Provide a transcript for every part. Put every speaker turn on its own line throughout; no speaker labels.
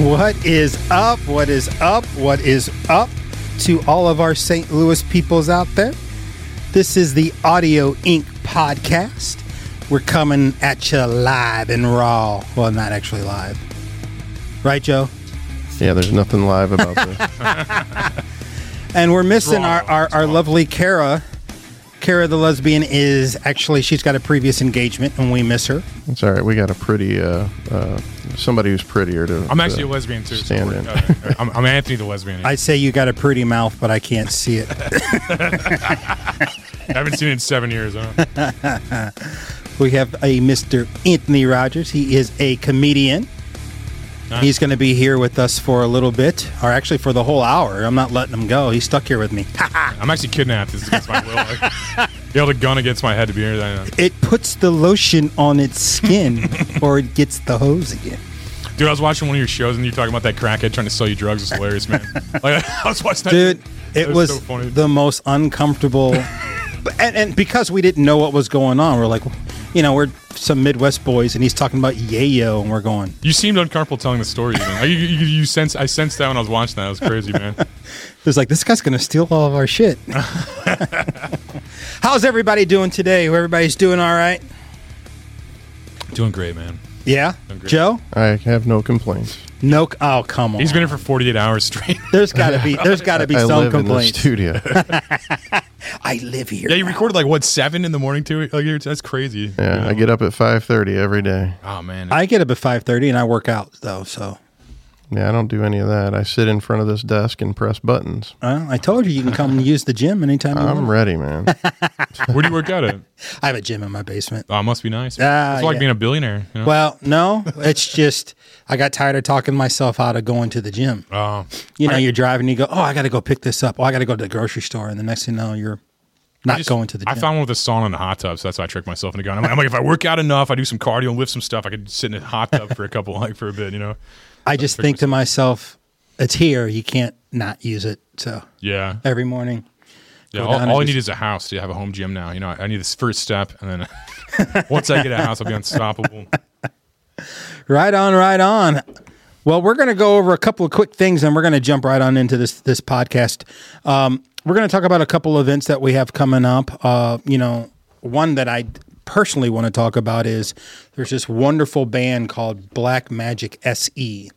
What is up? What is up? What is up to all of our St. Louis peoples out there? This is the Audio Inc. podcast. We're coming at you live and raw. Well, not actually live. Right, Joe?
Yeah, there's nothing live about this.
And we're missing
Raw.
our, our, our lovely Kara. Kara the lesbian is actually, she's got a previous engagement and we miss her.
it's all right. We got a pretty, uh, uh, somebody who's prettier to.
I'm actually
to
a lesbian too. So
stand
we're-
in.
uh, I'm, I'm Anthony the lesbian. I
I say you got a pretty mouth, but I can't see it.
haven't seen it in seven years. Huh?
We have a Mr. Anthony Rogers. He is a comedian.
Nice.
He's going to be here with us for a little bit, or actually for the whole hour. I'm not letting him go. He's stuck here with me. Ha!
I'm actually kidnapped. This is against my will. Like, he held a gun against my head to be here. I know.
It puts the lotion on its skin, or it gets the hose again.
Dude, I was watching one of your shows and you're talking about that crackhead trying to sell you drugs. It's hilarious, man. Like, I was watching that.
Dude, it
That
was,
so funny.
the most uncomfortable. and, and because we didn't know what was going on, we're like, you know, we're some Midwest boys, and he's talking about yayo, and we're going,
you seemed uncomfortable telling the story. Even. Like, you, you, you sense, I sensed that when I was watching that. It was crazy, man.
It's like this guy's going to steal all of our shit. How's everybody doing today? Everybody's doing all right.
Doing great, man.
Yeah,
Doing great.
Joe.
I have no complaints.
No. c- Oh, come on.
He's been here for 48 hours straight.
There's got to be. There's got to be
I
some
live in the
complaints.
studio.
I live here.
yeah, you
now.
recorded like, what, seven in the morning, too? Like, you're- that's crazy.
Yeah, I get up at 5:30 every day.
Oh, man.
I get up at five thirty and I work out though. So
Yeah, I don't do any of that. I sit in front of this desk and press buttons.
well, I told you you can come and use the gym anytime
Um,
you
I'm
want.
ready, man.
Where do you work out at?
I have a gym in my basement.
Oh, it must be nice.
Ah,
it's like
yeah.
being a billionaire. You know?
Well, no, it's just I got tired of talking myself out of going to the gym.
Oh.
You know, you're driving, you go, oh, I got to go pick this up. Oh, I got to go to the grocery store, and the next thing you know, you're not
just-
going to the gym.
I found one with a sauna and a hot tub, so that's why I tricked myself into going. I'm like, I'm like, if I work out enough, I do some cardio and lift some stuff, I could sit in a hot tub for a couple, like for a bit, you know?
I just think to myself, it's here. You can't not use it. So
Yeah.
every morning,
yeah
go
all
down
all I
and
need
just-
is a house to have a home gym now. You know, I, I need this first step, and then once I get a house, I'll be unstoppable.
right on, right on. Well, we're going to go over a couple of quick things, and we're going to jump right on into this this podcast. Um, we're going to talk about a couple events that we have coming up. Uh, you know, one that I personally want to talk about is there's this wonderful band called Black Magic SE,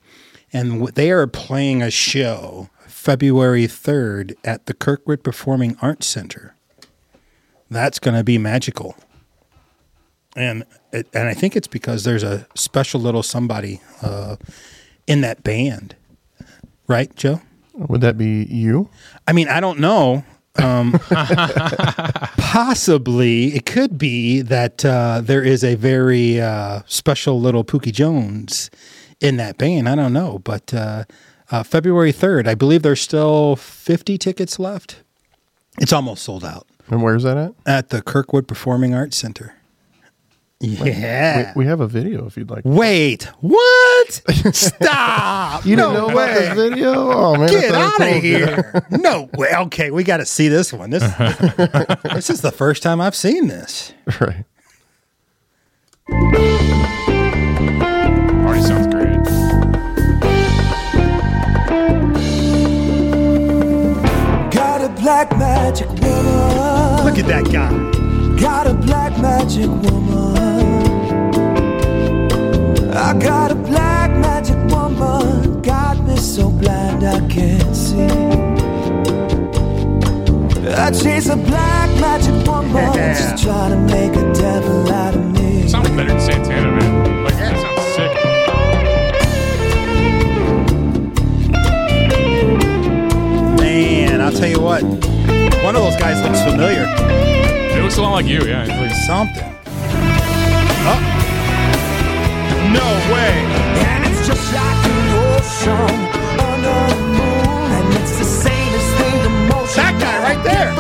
and w- they are playing a show February 3rd at the Kirkwood Performing Arts Center. That's going to be magical. and it, and I think it's because there's a special little somebody uh, in that band, right, Joe?
Would that be you?
I mean, I don't know. Um, possibly, it could be that uh, there is a very uh, special little Pookie Jones in that band. I don't know, but uh, uh, February third, I believe there's still 50 tickets left. It's almost sold out
And where's that at?
at the Kirkwood Performing Arts Center. Yeah,
We, we have a video if you'd like.
Wait, what? Stop!
You
no
don't know about
way!
this video? Oh man, I
Get
thought I
out
told you.
of here! no way. Okay, we got to see this one. This this is the first time I've seen this.
Right.
Already sounds great.
Got a black magic woman.
Look at that guy.
Got a black magic woman. I got a black magic woman. Got me so blind I can't see. I chase a black magic woman.
Yeah.
She's trying to make a devil out of me.
Sounds better than Santana, man. Like, that sounds sick.
Man, I'll tell you what. One of those guys looks familiar.
It looks a lot like you, yeah. It's like-
Something. Oh,
no way.
And it's just like an ocean under the moon. And it's the same as the emotion.
That guy right there.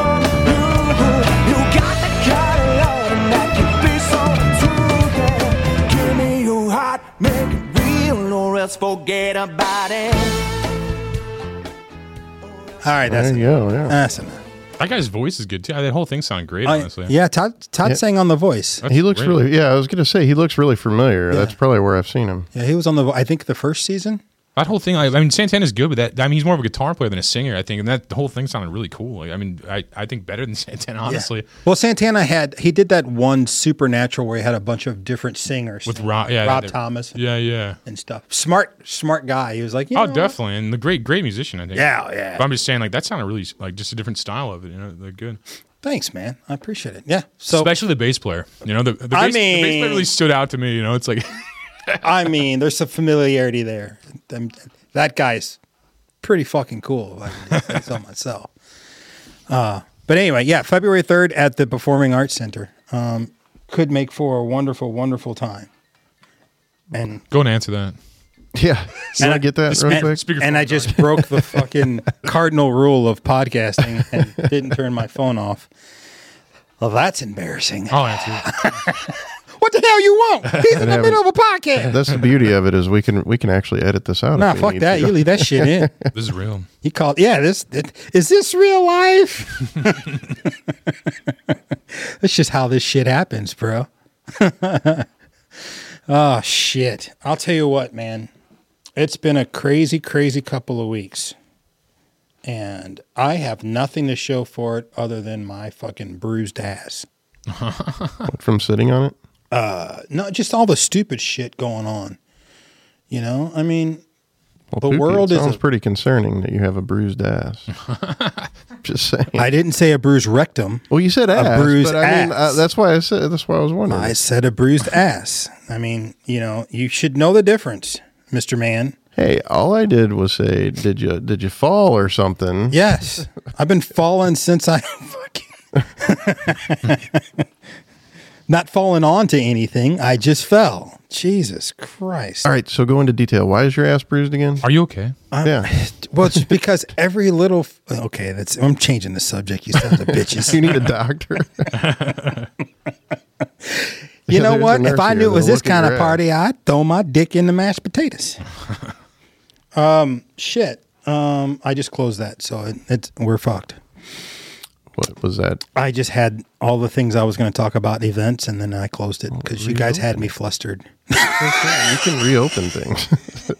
You got the kind of love that can be so true. Yeah. Give me your heart, make it real, or else forget about it.
all right. That's
There you
enough.
go. Yeah.
That's enough.
That guy's voice is good, too. That whole thing sounded great,
I-
honestly.
yeah, Todd. Todd
Yeah.
sang on the voice.
That's
He looks
great.
really. Yeah, I was gonna say he looks really familiar. That's probably where I've seen him.
Yeah, he was on the. I think the first season.
That whole thing, I, I mean, Santana's good, but that I mean, he's more of a guitar player than a singer, I think, and that the whole thing sounded really cool. Like, I mean, I, I think better than Santana, honestly.
Well, Santana had he did that one Supernatural where he had a bunch of different singers
With Rob, yeah,
Rob
they're-
Thomas and,
yeah, yeah.
stuff. Smart, smart guy. He was like, you
Oh,
know,
definitely, and the great, great musician, I think.
Yeah, yeah.
But I'm just saying, like that sounded really like just a different style of it. You know, they're good,
Thanks, man. I appreciate it. Yeah. So
especially the bass player. You know, the, the, bass,
I
the bass
mean-
player really stood out to me. You know, it's like
I mean, there's some familiarity there. Them- That guy's pretty fucking cool. If I can say so myself. Uh, but anyway, yeah, February 3rd at the Performing Arts Center. Um, could make for a wonderful, wonderful time. And
go and answer that.
Yeah. You want
I-
to get that
just
real
man-
quick?
Speakerphone,
and I just broke the fucking cardinal rule of podcasting and didn't turn my phone off. Well, that's embarrassing.
I'll answer. it.
What the hell you want? He's in the
haven't-
middle of a podcast.
That's the beauty of it is we can we can actually edit this out. if
Nah,
we
fuck
need
that.
to.
You leave that shit in.
This is real.
He called. Yeah, this it- is this real life. That's just how this shit happens, bro. oh shit! I'll tell you what, man. It's been a crazy, crazy couple of weeks, and I have nothing to show for it other than my fucking bruised ass.
from sitting on it.
No, just all the stupid shit going on. You know, I mean,
Well,
The
poopy, it
world is
sounds
a-
pretty concerning that you have a bruised ass. Just saying.
I didn't say a bruised rectum.
well, you said ass,
bruised
but I mean uh,
ass.
that's why I said that's why I was wondering.
I said a bruised ass. I mean, you know, you should know the difference, Mr. Man.
Hey, all I did was say, did you did you fall or something?
Yes. I've been falling since I fucking not fallen onto anything. I just fell. Jesus Christ.
All right, so go into detail. Why is your ass bruised again?
Are you okay?
yeah,
Well, it's because every little f- okay, that's I'm changing the subject, you sons of bitches.
you need a doctor.
You know
there's a
what?
nurse
If I
here
knew it was
that'll
this
look at
kind of
your
party, I'd throw my dick in the mashed potatoes. um, shit. Um, I just closed that, so it, it's we're fucked.
what was that?
I just had all the things I was going to talk about events, and then I closed it because you guys had me flustered.
Okay, you can reopen things.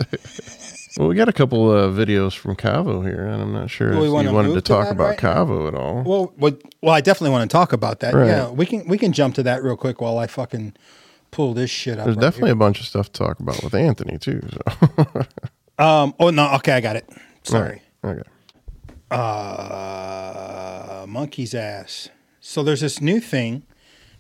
well, we got a couple uh, videos from Cavo here, and I'm not sure
Well, we
if
wanna
you wanted
move
to
to
talk
that
about
right now?
Cavo at all.
Well, well, well, I definitely want to talk about that.
Right.
Yeah, we can we can jump to that real quick while I fucking pull this shit up.
There's
right
definitely
here.
a bunch of stuff to talk about with Anthony too. So
Um. Oh no. Okay, I got it. Sorry.
okay.
Uh, monkey's ass. So there's this new thing.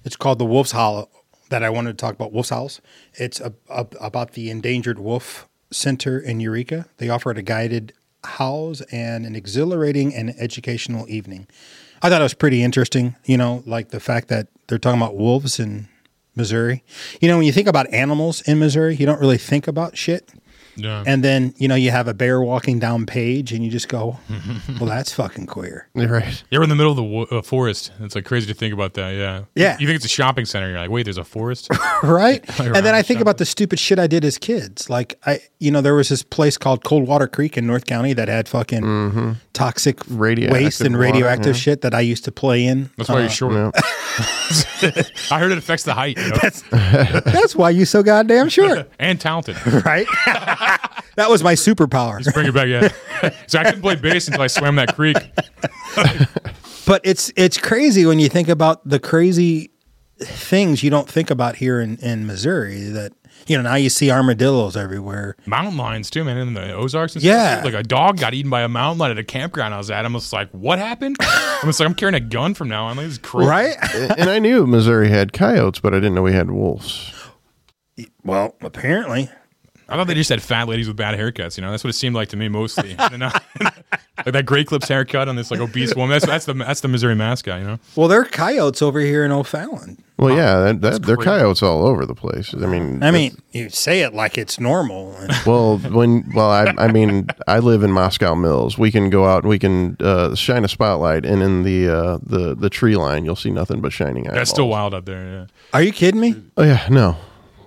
It's called the Wolf's Hollow that I wanted to talk about. Wolf's Hollows. It's a, a, about the Endangered Wolf Center in Eureka. They offer a guided howls and an exhilarating and educational evening. I thought it was pretty interesting. You know, like the fact that they're talking about wolves in Missouri. You know, when you think about animals in Missouri, you don't really think about shit.
Yeah.
And then, you know, you have a bear walking down page and you just go, well, that's fucking queer.
You're right.
You're in the middle of the wo- uh, forest. It's like crazy to think about that. Yeah.
Yeah.
You think it's a shopping center. You're like, wait, there's a forest.
Right.
around
and then I
and
think
stuff.
about the stupid shit I did as kids. Like, I, you know, there was this place called Coldwater Creek in North County that had fucking toxic
Mm-hmm. Radioactive
waste and
water,
radioactive
yeah.
shit that I used to play in.
That's why you're short.
Yeah.
Uh-huh.
I heard it affects the height you know,
That's why you so goddamn short.
and talented.
Right. that was my superpower.
Bring it back, yeah. so I couldn't play bass until I swam that creek.
but it's it's crazy when you think about the crazy things you don't think about here in, in Missouri that you know now you see armadillos everywhere.
Mountain lions too, man, in the Ozarks. And
Yeah.
stuff. like a dog got eaten by a mountain lion at a campground I was at. I'm just like, what happened? I'm just like, I'm carrying a gun from now on. Like, this is crazy.
Right?
and I knew Missouri had coyotes, but I didn't know we had wolves.
well, apparently.
I thought they just had fat ladies with bad haircuts. You know, that's what it seemed like to me mostly. And then I- like that Grey Clips haircut on this like obese woman. That's that's the that's the Missouri mascot. You know,
Well, there are coyotes over here in O'Fallon.
Well, yeah, that, that, they're
crazy.
coyotes all over the place. I mean,
I
that's-
mean, you say it like it's normal. and-
well, when well, I, I mean, I live in Moscow Mills. We can go out, we can uh, shine a spotlight, and in the uh, the the tree line, you'll see nothing but shining eyeballs.
that's still wild out there. Yeah.
Are you kidding me?
Oh yeah, no,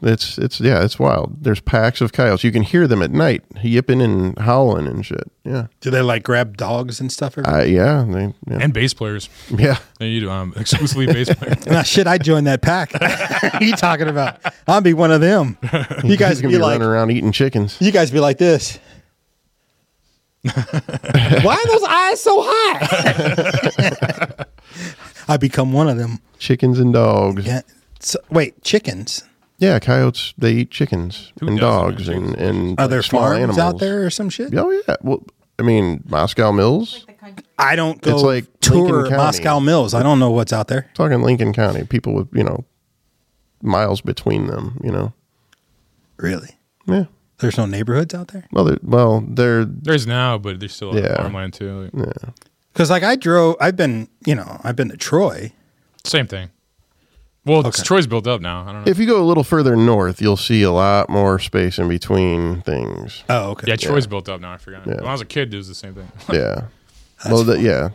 it's it's yeah, it's wild. There's packs of coyotes. You can hear them at night, yipping and howling and shit. Yeah,
Do they like grab dogs and stuff? every-
I yeah, they, yeah,
And bass players.
yeah.
And you do um, exclusively bass players.
Nah, shit, I joined that pack. you talking about? I'll be one of them. You guys
He's gonna
be
be
like,
running around eating chickens.
you guys be like this. Why are those eyes so high? I become one of them.
Chickens and dogs. Yeah,
Yeah. So, wait, chickens?
coyotes. They eat chickens and
doesn't,
dogs and and
Are there
like, small
farms
animals
out there or some shit?
Oh yeah. Well, I mean Moscow Mills.
The country.
I don't go
It's like Lincoln
tour
County.
Moscow Mills. I don't know what's out there.
talking Lincoln County. People with you know miles between them. You know.
Really?
Yeah.
There's no neighborhoods out there?
Well, they're, well, they're
There's now, but there's still
Yeah.
yeah. farmland too. Like,
Because like I drove, I've been, you know, I've been to Troy.
Same thing. Well, it's- Troy's built up now. I don't know.
If you go a little further north, you'll see a lot more space in between things.
Oh, okay.
yeah, Troy's built up now. I forgot.
Yeah.
When I was a kid, it was the same thing.
Yeah. Well, that, yeah.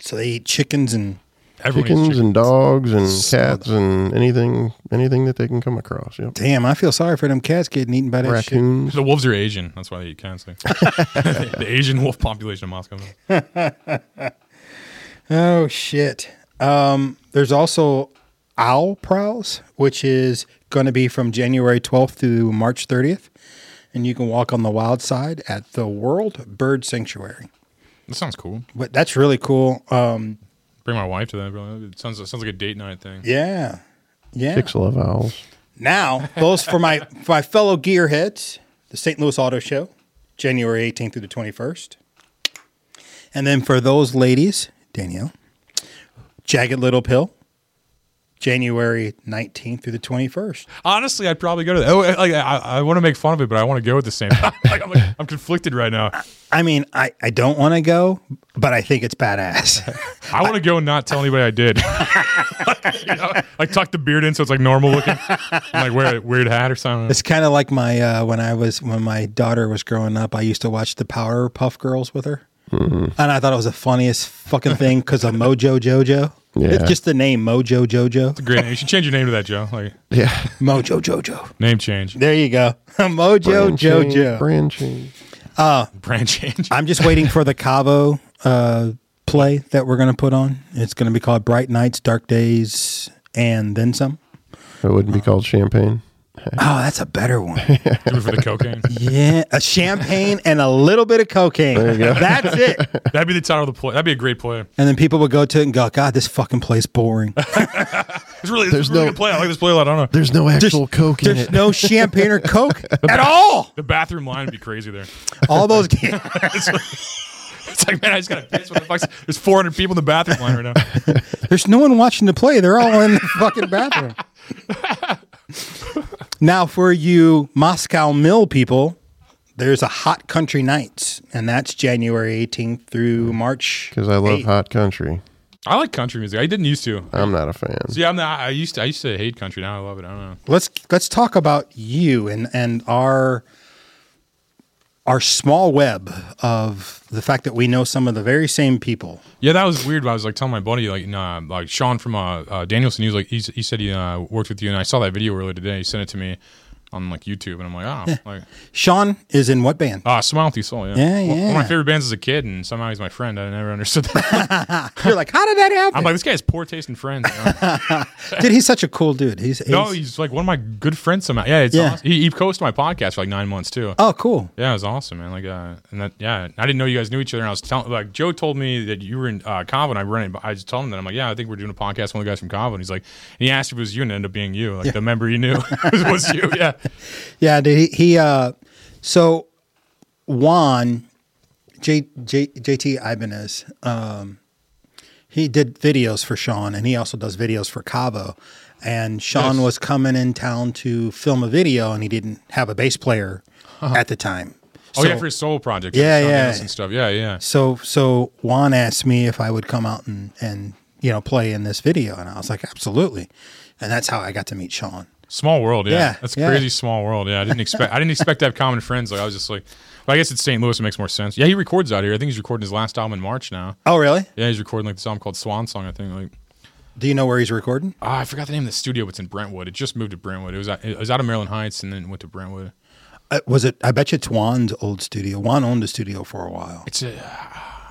So they eat chickens and
Everyone eats
Chickens
chicken.
and dogs and cats and anything anything that they can come across. Yep.
damn, I feel sorry for them cats getting eaten by that shit.
Raccoons.
The wolves are Asian. That's why they eat cats. Like. the Asian wolf population of Moscow.
Oh shit. Um, there's also owl prowls, which is going to be from January 12th through March 30th, and you can walk on the wild side at the World Bird Sanctuary.
That sounds cool.
But that's really cool. Um,
Bring my wife to that. bro. It sounds it sounds like a date night thing.
yeah, yeah.
Chicks love owls.
Now, those for my for my fellow gearheads, the St. Louis Auto Show, January 18th through the 21st. And then for those ladies, Danielle, Jagged Little Pill, January 19th through the 21st.
Honestly, I'd probably go to that. Oh, like I, I want to make fun of it, but I want to go at the same time. like, I'm, like, I'm conflicted right now.
I mean, I, I don't want to go, but I think it's badass.
I want to go and not tell anybody I did. like, you know, like, tuck the beard in so it's like normal looking. And, like wear a weird hat or something.
it's kind of like my uh, when I was when my daughter was growing up, I used to watch the Powerpuff Girls with her. And I thought it was the funniest fucking thing because of Mojo Jojo.
Yeah.
It's just the name Mojo Jojo.
Great. name. You should change your name to that, Joe. Like
Yeah.
Mojo Jojo.
name change,
There you go. Mojo
Brand change,
Jojo.
Brand change.
brand change.
I'm just waiting for the Cabo uh, play that we're going to put on. It's going to be called Bright Nights, Dark Days, and then some.
It wouldn't be called champagne.
Oh, that's a better one.
Do it for the cocaine.
yeah. A champagne and a little bit of cocaine. That's it.
That'd be the title of the play. That'd be a great play.
And then people would go to it and go, God, this fucking place boring.
It's really,
There's
it's really
no-
good play. I like this play a lot. I don't know.
There's no actual coke in
There's
it.
no champagne or coke at all.
The bathroom line would be crazy there.
All those
It's like, man, I just gotta piss. What the fuck's There's 400 people in the bathroom line right now.
There's no one watching the play. They're all in the fucking bathroom. now, for you Moscow Mill people, there's a Hot Country Nights, and that's January 18th through March.
Because I love
8th.
hot country.
I like country music. I didn't used to.
I'm not a fan.
Yeah, I'm not. I used to. I used to hate country. Now I love it. I don't know.
Let's let's talk about you and and our our small web of the fact that we know some of the very same people.
Yeah, that was weird. I was like telling my buddy, like, nah, like Sean from uh, uh, Danielson. He was like, he, he said he uh, worked with you, and I saw that video earlier today. He sent it to me on like YouTube, and I'm like, oh, like,
Sean is in what band?
ah, Smile Through Soul.
Yeah,
Yeah, One- One of
yeah.
my favorite bands as a kid, and somehow he's my friend. I never understood that.
You're like, how did that
I'm
happen?
like, this guy has poor taste in friends. you know?
Dude, he's such a cool dude. He's, he's
no, he's like one of my good friends somehow. Yeah, it's
Yeah.
awesome. He, he co-hosted my podcast for like nine months too.
oh cool.
Yeah, it was awesome, man. Like, uh, and that, yeah, I didn't know you guys knew each other. And I was telling, like, Joe told me that you were in uh, Convo, and I ran. I just told him that I'm like, yeah, I think we're doing a podcast. with One of the guys from Convo, and he's like, and he asked if it was you, and it ended up being you, like the member you knew was, was you. Yeah,
Yeah, dude, he, he uh so Juan J, J, JT Ibanez, um he did videos for Sean and he also does videos for Cavo. And Sean was coming in town to film a video and he didn't have a bass player at the time.
oh
so,
yeah, for his soul project,
Yeah,
Sean
yeah.
Dennis and stuff. Yeah, yeah.
so so Juan asked me if I would come out and and you know play in this video and I was like absolutely. And that's how I got to meet Sean.
Small world, yeah.
Yeah,
That's
yeah.
crazy small world. Yeah, I didn't expect. I didn't expect to have common friends. Like, I was just like, well, I guess it's St. Louis. It makes more sense. Yeah, he records out here. I think he's recording his last album in March now.
Oh really?
Yeah, he's recording like the song called Swan Song. I think like.
Do you know where he's recording?
Ah, I forgot the name of the studio. It's in Brentwood. It just moved to Brentwood. It was out, it was out of Maryland Heights and then went to Brentwood.
Uh, was it? I bet you it's Juan's old studio. Juan owned the studio for a while.
It's a,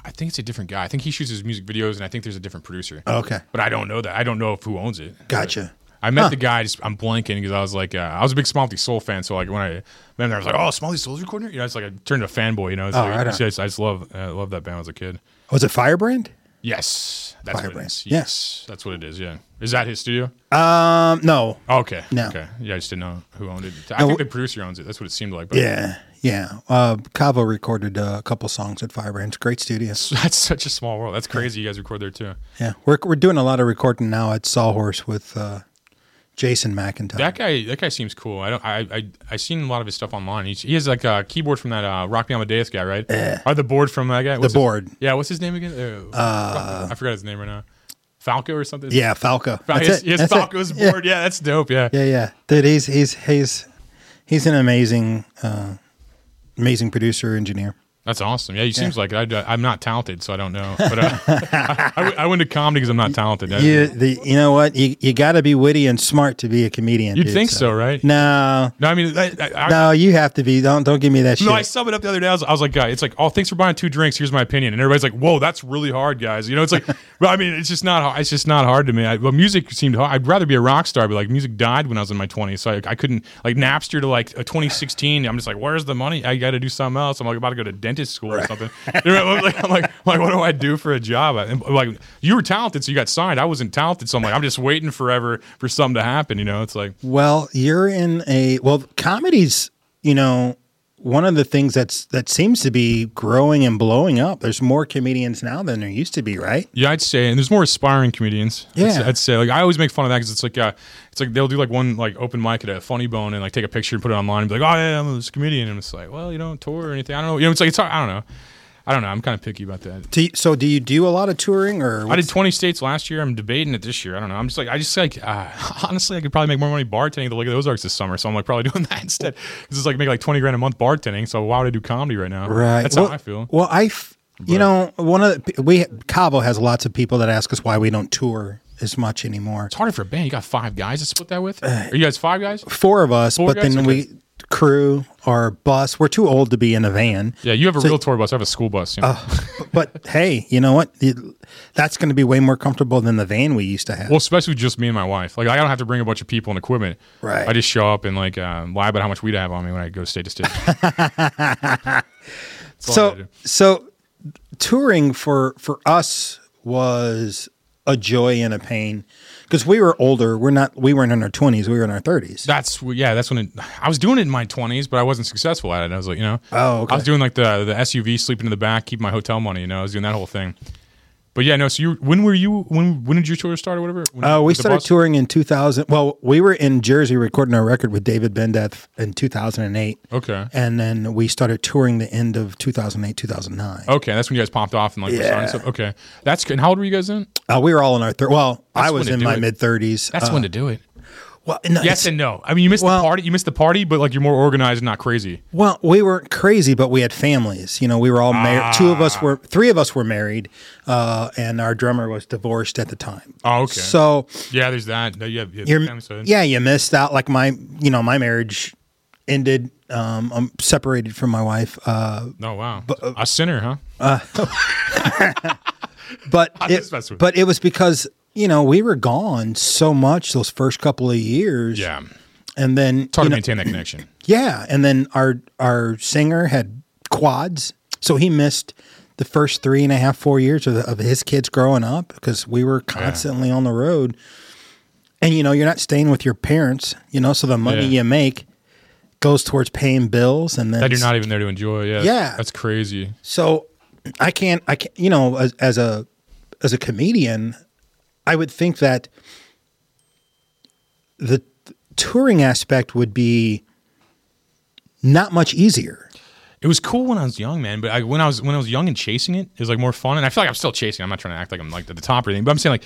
I think it's a different
Oh,
guy. I think he shoots his music videos, and I think there's a different producer.
Okay,
But I don't know that. I don't know if who owns it.
gotcha.
I met the guy. Just, I'm blanking because I was like, uh, I was a big Smouthy Soul fan. So like when I met him, I was like, oh, Smouthy Soul's recording. You know, it's like I turned into a fanboy. You know, it's
Oh,
like,
right on.
it's just- I just love, I love that band as a kid.
Was it Firebrand?
Yes, that's what
Firebrand.
it is.
Yeah.
Yes, that's what it is. Yeah, is that his studio? Oh,
Um, no.
Okay.
No.
Okay. Yeah, I just didn't know who owned it. I think the producer owns it. That's what it seemed like. But
Yeah, yeah. Uh, Cavo recorded uh, a couple songs at Firebrand. It's a great studio.
That's such a small world. That's crazy. You guys record there too.
Yeah, we're we're doing a lot of recording now at Sawhorse with uh, Jason McIntyre.
That guy. That guy seems cool. I don't. I. I. I seen a lot of his stuff online. He's, he has like a keyboard from that uh, Rock Me Amadeus guy, right? Yeah. Or the board from that guy. What's his-
Eh. board.
yeah. What's his name again? Uh, I forgot his name right now. Falco or something.
yeah, Falco.
Fal-
That's
yes,
it.
yes,
That's it.
Falco's board. Yeah. That's dope. Yeah.
Yeah, yeah. Dude, he's he's he's he's an amazing uh, amazing producer engineer.
That's awesome. Yeah. He seems like it. I, am not talented, so I don't know. But uh, I, I, went- I went to comedy because I'm not talented. I-
You the you know what you you got to be witty and smart to be a comedian.
You'd
dude,
think so, right?
No,
No, I mean, I, I, I,
no, you have to be. Don't don't give me that shit.
No, I sum it up the other day. I was, I was like, guy, it's like, oh, thanks for buying two drinks. Here's my opinion, and everybody's like, whoa, that's really hard, guys. You know, it's like, well, I mean, it's just not, hard- it's just not hard to me. I, well, music seemed hard. I'd rather be a rock star, but like, music died when I was in my 20s, so I, I couldn't like Napster to like a 2016. I'm just like, where's the money? I got to do something else. I'm like about to go to dentist school or something. You know, I'm, like, I'm like, like, what do I do for a job? I, and, like, you were talented, so you got signed. I wasn't talented, so I'm like, I'm just waiting forever for something to happen. You know, it's like,
Well, you're in a well, comedy's, you know, one of the things that's that seems to be growing and blowing up. There's more comedians now than there used to be, right?
Yeah, I'd say, and there's more aspiring comedians. I'd
Yeah.
say- I'd, say like I always make fun of that because it's like uh, it's like they'll do like one like open mic at a Funny Bone and like take a picture and put it online and be like, oh yeah, I'm this comedian, and it's like, well, you don't tour or anything. I don't know. You know, it's like it's hard. I don't know. I don't know. I'm kind of picky about that.
Do you- so do you do a lot of touring or
I did 20 states last year. I'm debating it this year. I don't know. I'm just like I just like uh, honestly, I could probably make more money bartending than Lake of the Ozarks this summer. So I'm like probably doing that instead because it's like make like 20 grand a month bartending. So why would I do comedy right now?
right?
That's
well,
how I feel.
Well, I, f- you know, one of the, we Cabo has lots of people that ask us why we don't tour as much anymore.
It's harder for a band. You got five guys to split that with.
Uh,
Are you guys five guys?
Four of us,
Four
but
guys?
then we crew or bus. We're too old to be in a van.
Yeah, you have a real tour bus. I have a school bus. You know?
Uh. But hey, you know what? You- That's going to be way more comfortable than the van we used to have.
Well, especially just me and my wife. Like I don't have to bring a bunch of people and equipment.
Right.
I just show up and like um, lie about how much weed I have on me when I go state to state. That's all I
so
do.
so touring for for us was a joy and a pain because we were older we're not we weren't in our 20s we were in our 30s
that's w- yeah. That's when it, I was doing it in my twenties, but I wasn't successful at it. I was like, you know,
Oh, okay.
I was doing like the the SUV, sleeping in the back, keep my hotel money. You know, I was doing that whole thing. But yeah, no. So you, when were you? When when did your tour start or whatever? When-
Oh, we
with the
started
bus?
touring in 2000. Well, we were in Jersey recording our record with David Bendeth in 2008.
Okay.
And then we started touring the end of 2008, 2009.
Okay, that's when you guys popped off and like were starting
Yeah.
stuff. Okay, that's good. And how old were you guys then?
Uh, we were all in our, thir- well, I
That's
was
when to
in
do
my
it.
mid 30s.
That's
uh,
when to do it.
Well, no, it's-
Yes and no. I mean, you missed
Well-
the party. You missed the party, but like you're more organized and not crazy.
Well, we weren't crazy, but we had families. You know, we were all
Ah.
married. Two of us were, three of us were married, uh, and our drummer was divorced at the time.
Oh, okay.
So
Yeah, there's that. No, you have, you have
you're,
family side.
yeah, you missed out. Like my, you know, my marriage ended. Um, I'm separated from my wife, uh,
No, Oh, wow. a sinner, huh?
but
I'm
it,
just messing with
but it was because you know we were gone so much those first couple of years.
yeah.
and then
It's hard
you
to
know,
maintain that connection.
Yeah, and then our our singer had quads, so he missed the first three and a half four years of, of his kids growing up because we were constantly on the road. And you know, you're not staying with your parents, you know, so the money
Yeah.
you make goes towards paying bills, and then
That you're not even there to enjoy. Yeah.
Yeah.
That's crazy.
so I can't, I can't, you know, as, as a as a comedian, I would think that the touring aspect would be not much easier.
It was cool when I was young, man. But I, when I was when I was young and chasing it, it was like more fun. And I feel like I'm still chasing. it. I'm not trying to act like I'm like at the top or anything. But I'm saying like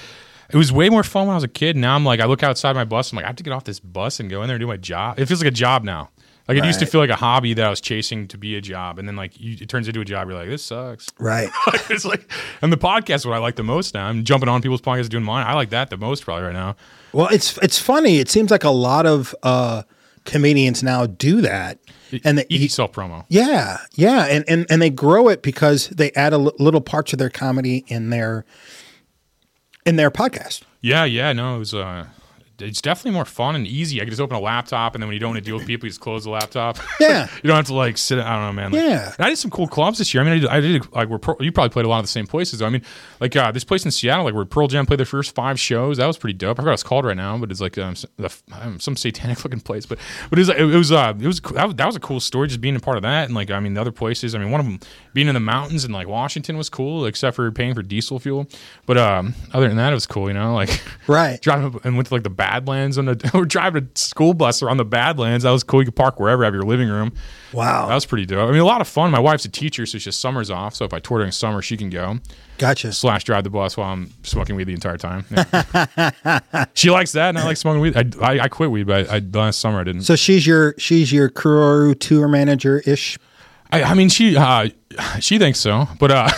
it was way more fun when I was a kid. Now I'm like I look outside my bus. I'm like I have to get off this bus and go in there and do my job. It feels like a job now. Like it used to feel like a hobby that I was chasing to be a job, and then like you, it turns into a job. You're like, this sucks.
Right.
it's like, and the podcast is what I like the most now. I'm jumping on people's podcasts, doing mine. I like that the most probably right now.
Well, it's it's funny. It seems like a lot of uh, comedians now do that,
E-,
and e- they,
Easy self promo.
yeah, yeah, and, and and they grow it because they add a li- little parts of their comedy in their in their podcast.
Yeah, yeah, no, it was. Uh, d- it's definitely more fun and easy. I can just open a laptop, and then when you don't want to deal with people, you just close the laptop.
Yeah.
you don't have to like sit. I don't know, man. Like-
Yeah.
And I did some cool clubs this year. I mean, I did, I did like we're Pearl- you probably played a lot of the same places. Though. I mean, like uh, this place in Seattle, like where Pearl Jam played their first five shows. That was pretty dope. I forgot what it's called right now, but it's like um, s- the f- um, some satanic looking place. But but it was it was uh, it was cool. that, was that was a cool story just being a part of that. And like I mean, the other places. I mean, one of them being in the mountains in like Washington was cool, except for paying for diesel fuel. But um, other than that, it was cool. You know, like
Right.
driving up and went to like the Badlands on the we're driving a school bus around the Badlands. That was cool. You could park wherever, have your living room.
Wow.
That was pretty dope. I mean, a lot of fun. My wife's a teacher, so she has summers off. So if I tour during summer, she can go
Gotcha.
slash drive the bus while I'm smoking weed the entire time. Yeah. she likes that, and I like smoking weed. I, I, I quit weed, but I, I, last summer I didn't.
So she's your she's your crew tour manager ish.
I, I mean, she uh, she thinks so, but uh,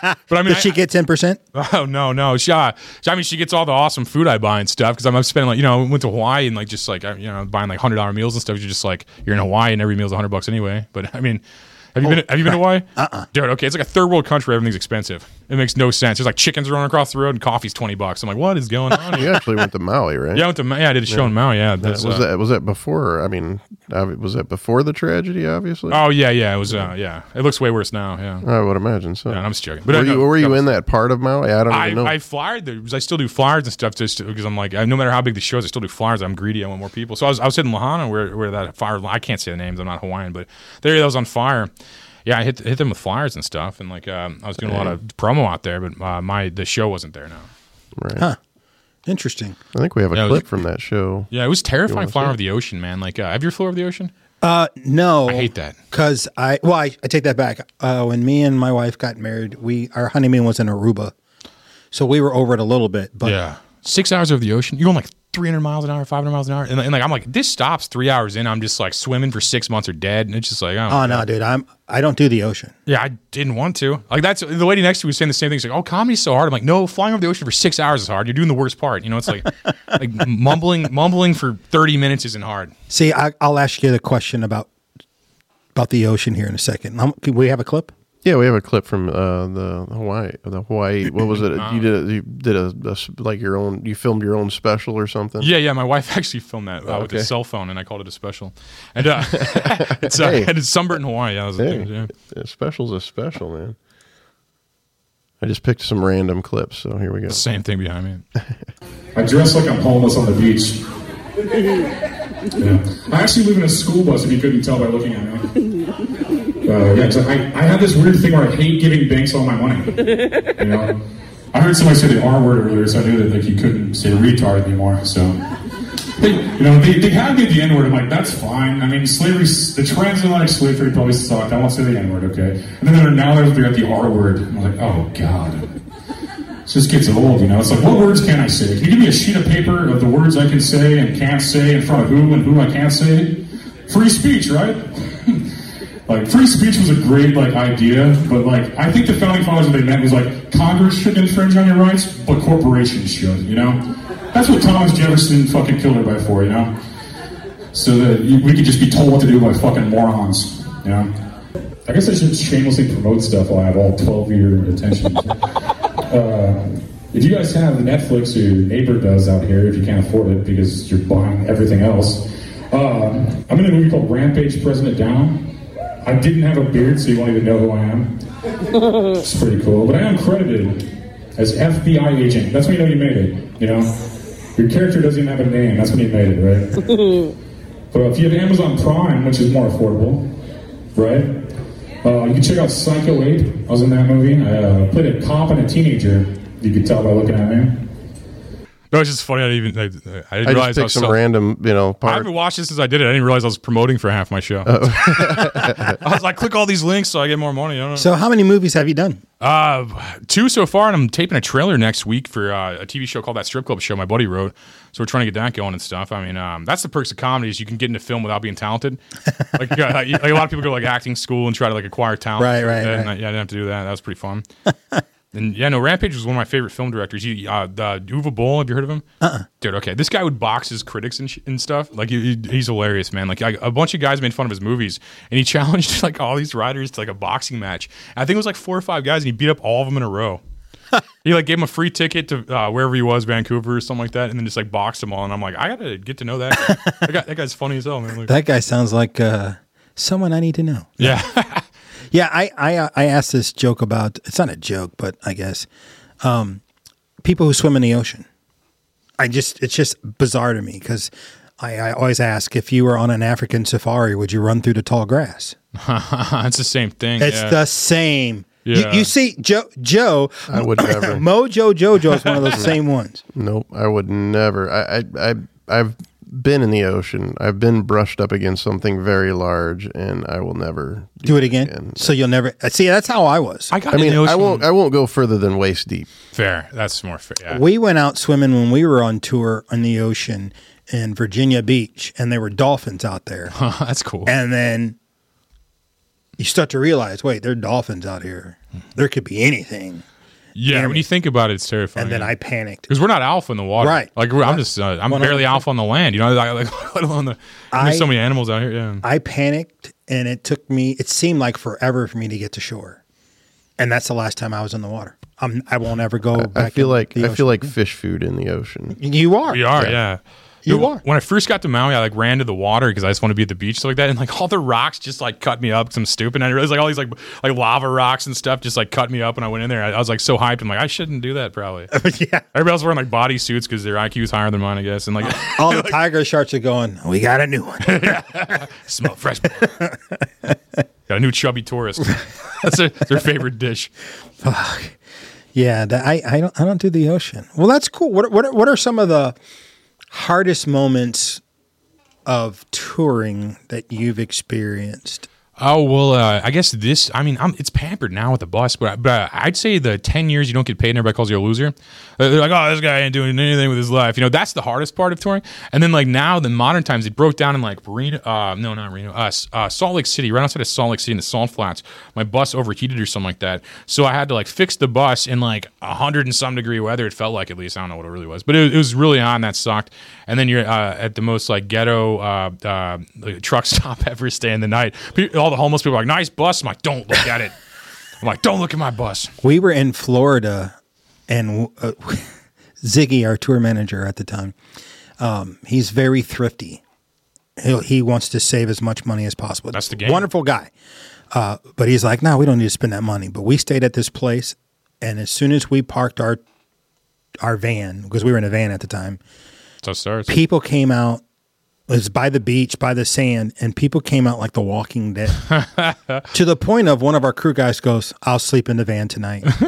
but I mean,
Does she
I-
get ten percent?
Oh no, no. She, uh, she- I mean, she gets all the awesome food I buy and stuff because I'm spending like you know, I went to Hawaii and like just like I- you know, buying like hundred dollar meals and stuff. You're just like you're in Hawaii and every meal's hundred bucks anyway. But I mean, have
Oh,
you been? Have you been to Hawaii? Uh
uh-uh.
uh Dude, okay, it's like a third world country. where Everything's expensive. It makes no sense. There's like chickens running across the road and coffee's twenty bucks. I'm like, what is going on? here?
You actually went to Maui, right?
yeah, I went to Ma- yeah, I did a show in Maui. Yeah, that's,
Was
uh,
that was that before? I mean, I- was that before the tragedy? Obviously,
Oh yeah, yeah. It was uh, yeah. It looks way worse now. Yeah.
I would imagine so.
Yeah, I'm just joking. But uh,
Were
I
you
know-
were
that
you
was-
in that part of Maui? I don't
I,
even know.
I flyered there because I still do flyers and stuff just because I'm like I, no matter how big the show is, I still do flyers. I'm greedy. I want more people. So I was I was hitting Lahana where where that fire I can't say the names. I'm not Hawaiian, but there that was on fire. Yeah, I hit hit them with flyers and stuff, and like um, I was doing a lot of promo out there, but uh, my the show wasn't there now.
right.
Interesting.
I think we have a
Yeah, it was-
clip from that show.
Yeah, it was terrifying
wanna
flying
see
over the ocean, man. Like, uh, have you flew over the ocean?
No,
I hate that.
Cause I well, I, I take that back. Uh, when me and my wife got married, we our honeymoon was in Aruba, so we were over it a little bit. But
six hours over the ocean. You're going like 300 miles an hour, 500 miles an hour, and, and like I'm like this stops three hours in. I'm just like swimming for six months or dead, and it's just like oh
oh no, dude, I'm I don't do the ocean.
Yeah, I didn't want to. Like that's the lady next to me was saying the same thing. She's like, "Oh, comedy's so hard." I'm like, "No, flying over the ocean for six hours is hard. You're doing the worst part. You know, it's like like mumbling, mumbling for thirty minutes isn't hard."
See, I, I'll ask you the question about about the ocean here in a second. Um, can we have a clip?
Yeah, we have a clip from uh, the Hawaii. The Hawaii. What was it?
Uh,
you did a, you did a, a s- like your own. You filmed your own special or something.
Yeah, yeah. My wife actually filmed that uh, with a
okay.
cell phone, and I called it a special. And uh, it's uh,
Hey.
and it's sunburn in Hawaii. That was the
Hey,
thing, yeah.
a special's a special, man. I just picked some random clips, so here we go.
Same thing behind me.
I dress like I'm homeless on the beach. Yeah. I actually live in a school bus, if you couldn't tell by looking at me. Uh, yeah, 'cause I, I have this weird thing where I hate giving banks all my money. You know, I heard somebody say the R word earlier, so I knew that like you couldn't say retard anymore. So, they, you know, they, they had me at the N word. I'm like, that's fine. I mean, slavery, the transatlantic slave trade probably sucked. I won't say the N word, okay? And then they're, now they're, they're at the R word. I'm like, oh god. It just gets old, you know. It's like, what words can I say? Can you give me a sheet of paper of the words I can say and can't say in front of who and who I can't say? Free speech, right? like, free speech was a great like idea, but like, I think the founding fathers what they meant was like, Congress should infringe on your rights, but corporations should, you know. That's what Thomas Jefferson fucking killed everybody for, you know. So that you- we could just be told what to do by fucking morons, you know. I guess I should shamelessly promote stuff while I have all 12 of your attention. Uh, If you guys have Netflix or your neighbor does out here, if you can't afford it because you're buying everything else, uh, I'm in a movie called Rampage President Down. I didn't have a beard, so you won't even know who I am. It's pretty cool, but I am credited as FBI agent. That's when you know you made it. You know, your character doesn't even have a name. That's when you made it, right? But if you have Amazon Prime, which is more affordable, right? Uh, you can check out Psycho 8. I was in that movie. I uh, played a cop and a teenager. You could tell by looking at me.
No, it's just funny. I didn't even. I, I didn't
I
realize
just
I
picked
was
some
so-
random, you know,
I
part.
haven't watched this since I did it. I didn't realize I was promoting for half my show.
Oh.
I was like, click all these links so I get more money. I don't know.
So, how many movies have you done?
Uh, two so far, and I'm taping a trailer next week for uh, a TV show called That Strip Club Show. My buddy wrote, so we're trying to get that going and stuff. I mean, um, that's the perks of comedy is you can get into film without being talented. Like, uh, like a lot of people go like acting school and try to like acquire talent.
Right, right,
And
right.
I, yeah, I didn't have to do that. That was pretty fun. And yeah, no, Rampage was one of my favorite film directors. He, uh, the Uwe Boll, have you heard of him? Uh-uh. Dude, okay, this guy would box his critics and, sh- and stuff. Like, he, he- he's hilarious, man. Like, I, a bunch of guys made fun of his movies, and he challenged like all these writers to like a boxing match. I think it was like four or five guys, and he beat up all of them in a row. he like gave him a free ticket to uh, wherever he was, Vancouver or something like that, and then just like boxed them all. And I'm like, I gotta get to know that. Guy. that, guy, that guy's funny as hell, man. Like,
That guy sounds like uh, someone I need to know.
yeah,
Yeah, I, uh, I I asked this joke about. It's not a joke, but I guess um, people who swim in the ocean. I just it's just bizarre to me because I, I always ask if you were on an African safari, would you run through the tall grass?
it's the same thing.
It's
yeah.
the same.
Yeah.
You, you see, Joe Joe
I would never.
Mojo Jojo is one of those same ones.
Nope, I would never. I, I, I, I've been in the ocean. I've been brushed up against something very large, and I will never
Do it again.
And-
So you'll never uh, see. That's how I was.
I got.
I mean,
in the
I
ocean-
won't. I won't go further than waist deep.
Fair. That's more fair. Yeah.
We went out swimming when we were on tour in the ocean in Virginia Beach, and there were dolphins out there.
that's cool.
And then you start to realize, wait, there are dolphins out here. There could be anything.
yeah,
damn
when
it.
you think about it, it's terrifying.
And then I panicked.
Because we're not alpha in the water,
Right.
Like we're, I'm just, uh, I'm barely alpha on the land, you know. Like, like let alone the. I mean,
I-
there's so many animals out here. Yeah,
I panicked, and it took me. It seemed like forever for me to get to shore, and that's the last time I was in the water. I'm, I won't ever go. back
I feel
in
like
the
I
ocean.
feel like fish food in the ocean.
you are.
we are. Yeah,
You
Dude,
are.
When I first got to Maui, I like ran to the water because I just want to be at the beach, stuff like that. And like all the rocks just like cut me up. Cause I'm stupid. And I realized like all these like like lava rocks and stuff just like cut me up. And I went in there, I, I was like so hyped. I'm like, I shouldn't do that probably.
yeah.
Everybody else wearing like body suits because their IQ is higher than mine, I guess. And like
All the tiger sharks are going. We got a new one.
smell fresh. got a new chubby tourist. That's their, their favorite dish.
Yeah, that, I I don't I don't do the ocean. Well, that's cool. What what what are some of the hardest moments of touring that you've experienced?
Oh well, uh, I guess this. I mean, I'm, it's pampered now with the bus, but I- but I'd say the ten years you don't get paid and everybody calls you a loser. uh, They're like, oh, this guy ain't doing anything with his life. You know, that's the hardest part of touring. And then like now, the modern times, it broke down in like Reno. Uh, no, not Reno. Uh, S- uh, Salt Lake City, right outside of Salt Lake City in the Salt Flats. My bus overheated or something like that, so I had to like fix the bus in like a hundred and some degree weather. It felt like at least I don't know what it really was, but it, it was really on that sucked. And then you're uh, at the most like ghetto uh, uh, like, truck stop ever stay in the night. Pe- All the homeless people are like, "Nice bus." I'm like, "Don't look at it." I'm like, "Don't look at my bus."
We were in Florida, and uh, Ziggy, our tour manager at the time, um, he's very thrifty. He he wants to save as much money as possible.
That's the game.
Wonderful guy, uh, but he's like, no, we don't need to spend that money. But we stayed at this place, and as soon as we parked our our van because we were in a van at the time,
So it starts.
people came out. It was by the beach, by the sand, and people came out like the Walking Dead. to the point of one of our crew guys goes, "I'll sleep in the van tonight,"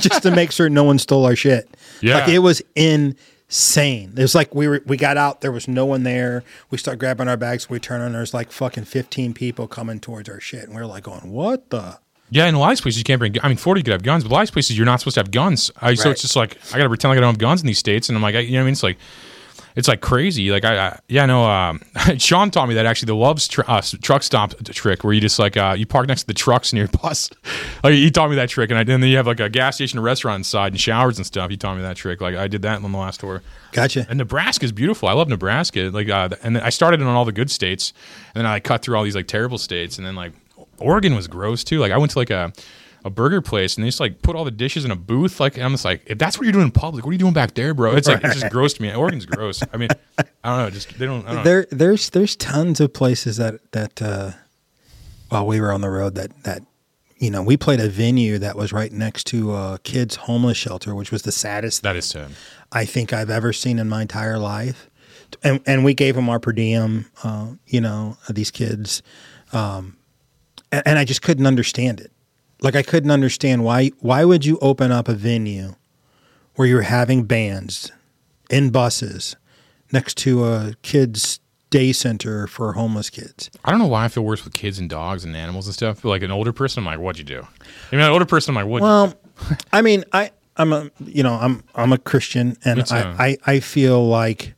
just to make sure no one stole our shit.
Yeah.
like it was insane. It was like we were we got out, there was no one there. We start grabbing our bags, we turn and there's like fucking fifteen people coming towards our shit, and we are like going, "What the."
Yeah, in a lot of places you can't bring. I mean, Florida you could have guns, but a lot of places you're not supposed to have guns. I, So
Right.
it's just like I gotta pretend like I don't have guns in these states, and I'm like, I, you know what I mean? It's like, it's like crazy. Like I, I yeah, no. Um, Sean taught me that actually the Love's tr- uh, s- truck stop t- trick, where you just like uh, you park next to the trucks in your bus. like he taught me that trick, and I, and then you have like a gas station, a restaurant inside, and showers and stuff. He taught me that trick. Like I did that on the last tour.
Gotcha.
And Nebraska is beautiful. I love Nebraska. Like, uh, th- and I started in all the good states, and then I cut through all these like terrible states, and then like Oregon was gross too. Like, I went to like a a burger place, and they just like put all the dishes in a booth. Like, and I'm just like, if that's what you're doing in public, what are you doing back there, bro? It's like it's just gross to me. Oregon's gross. I mean, I don't know. Just they don't. I don't know.
There, there's there's tons of places that that uh, while we were on the road that that you know we played a venue that was right next to a kids homeless shelter, which was the saddest
That is sad.
I think I've ever seen in my entire life. And and we gave them our per diem, uh, you know, these kids, um, and, and I just couldn't understand it. Like I couldn't understand why why would you open up a venue where you're having bands in buses next to a kids day center for homeless kids?
I don't know why I feel worse with kids and dogs and animals and stuff. But like an older person, I'm like, what'd you do? I mean, an older person, I'm like, what?
Well, I mean, I I'm a you know I'm I'm a Christian, and
It's, uh,
I, I I feel like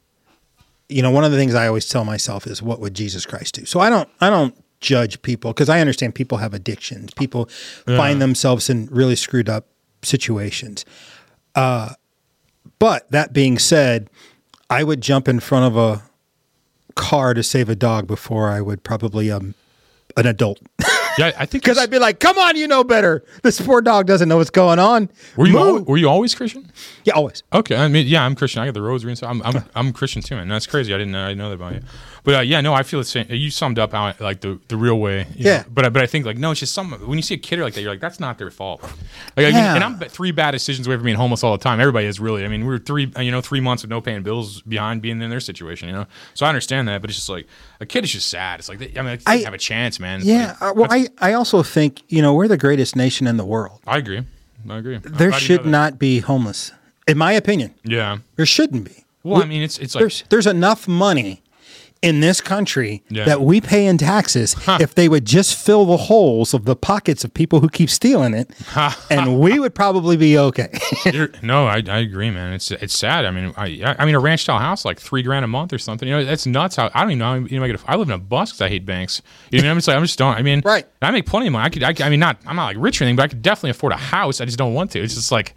you know one of the things I always tell myself is what would Jesus Christ do? So I don't I don't judge people because I understand people have addictions, people find themselves in really screwed up situations. Uh, but that being said, I would jump in front of a car to save a dog before I would probably um an adult.
Yeah, I think
Because I'd be like, come on, you know better. This poor dog doesn't know what's going on.
were you al-
Move.
were you always Christian?
Yeah, always.
Okay, I mean, yeah, I'm Christian. I got the rosary and stuff. I'm I'm, I'm Christian too, man. That's crazy. I didn't know, I didn't know that about you. But uh, yeah, no, I feel the same. You summed up how I, like the, the real way. you
Yeah.
know. But I- but I think like no, it's just some when you see a kid like that, you're like that's not their fault. Like, I mean,
Yeah.
and I'm b- three bad decisions away from being homeless all the time. Everybody is really. I mean, we were three uh, you know three months of no paying bills behind being in their situation. You know, so I understand that. But it's just like a kid is just sad. It's like they, I mean, like, they
I-
didn't have a chance, man. It's
Yeah.
like-
uh, well, I, I also think, you know, we're the greatest nation in the world.
I agree. I agree. I'm
There
glad you
should
know that.
not be homeless, in my opinion.
Yeah.
There shouldn't be.
Well, I mean, it's it's like
there's there's enough money in this country
Yeah.
that we pay in taxes if they would just fill the holes of the pockets of people who keep stealing it and we would probably be okay
You're, no, I, I agree, man. It's it's sad. I mean, I I mean, a ranch style house like three grand a month or something. You know, that's nuts. How I don't even know. How anybody could, I live in a bus because I hate banks. You know, what I'm just like I'm just don't. I mean,
Right.
I make plenty of money. I could. I, could- I mean, not. I'm not like rich or anything, but I could definitely afford a house. I just don't want to. It's just like.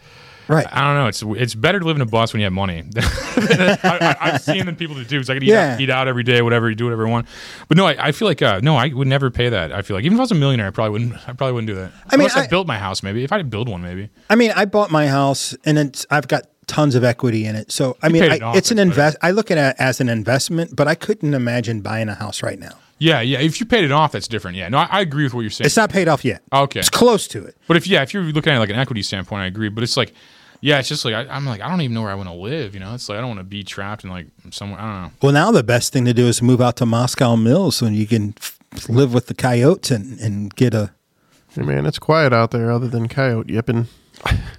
Right.
I don't know. It's it's better to live in a bus when you have money. I, I, I've seen the people that do. It's like I could eat,
Yeah.
out, eat out every day, whatever you do, whatever you want. But no, I, I feel like uh, no, I would never pay that. I feel like even if I was a millionaire, I probably wouldn't. I probably wouldn't do that.
I mean,
Unless I,
I-
built my house, maybe if I did build one, maybe.
i mean i bought my house and it's i've got tons of equity in it so i mean
paid
I,
it off,
it's an
that's better.
invest i look at it as an investment but i couldn't imagine buying a house right now
Yeah, yeah. If you paid it off, that's different. Yeah, no, I, I agree with what you're saying.
it's not paid off yet
Okay.
it's close to it
but if yeah, if you're looking at it like an equity standpoint, I agree. But it's like, yeah, it's just like I, I'm like I don't even know where I want to live. You know, it's like I don't want to be trapped in like somewhere. I don't know.
well now the best thing to do is move out to moscow mills when you can f- live with the coyotes and, and get a
Hey, man, it's quiet out there other than coyote yipping.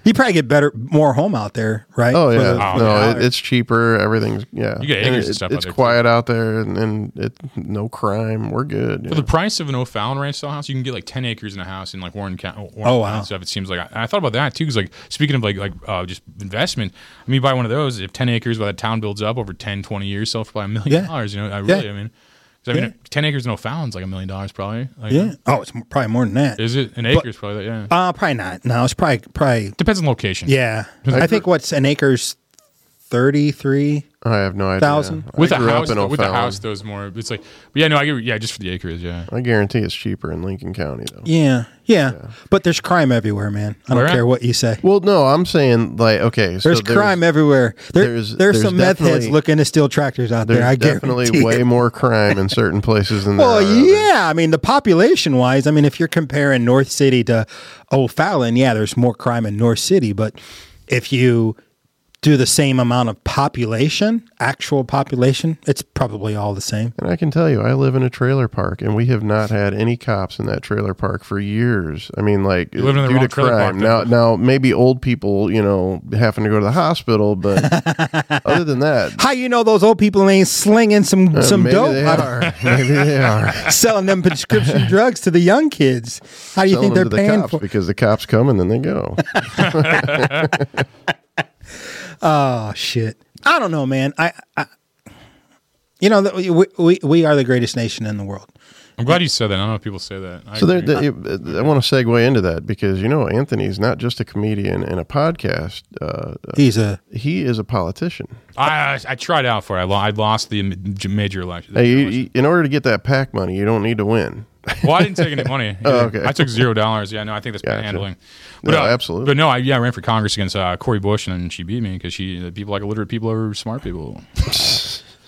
You probably get better, more home out there, right?
Oh
For
yeah,
the-
Oh,
no,
yeah.
It, it's cheaper. Everything's yeah.
You get
And
acres
it-
and stuff out
It's
there, too.
quiet out there, and, and it no crime. We're good. you
For the
know.
price of an O'Fallon ranch style house, you can get like ten acres in a house in like Warren County.
Oh, wow.
Stuff. It seems like I, I thought about that too. Because like speaking of like like uh, just investment, I mean, you buy one of those. If ten acres by the town builds up over 10, 20 years, sell for probably a million
Yeah.
dollars. You know, I
Yeah.
really, I mean, 'cause I mean,
Yeah.
ten acres in O'Fallon's like a million dollars probably. Like,
yeah. Oh, it's m- probably more than that.
Is it an acre's probably? Yeah.
Uh, probably not. No, it's probably probably.
Depends on location.
Yeah, I think what's an acre's thirty three.
I have no idea.
Thousand?
I
With a
grew
house,
up in
though, with a
O'Fallon.
house, those more. It's like, but yeah, no, I get, yeah, just for the acres, yeah.
I guarantee it's cheaper in Lincoln County though.
Yeah, yeah, But there's crime everywhere, man. I don't
Where at?
care what you say.
Well, no, I'm saying like okay, so
There's crime everywhere. There-
there's-
there's,
there's
some meth heads
definitely-
looking to steal tractors out
There's
there. I
definitely
guarantee
way
it.
more crime in certain places than there
Well,
are others.
yeah. I mean, the population wise, I mean, if you're comparing North City to O'Fallon, yeah, there's more crime in North City. But if you do the same amount of population, actual population, it's probably all the same.
And I can tell you, I live in a trailer park, and we have not had any cops in that trailer park for years. I mean, like
live in the
due
wrong
to
trailer park,
crime. Now, now maybe old people, you know, having to go to the hospital, but other than that,
How you know those old people ain't slinging some
uh,
some
maybe
dope,
They
out-
are. maybe they are.
selling them prescription drugs to the young kids? How do you think
Selling them
they're
to the
paying
cops
for?
because the cops come and then they go.
Oh shit! I don't know, man. I, I you know, that we, we- we we are the greatest nation in the world.
I'm glad you said that. I don't know if people say that. I
So there,
agree.
there- I want to segue into that because you know Anthony's not just a comedian and a podcast; uh,
He's a
he is a politician.
I, I, I tried out for it. I, lo- I lost the m- j- major election.
Hey, you, you- in order to get that PAC money, you don't need to win.
well, I didn't take any money.
Oh, okay.
I took zero dollars. Yeah, no, I think that's
Gotcha.
panhandling.
No,
uh,
absolutely.
But no, I, yeah, I ran for Congress against uh, Cory Bush, and she beat me because she uh, people like illiterate people over smart people. I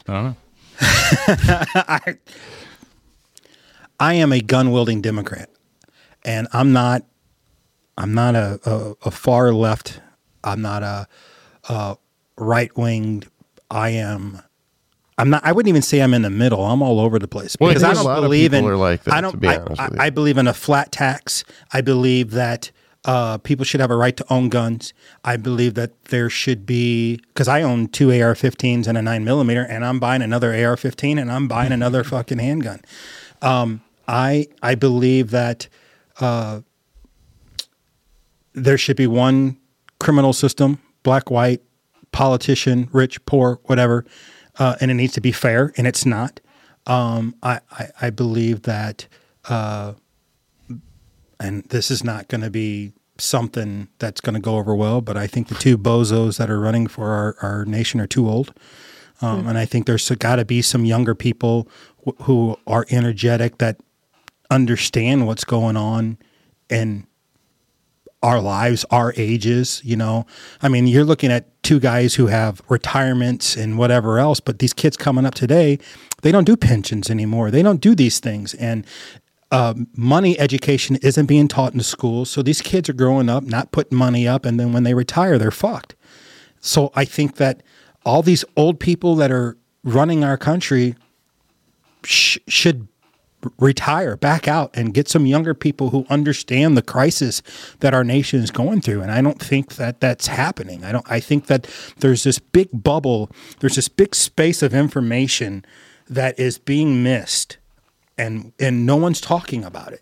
don't know.
I am a gun wielding Democrat, and I'm not. I'm not a, a, a far left. I'm not a, a right winged. I am. I'm not. I wouldn't even say I'm in the middle. I'm all over the place
Well, I
because I
think a
don't
lot of
believe
people
in.
are like that,
I don't.
to be
I,
honest
I-
with you.
I believe in a flat tax. I believe that uh, people should have a right to own guns. I believe that there should be because I own two AR-15s and a nine millimeter, and I'm buying another AR-15 and I'm buying another fucking handgun. Um, I I believe that uh, there should be one criminal system: black, white, politician, rich, poor, whatever, uh, and it needs to be fair, and it's not. Um, I, I I believe that, uh, and this is not going to be something that's going to go over well. But I think the two bozos that are running for our, our nation are too old. Um, and I think there's got to be some younger people wh- who are energetic that understand what's going on in our lives, our ages, you know. I mean, you're looking at two guys who have retirements and whatever else, but these kids coming up today, they don't do pensions anymore. They don't do these things. And um, money education isn't being taught in school. So these kids are growing up, not putting money up. And then when they retire, they're fucked. So I think that all these old people that are running our country sh- should retire, back out, and get some younger people who understand the crisis that our nation is going through. And I don't think that that's happening. I don't. I think that there's this big bubble, there's this big space of information that is being missed, and and no one's talking about it.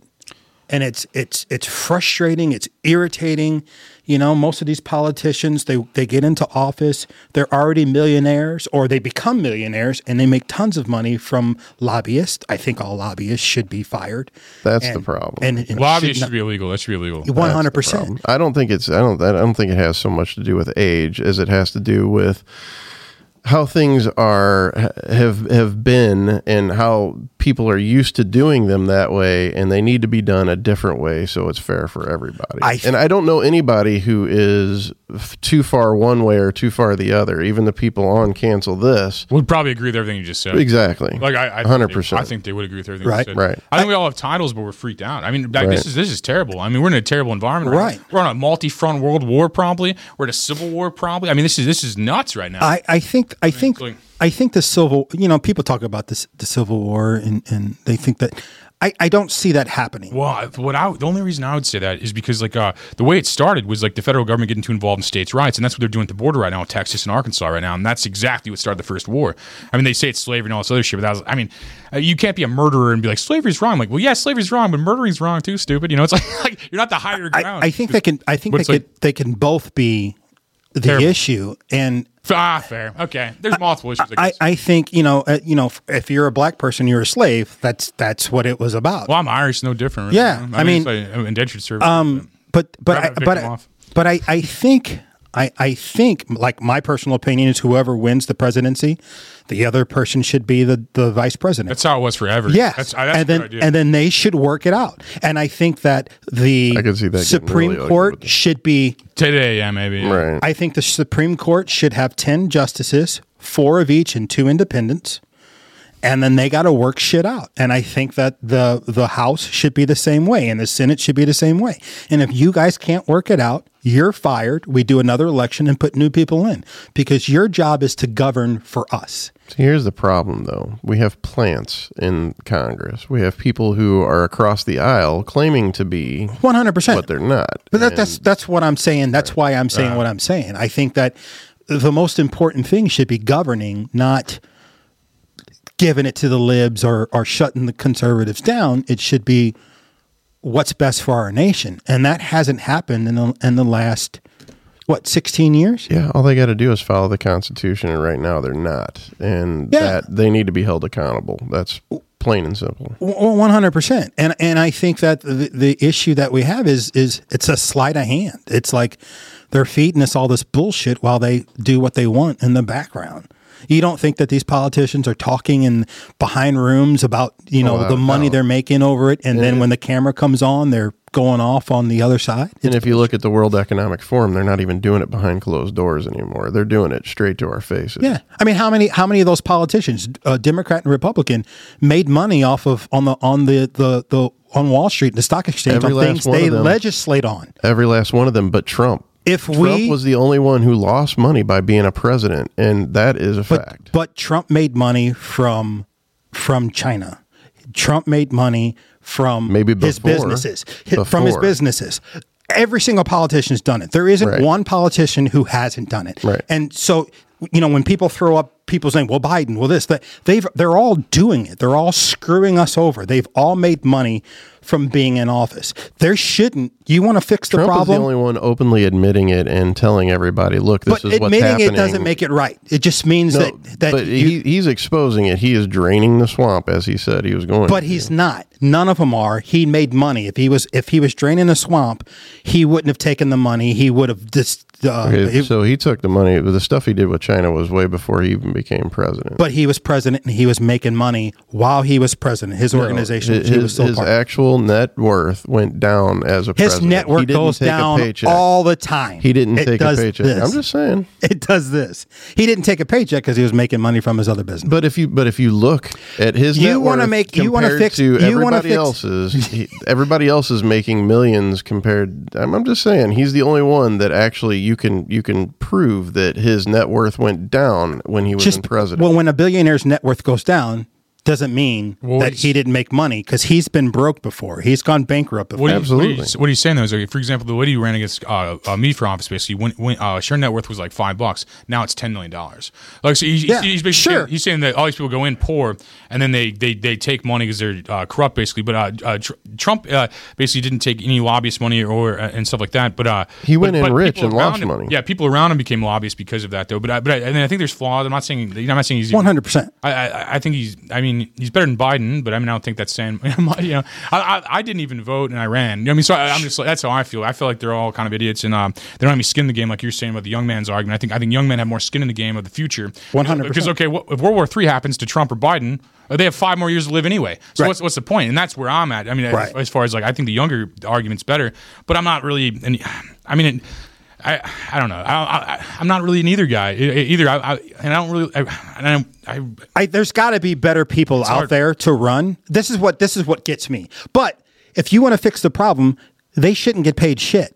And it's it's it's frustrating. It's irritating. You know, most of these politicians they they get into office, they're already millionaires or they become millionaires, and they make tons of money from lobbyists. I think all lobbyists should be fired.
That's
And-
the problem.
And, and
Lobbyists should be illegal. That should be illegal.
one
That's the
hundred percent.
problem. I don't think it's I don't I don't think it has so much to do with age as it has to do with how things are have have been and how people are used to doing them that way and they need to be done a different way so it's fair for everybody.
I-
and I don't know anybody who is f- too far one way or too far the other. Even the people on cancel this.
Would probably agree with everything you just said.
Exactly.
Like I, I
100%.
I think they would agree with everything.
Right,
you said.
right.
I think we all have titles, but we're freaked out. I mean, like,
Right.
this is this is terrible. I mean, we're in a terrible environment.
Right.
now. We're on a multi-front world war, probably. We're in a civil war, probably. I mean, this is this is nuts right now.
I, I think I think
like-
I think the civil you know people talk about this the civil war and and they think that I I don't see that happening.
Well, I- what I the only reason I would say that is because like uh, the way it started was like the federal government getting too involved in states' rights, and that's what they're doing at the border right now, in Texas and Arkansas right now, and that's exactly what started the first war. I mean, they say it's slavery and all this other shit, but that was, I mean, uh, you can't be a murderer and be like slavery's wrong. Like, well, yeah, slavery's wrong, but murdering's wrong too. Stupid, you know? It's like, like, you're not the higher ground.
I, I think they can I think
But
they
it's
could
like-
they can both be the
Terrible.
issue and
ah fair okay. There's multiple issues. I,
I,
guess.
I think you know uh, you know if- if you're a black person you're a slave that's that's what it was about.
well, I'm Irish, no different. really.
Yeah, I mean-
it's like indentured servitude. Um,
but but I,
Grab that
but
victim
I,
off.
but I I think I I think like my personal opinion is whoever wins the presidency, the other person should be the the vice president.
that's how it was forever.
Yes,
that's, I- that's
and
a
then
good idea.
and then they should work it out. And I think that the
I can see that getting
Supreme
really ugly with
Court
that.
should be.
today, yeah, maybe. yeah.
right.
I think the Supreme Court should have ten justices, four of each, and two independents. And then they got to work shit out. And I think that the the House should be the same way, and the Senate should be the same way. And if you guys can't work it out, you're fired. We do another election and put new people in because your job is to govern for us.
So here's the problem, though. We have plants in Congress. We have people who are across the aisle claiming to be,
One hundred percent.
but they're not.
But that,
And
that's that's what I'm saying. That's why I'm saying what I'm saying. I think that the most important thing should be governing, not giving it to the libs or or shutting the conservatives down. It should be what's best for our nation, and that hasn't happened in the, in the last what 16 years.
yeah, all they got to do is follow the Constitution, and right now they're not, and
Yeah.
that they need to be held accountable. That's plain and simple.
One hundred percent, and and I think that the, the issue that we have is is it's a sleight of hand. It's like they're feeding us all this bullshit while they do what they want in the background. You don't think that these politicians are talking in behind rooms about you know
without
the
a
money
doubt.
they're making over it, and then when the camera comes on, they're going off on the other side.
And if you look at the World Economic Forum, they're not even doing it behind closed doors anymore. They're doing it straight to our faces.
Yeah, I mean, how many how many of those politicians, uh, Democrat and Republican, made money off of on the on the the, the on Wall Street, the stock exchange,
Every
on
last
things
one of
they
them.
legislate on.
Every last one of them, but Trump.
If
Trump
we
was the only one who lost money by being a president, and that is a fact.
But Trump made money from from China. Trump made money from
Maybe
his
before-
businesses. hi- From his
before.
businesses. Every single politician's done it. There isn't
Right.
one politician who hasn't done it.
Right.
And so, you know, when people throw up people's name, well, Biden, well, this, that, they've they're all doing it. They're all screwing us over. They've all made money from being in office. There shouldn't. You want to fix the
Trump is
problem.
the only one openly admitting it and telling everybody, "Look, this
but
is what's
admitting
happening."
it doesn't make it right. It just means
No,
that that
but
you-
he, he's exposing it. He is draining the swamp, as he said he was going.
But
to.
he's not. None of them are. He made money. If he was if he was draining the swamp, he wouldn't have taken the money. He would have just. Uh,
Okay,
it-
so he took the money. But the stuff he did with China was way before he even became president.
but he was president and he was making money while he was president. His
No,
organization,
his,
he was still
his
part.
actual net worth went down as a
his
president. He
network
didn't
goes
take a
down
paycheck.
all the time.
He didn't
It
take a
does
paycheck.
this.
I'm just saying.
It does this. He didn't take a paycheck because he was making money from his other business.
But if you but if you look at his
You
net
wanna
worth
make- you wanna
compared
fix-
to
you wanna
everybody
fix-
else's he- everybody else is making millions compared I'm, I'm just saying he's the only one that actually you can you can prove that his net worth went down when he was in president.
Well, when a billionaire's net worth goes down, doesn't mean
Well,
that
he's-
he didn't make money because he's been broke before. He's gone bankrupt before.
What he-
Absolutely.
What, he, what he's saying though is, like, for example, the lady who ran against uh, uh, me for office, basically, when, when uh, her net worth was like five bucks, now it's ten million dollars. Like, so he's,
Yeah,
he's, he's basically
sure.
saying, he's saying that all these people go in poor, and then they they, they take money because they're uh, corrupt, basically. But uh, uh, Tr- Trump uh, basically didn't take any lobbyist money or uh, and stuff like that. But uh,
He went
but-
in
but
rich
people
and
around
lost
him-
money.
Yeah, people around him became lobbyists because of that, though. But I, but I, and I think there's flaws. I'm not saying you know, I'm not saying he's even-
100%.
I, I, I think he's. I mean, he's better than Biden, but I mean, I don't think that's saying. You know, I, I, I didn't even vote, and I ran. I mean, so I, I'm just like that's how I feel. I feel like they're all kind of idiots, and um, they don't have any skin in the game, like you're saying about the young man's argument. I think I think young men have more skin in the game of the future.
100%.
Because okay, what, if World War III happens to Trump or Biden, uh, they have five more years to live anyway. So
Right.
what's what's the point? And that's where I'm at. I mean, as-
Right.
as far as like, I think the younger argument's better, but I'm not really. Any, I mean. It, I, I don't know. I, I, I'm not really an either guy e- e- either. I, I and I don't really. I, and I, don't- I
I, there's got to be better people out
hard.
there to run. This is what this is what gets me. But if you want to fix the problem, they shouldn't get paid shit.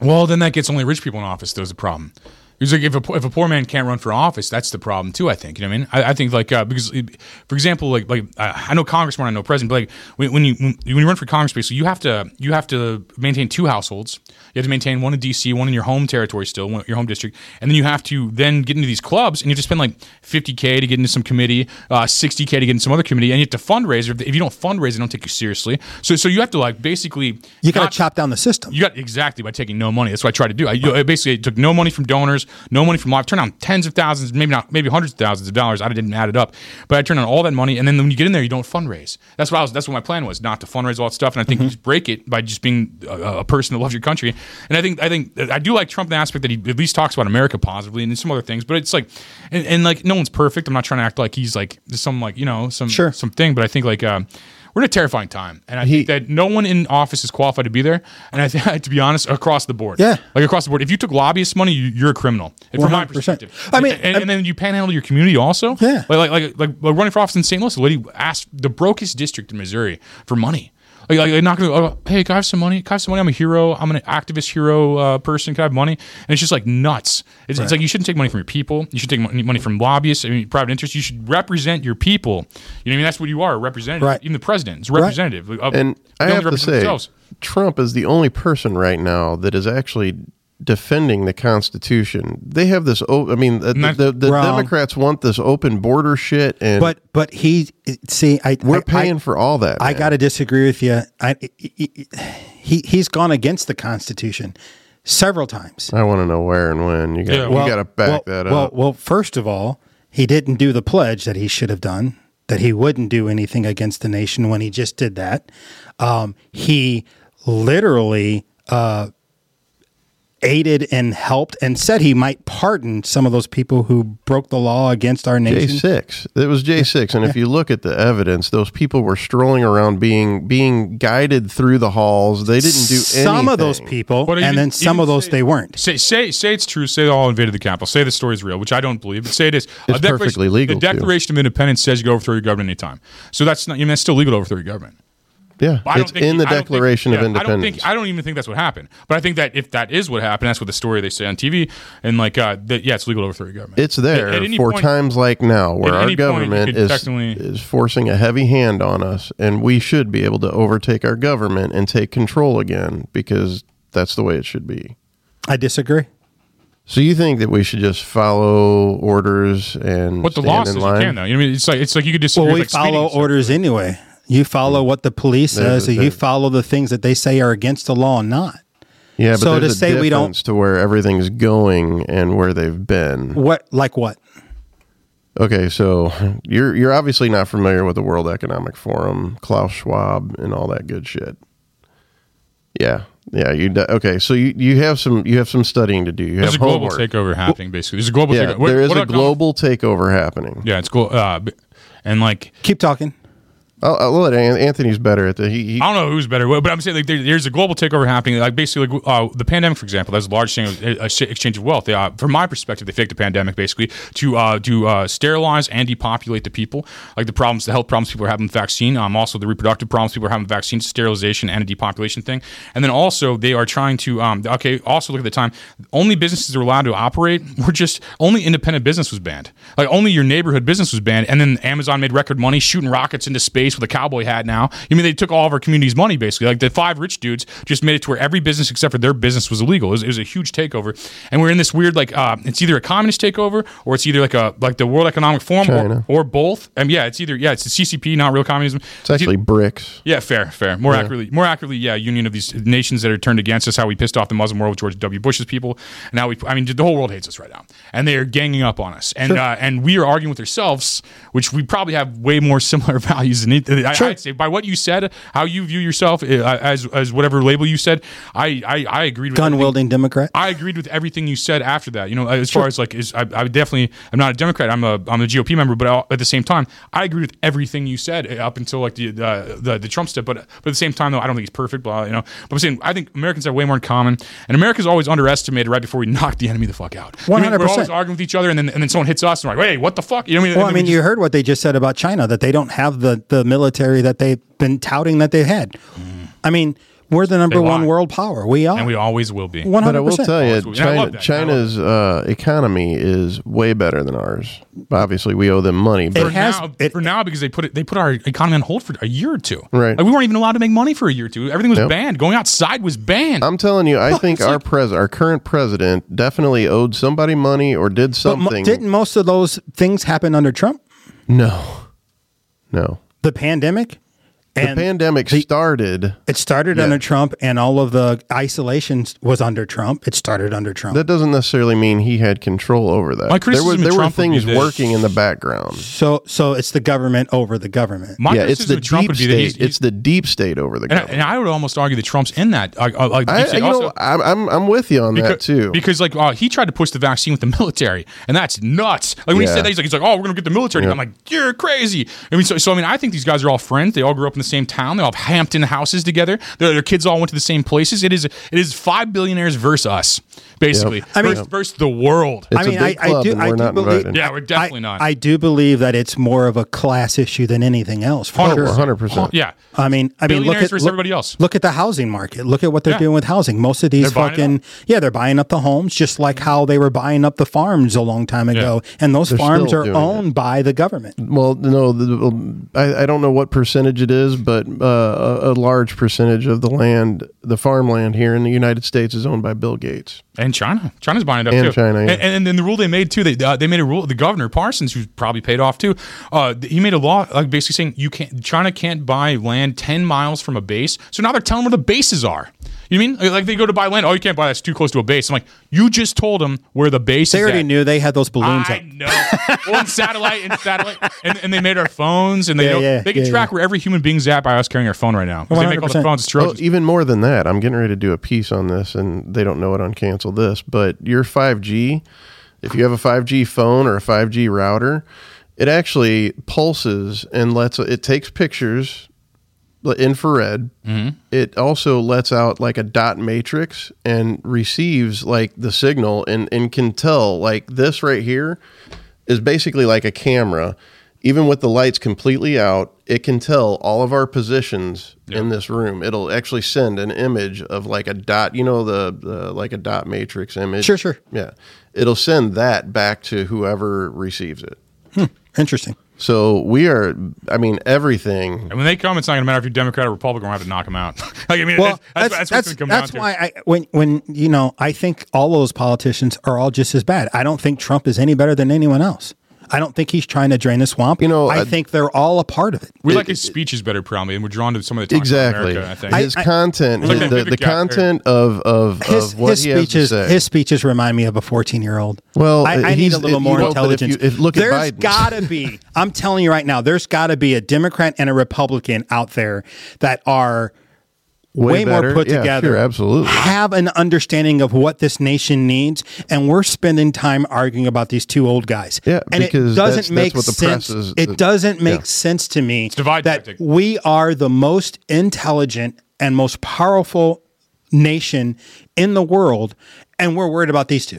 Well, then that gets only rich people in office. Though is the problem. Because like if a, po- if a poor man can't run for office, that's the problem too. I think you know what I mean. I, I think like uh, because it- for example, like like uh, I know congressman, I know president, but like when, when you when you run for Congress, basically you have to you have to maintain two households. You have to maintain one in D.C., one in your home territory, still one, your home district, and then you have to then get into these clubs, and you have to spend like fifty k to get into some committee, uh, sixty k to get into some other committee, and you have to fundraise. Or If if you don't fundraise, they don't take you seriously. So so you have to like basically
You got
not-
to chop down the system.
you got exactly by taking no money. That's what I tried to do. I, you- I basically took no money from donors, no money from live. Turned on tens of thousands, maybe not, maybe hundreds of thousands of dollars. I didn't add it up, but I turned on all that money. And then when you get in there, you don't fundraise. That's what I was. That's what my plan was, not to fundraise all that stuff. And I think you just break it by just being a, a person that loves your country. And I think I think I do like Trump in the aspect that he at least talks about America positively and some other things. But it's like, and, and like no one's perfect. I'm not trying to act like he's like some like you know some
Sure.
some thing. But I think like. Um, we're in a terrifying time, and I
He-
think that no one in office is qualified to be there. And I think, to be honest, across the board,
Yeah.
like across the board, if you took lobbyist money, you, you're a criminal. And From my
100%.
perspective,
I mean,
and,
I-
and then you panhandle your community also.
Yeah.
like like like, like, like running for office in St. Louis, a lady asked the brokest district in Missouri for money. Like, like they're not gonna. Oh, hey, can I have some money? Can I have some money? I'm a hero. I'm an activist hero uh, person. Can I have money? And it's just like nuts. It's, it's like you shouldn't take money from your people. You should take money money from lobbyists. I mean, private interests. You should represent your people. You know, what I mean, that's what you are, a representative.
Right.
Even the president is a representative. of-
And I
they only
have to
represent
say,
themselves.
Trump is the only person right now that is actually defending the Constitution. They have this. O- I mean, the,
Not-
the, the
Wrong.
Democrats want this open border shit, and
But but he see I
we're
I-
paying
I,
for all that.
I
man.
got to disagree with you. I, he he's gone against the Constitution several times.
I want to know where and when. You got.
Yeah.
you got to back
well,
that
well,
up.
Well, first of all, he didn't do the pledge that he should have done. That he wouldn't do anything against the nation when he just did that. Um, he literally uh, aided and helped and said he might pardon some of those people who broke the law against our
J
nation.
six. It was J six, and if you look at the evidence, those people were strolling around, being being guided through the halls. They didn't do anything.
Some of those people,
Well, even-
and then some
even
of those
say-
they weren't.
Say, say say it's true. Say they all invaded the capital. Say the story's real, which I don't believe, but say it is.
It's
A declaration-
perfectly legal,
The
too.
Declaration of Independence says you can overthrow your government anytime. So that's not. I mean, that's still legal to overthrow your government.
Yeah,
Well, I don't
it's
think-
in the
I don't think-
Declaration
yeah,
of Independence.
I don't think. I don't even think that's what happened. But I think that if that is what happened, that's what the story they say on TV. And like, uh, that, yeah, it's legal to overthrow your government.
It's there
At- at any
for
point-
times like now where
at
our
any point, you
government
could
is,
technically-
is forcing a heavy hand on us, and we should be able to overtake our government and take control again because that's the way it should be.
I disagree.
So you think that we should just follow orders and
What the
stand
law
in
says you
line?
can though. You know, what I mean, it's like it's like you could just
Well, we
like speeding
follow
and stuff.
orders anyway. You follow what the police
There's
says,
a-
and you
there's-
follow the things that they say are against the law and not.
Yeah, but
So to
there's a
say we don't-
difference to where everything's going and where they've been.
What like what?
Okay, so you're you're obviously not familiar with the World Economic Forum, Klaus Schwab, and all that good shit. Yeah, yeah. You de- okay? So you, you have some you have some studying to do. You have
There's a global
homework.
takeover happening. Basically, there's a global.
Yeah,
takeover. What-
there is
what
a
about-
global takeover happening.
Yeah, it's cool. Uh, b- and like,
Keep talking.
I'll, I'll let An- Anthony's better at the. He, he,
I don't know who's better, but I'm saying like there, there's a global takeover happening. Like basically, like, uh, the pandemic, for example, that's a large thing, uh, a sh- exchange of wealth. They, uh, from my perspective, they faked the pandemic basically to uh, to uh, sterilize and depopulate the people. Like the problems, the health problems people are having with vaccine, um, also the reproductive problems people are having with vaccine sterilization and a depopulation thing, and then also they are trying to um, okay. Also look at the time. Only businesses are allowed to operate. We're just only independent business was banned. Like only your neighborhood business was banned, and then Amazon made record money shooting rockets into space with a cowboy hat. Now, you mean they took all of our community's money basically? Like the five rich dudes just made it to where every business except for their business was illegal. It was, it was a huge takeover, and we're in this weird like uh, it's either a communist takeover or it's either like a like the World Economic Forum
China.
or, or both. And yeah, it's either yeah it's the CCP, not real communism.
it's actually bricks.
Yeah, fair, fair. More accurately, more accurately, yeah, union of these nations that are turned against us. How we pissed off the Muslim world with George W. Bush's people. And now we, I mean, the whole world hates us right now, and they are ganging up on us. And uh, and we are arguing with ourselves, which we probably have way more similar values than it- I, I'd say. By what you said, how you view yourself uh, as as whatever label you said, I I, I agreed with
Gun
everything-
wielding Democrat.
I agreed with everything you said after that. You know, as far as like, is I, I definitely I'm not a Democrat. I'm a I'm a GOP member, but I'll- at the same time, I agree with everything you said uh, up until like the uh, the, the Trump step. But but at the same time, though, I don't think it's perfect. Blah, you know. But I'm saying I think Americans have way more in common, and America's always underestimated right before we knock the enemy the fuck out. You know what I mean? We're
100%.
always arguing with each other, and then and then someone hits us, and we're like, hey, what the fuck? You know what I mean?
Well, I
And then
mean,
we
you
just-
heard what they just said about China that they don't have the, the military that they've been touting that they had. I mean, we're the number
Mm. They
one
lie.
world power. We are.
and we always will be.
100%.
But I will tell you,
that's what we- and I love
China,
that.
China's uh, economy is way better than ours. Obviously, we owe them money, but
For
It has-
now,
it-
for now because they put it, they put our economy on hold for a year or two.
Right.
like we weren't even allowed to make money for a year or two. Everything was
Yep.
banned. Going outside was banned.
I'm telling you, I think
it's
our
like-
pres our current president definitely owed somebody money or did
But mo-
something.
didn't most of those things happen under Trump?
no, no.
The pandemic?
The pandemic started.
It started
Yeah.
under Trump, and all of the isolation was under Trump. It started under Trump.
That doesn't necessarily mean he had control over that.
My
there were
criticism of
there
Trump
were
would be
things
that-
working in the background.
so, so it's the government over the government.
My
yeah, it's
criticism
the
of Trump
deep
would be
state.
that he's,
it's the deep state over the
and, I, and
government.
I would almost argue that Trump's in that. Uh, uh, like,
I,
you say
you
also-
know, I'm, I'm I'm with you on that
because,
too.
because, like uh, he tried to push the vaccine with the military, and that's nuts. Like when he
Yeah.
said that, he's like, he's like, oh, we're gonna get the military.
Yeah.
I'm like, you're crazy. I mean, so, so I mean, I think these guys are all friends. They all grew up in the same town. They all have Hampton houses together. Their, their kids all went to the same places. It is it is five billionaires versus us, basically.
I mean-
versus, versus the world.
it's a big club and we're not invited.
yeah, we're definitely
I,
not.
I do believe that it's more of a class issue than anything else. For
Oh,
sure.
100%.
yeah,
I mean, I mean, look
Billionaires
at
versus
look,
everybody else.
Look at the housing market. Look at what they're
Yeah.
doing with housing. Most of these
They're buying it
fucking
up.
yeah, they're buying up the homes just like how they were buying up the farms a long time ago, and those farms
still
are
doing
owned by the government.
Well, no, the, I, I don't know what percentage it is, but uh, a, a large percentage of the land, the farmland here in the United States, is owned by Bill Gates.
And China, China's buying it up
And
too.
China, yeah.
and, and then the rule they made too, they uh, they made a rule. The governor Parsons, who's probably paid off too, uh, th- he made a law like basically saying you can't. China can't buy land ten miles from a base. So now they're telling where the bases are. You know what I mean like, like they go to buy land? Oh, you can't buy that's too close to a base. I'm like, you just told them where the base
They
is.
already
at.
knew they had those balloons
I
up.
know. well, and satellite and satellite, and, and they made our phones, and they
Yeah,
know,
yeah,
they can
yeah,
track where every human being's at by us carrying our phone right now. 'Cause They make all the
100%.
phones
Well,
Trojans.
even more than that, I'm getting ready to do a piece on this, and they don't know it on cancel this. But your 5G, if you have a 5G phone or a 5G router, it actually pulses and lets it takes pictures, the infrared. It also lets out like a dot matrix and receives like the signal and and can tell like this right here is basically like a camera. Even with the lights completely out, it can tell all of our positions in this room. It'll actually send an image of like a dot, you know, the, the like a dot matrix image.
Sure, sure.
Yeah, it'll send that back to whoever receives it.
Interesting.
So we are, I mean, everything.
And when they come, it's not going to matter if you're Democrat or Republican. We're going to have to knock them out. like, I mean,
Well,
that's,
that's
that's,
that's,
what's going to come down
that's
to.
why I when when you know I think all those politicians are all just as bad. I don't think Trump is any better than anyone else. I don't think he's trying to drain the swamp.
You know,
I
uh,
think they're all a part of it.
We like his speeches better, probably, and we're drawn to some of the talk about
Exactly.
America, I think.
his
I-
content,
It's like
his-
that
the, the
Vivek Yap- or-
content of of,
His,
of what
his
he has
speeches,
to say.
his speeches remind me of a fourteen-year-old.
Well,
I, I need
he's-
a little
you
more
know, but if
intelligence.
you- if- look at
There's
Biden.
gotta be. I'm telling you right now, there's gotta be a Democrat and a Republican out there that are way, more
better.
put
Yeah,
together.
Sure, absolutely.
Have an understanding of what this nation needs, and we're spending time arguing about these two old guys.
Yeah,
and
because
it
that's-
doesn't
that's
make
what the press
sense.
is-
it doesn't make
yeah.
sense to me
divide
that
tactic.
we are the most intelligent and most powerful nation in the world, and we're worried about these two.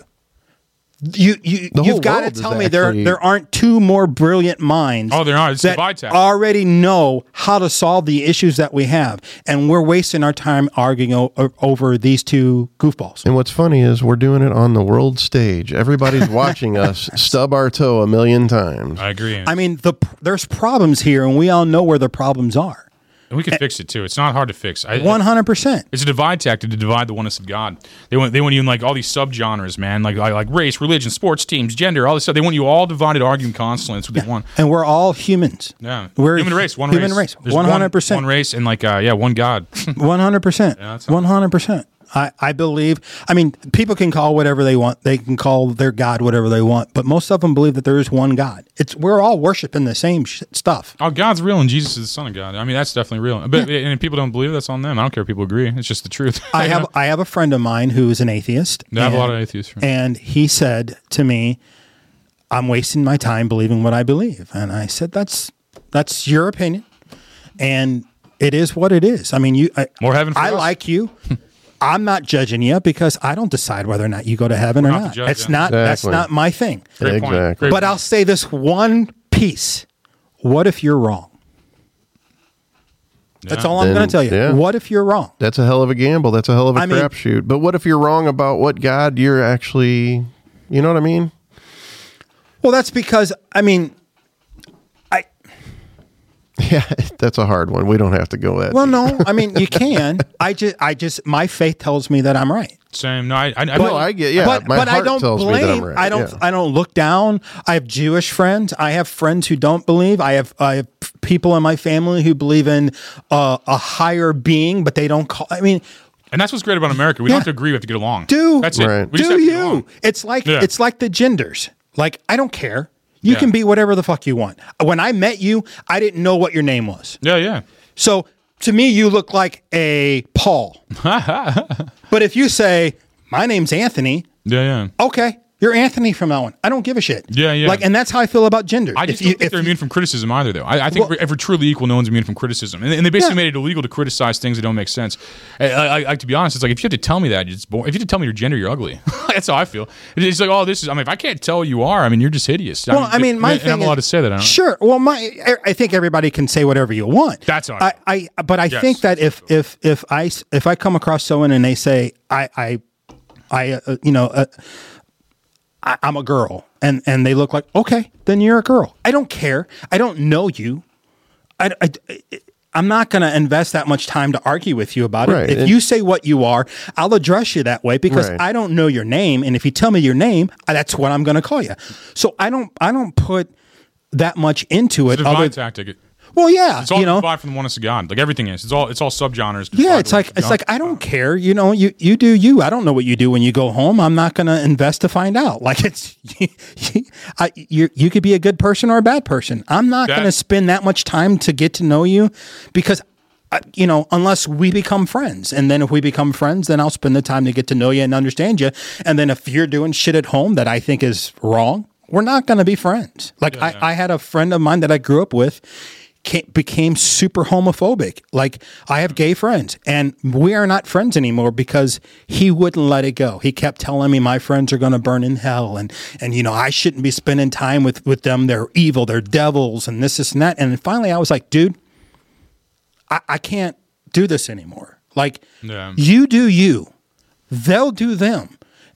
You you
The whole
you've got to
world is
tell me there
actually-
there aren't two more brilliant minds.
Oh, there are. It's
that
divide tactic.
already know how to solve the issues that we have, and we're wasting our time arguing o- o- over these two goofballs.
And what's funny is we're doing it on the world stage. Everybody's watching us stub our toe a million times.
I agree.
I mean, the there's problems here, and we all know where the problems are.
and we can fix it too. It's not hard to fix. I,
eh, One hundred percent.
It's a divide tactic to divide the oneness of God. They want they want you in like all these subgenres, man, like like, like race, religion, sports teams, gender, all this stuff. They want you all divided, arguing constantly. That's what they want.
And we're all humans.
Yeah,
we're
human race, one
human race.
race, There's
One hundred
one
percent.
race, and like uh, yeah, one God.
One hundred percent.
that's all.
One hundred percent. I I believe. I mean, people can call whatever they want. They can call their God whatever they want. But most of them believe that there is one God. It's we're all worshiping the same sh- stuff.
oh, God's real, and Jesus is the Son of God. I mean, that's definitely real. But and if people don't believe that's on them. I don't care if people agree. It's just the truth.
I have I have a friend of mine who is an atheist.
They have a lot of atheists, right?
And he said to me, "I'm wasting my time believing what I believe." And I said, "That's that's your opinion, and it is what it is. I mean, you I,
More heaven for
I
us.
like you." I'm not judging you because I don't decide whether or not you go to heaven or
not the
not.
judge,
it's
yeah.
not that's
Exactly.
not my thing.
Great point.
Exactly.
Great
But I'll say this one piece. What if you're wrong? That's all I'm
Then,
going to tell you.
yeah.
What if you're wrong?
That's a hell of a gamble. That's a hell of a
I mean-
crapshoot. But what if you're wrong about what God you're actually, you know what I mean?
Well, that's because I mean, I
Yeah, that's a hard one. We don't have to go that.
well,
deep.
no, I mean you can. I just, I just, my faith tells me that I'm right.
Same. No, I, I, I,
No, I get yeah.
but
my
but
heart
I don't
tells me that I'm
blame.
right.
I don't.
yeah.
I don't look down. I have Jewish friends. I have friends who don't believe. I have I have people in my family who believe in uh, a higher being, but they don't call. I mean,
and that's what's great about America. We
Yeah.
don't have to agree. We have to get along.
do
that's
Right.
it. We just
do
have to get along.
you? It's like
Yeah.
it's like the genders. Like I don't care. You
Yeah.
can be whatever the fuck you want. When I met you, I didn't know what your name was.
Yeah, yeah.
So to me, you look like a Paul. but if you say, my name's Anthony,
Yeah, yeah.
okay, you're Anthony from that one. I don't give a shit.
Yeah, yeah.
Like, and that's how I feel about gender.
I just don't think they're immune from criticism either, though. I, I think
Well-
if we're truly equal, no one's immune from criticism, and, and they basically
Yeah.
made it illegal to criticize things that don't make sense. I, I, I, to be honest, it's like if you have to tell me that, it's boring. If you have to tell me your gender, you're ugly. That's how I feel. It's like, oh, this is. I mean, if I can't tell you are, I mean, you're just hideous.
Well, I mean, my
and
thing
I'm allowed
is-
to say that. I don't
Sure. Well, my I- I think everybody can say whatever you want.
That's all
I,
right.
I but I
Yes.
think that if if if I s- if I come across someone and they say I I I uh, you know uh, I, I'm a girl and and they look like okay then you're a girl. I don't care. I don't know you. I. I am not going to invest that much time to argue with you about it.
Right,
If
and-
you say what you are, I'll address you that way because
Right.
I don't know your name, and if you tell me your name, I- that's what I'm going to call you. So I don't, I don't put that much into
It's
it.
a divide
Other,
tactic. It-
well, yeah,
It's all
you know,
divide from the oneness of God. Like everything is. It's all. It's all subgenres.
yeah. It's like, it's like I don't care. You know, you you do you. I don't know what you do when you go home. I'm not going to invest to find out. Like it's, I, you you could be a good person or a bad person. I'm not
That-
going to spend that much time to get to know you, because. I- You know, unless we become friends, and then if we become friends, then I'll spend the time to get to know you and understand you. And then if you're doing shit at home that I think is wrong, we're not going to be friends. Like I, I had a friend of mine that I grew up with ca- became super homophobic. Like I have gay friends, and we are not friends anymore because he wouldn't let it go. He kept telling me my friends are going to burn in hell, and and you know I shouldn't be spending time with with them. They're evil. They're devils, and this, this, and that. And finally, I was like, dude, I, I can't do this anymore. Like
Yeah.
you do you, they'll do them,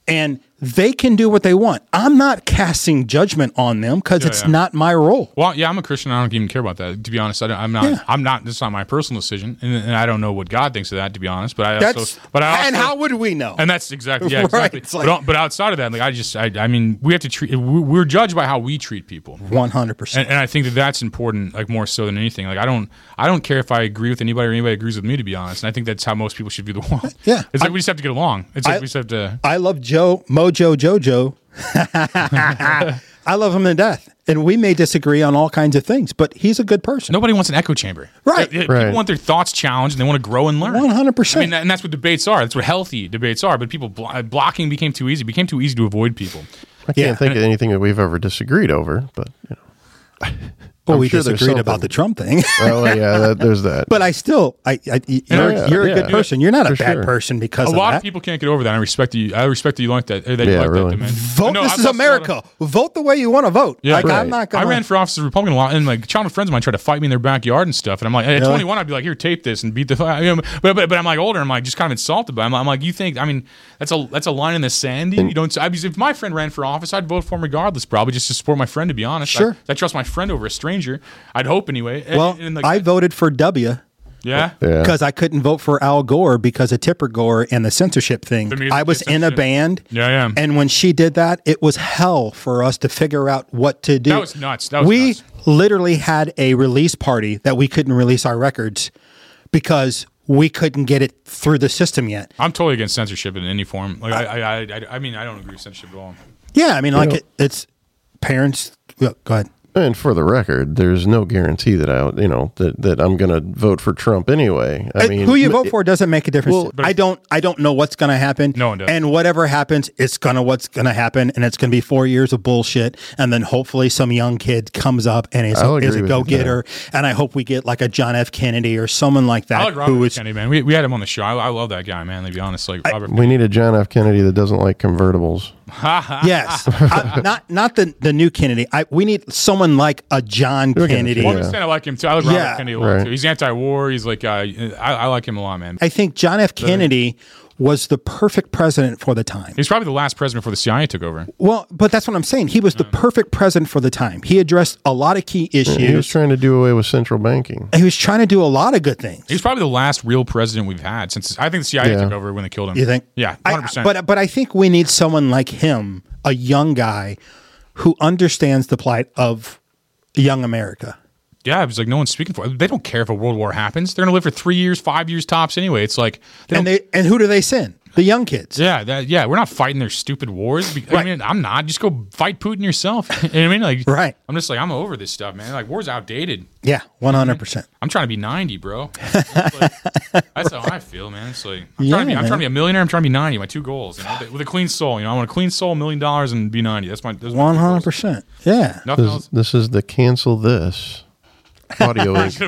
and They can do what they want. I'm not casting judgment on them because
Yeah,
it's
yeah.
not my role.
Well, yeah, I'm a Christian. I don't even care about that. To be honest, I don't, I'm not.
Yeah.
I'm not. This is not my personal decision, and, and I don't know what God thinks of that. To be honest, but I
That's
also, but I also,
and how would we know?
and that's exactly yeah
Right,
exactly.
it's like-
but, on- but outside of that, like I just I, I mean we have to treat we- we're judged by how we treat people.
One hundred
And,
percent.
and I think that that's important, like more so than anything. Like I don't, I don't care if I agree with anybody or anybody agrees with me, to be honest. And I think that's how most people should view the world.
Yeah.
it's like we just have to get along. It's like
I-
we just have to.
I love Joe Mojo Jojo. I love him to death, and we may disagree on all kinds of things, but he's a good person.
Nobody wants an echo chamber,
Right.
Uh, uh,
Right.
People want their thoughts challenged, and they want to grow and learn.
100%.
I mean, and that's what debates are. That's what healthy debates are. But people blo- uh, blocking became too easy. It became too easy to avoid people.
I can't think of anything that we've ever disagreed over, but you know.
Well,
I'm
we
sure there's
disagreed about
something.
the Trump thing,
Well, yeah, that, there's that.
but I still, I, I you're,
yeah,
you're a
yeah.
good person. You're not a
For
bad
sure.
person because
A
of
lot
that.
of people can't get over that. I respect you. I respect that you like that. uh, That you
Yeah,
like
really.
that dimension.
vote.
No,
this
I've
is
lost a lot of-
America. Vote the way you want to vote.
Yeah,
like I'm
right.
not
I
going.
ran for office as a Republican a lot, and like childhood friends of mine tried to fight me in their backyard and stuff. And I'm like, at
Really?
21, I'd be like, here, tape this and beat the. You know, but, but but I'm like older. I'm like just kind of insulted by. Him. I'm like, you think? I mean, that's a that's a line in the sand. dude. You don't. I mean, if my friend ran for office, I'd vote for him regardless, probably just to support my friend. To be honest,
Sure.
I, I trust my friend over a stranger. I'd hope anyway. And-
Well,
and, like,
I voted for W
yeah.
yeah.
because I couldn't vote for Al Gore because of Tipper Gore and the censorship thing.
The music
I was in a
censorship.
band.
Yeah, yeah.
And when she did that, it was hell for us to figure out what to do.
That was nuts. That was
we
nuts.
literally had a release party that we couldn't release our records because we couldn't get it through the system yet.
I'm totally against censorship in any form. Like I, I, I, I, I mean, I don't agree with censorship at all.
Yeah, I mean, like
know-
it, it's parents. yeah, Go ahead.
And for the record, there's no guarantee that I, you know, that, that I'm going to vote for Trump anyway. I
Uh,
mean,
who you vote for doesn't make a difference.
Well,
I don't. I don't know what's going to happen.
No one does.
And whatever happens, it's gonna what's going to happen, and it's going to be four years of bullshit, and then hopefully some young kid comes up and is,
I'll
is
agree
a
with you
go
there.
getter, and I hope we get like a John F. Kennedy or someone like
I
that
like Robert
who is
Kennedy, man. We, we had him on the show. I, I love that guy, man. To be honest, like Robert.
We need a John F. Kennedy that doesn't like convertibles.
yes, I- not not the the new Kennedy. I we need someone like a John
gonna
Kennedy.
change
Well, I understand. I like him too. I like Robert
Yeah.
Kennedy a lot
Right.
too. He's anti-war. He's like, uh, I, I like him a lot, man.
I think John F. Kennedy was the perfect president for the time.
He's probably the last president before the CIA took over.
Well, but that's what I'm saying. He was the perfect president for the time. He addressed a lot of key issues.
Mm. He was trying to do away with central banking.
he was trying to do a lot of good things.
He's probably the last real president we've had since I think the CIA
Yeah.
took over when they killed him.
You think?
Yeah,
I-
hundred percent.
But but I think we need someone like him, a young guy, who understands the plight of young America.
yeah, it was like no one's speaking for. They don't care if a world war happens. They're gonna live for three years, five years tops anyway. It's like they
And
don't.
they and who do they send? The young kids.
yeah, that, yeah, we're not fighting their stupid wars. Be- I mean, I'm not. Just go fight Putin yourself. you know what I mean? Like,
Right.
I'm just like, I'm over this stuff, man. Like, war's outdated.
Yeah, one hundred percent.
I'm trying to be 90, bro. That's, like- that's how I feel, man. It's like I'm,
Yeah,
trying, to be, I'm
man.
trying to be a millionaire. I'm trying to be 90. My two goals, you know, with a clean soul. You know, I want a clean soul, million dollars, and be 90. That's my those are my
One
two
hundred
goals.
percent. Yeah.
Nothing
This,
else.
this is the cancel this. Audio Inc.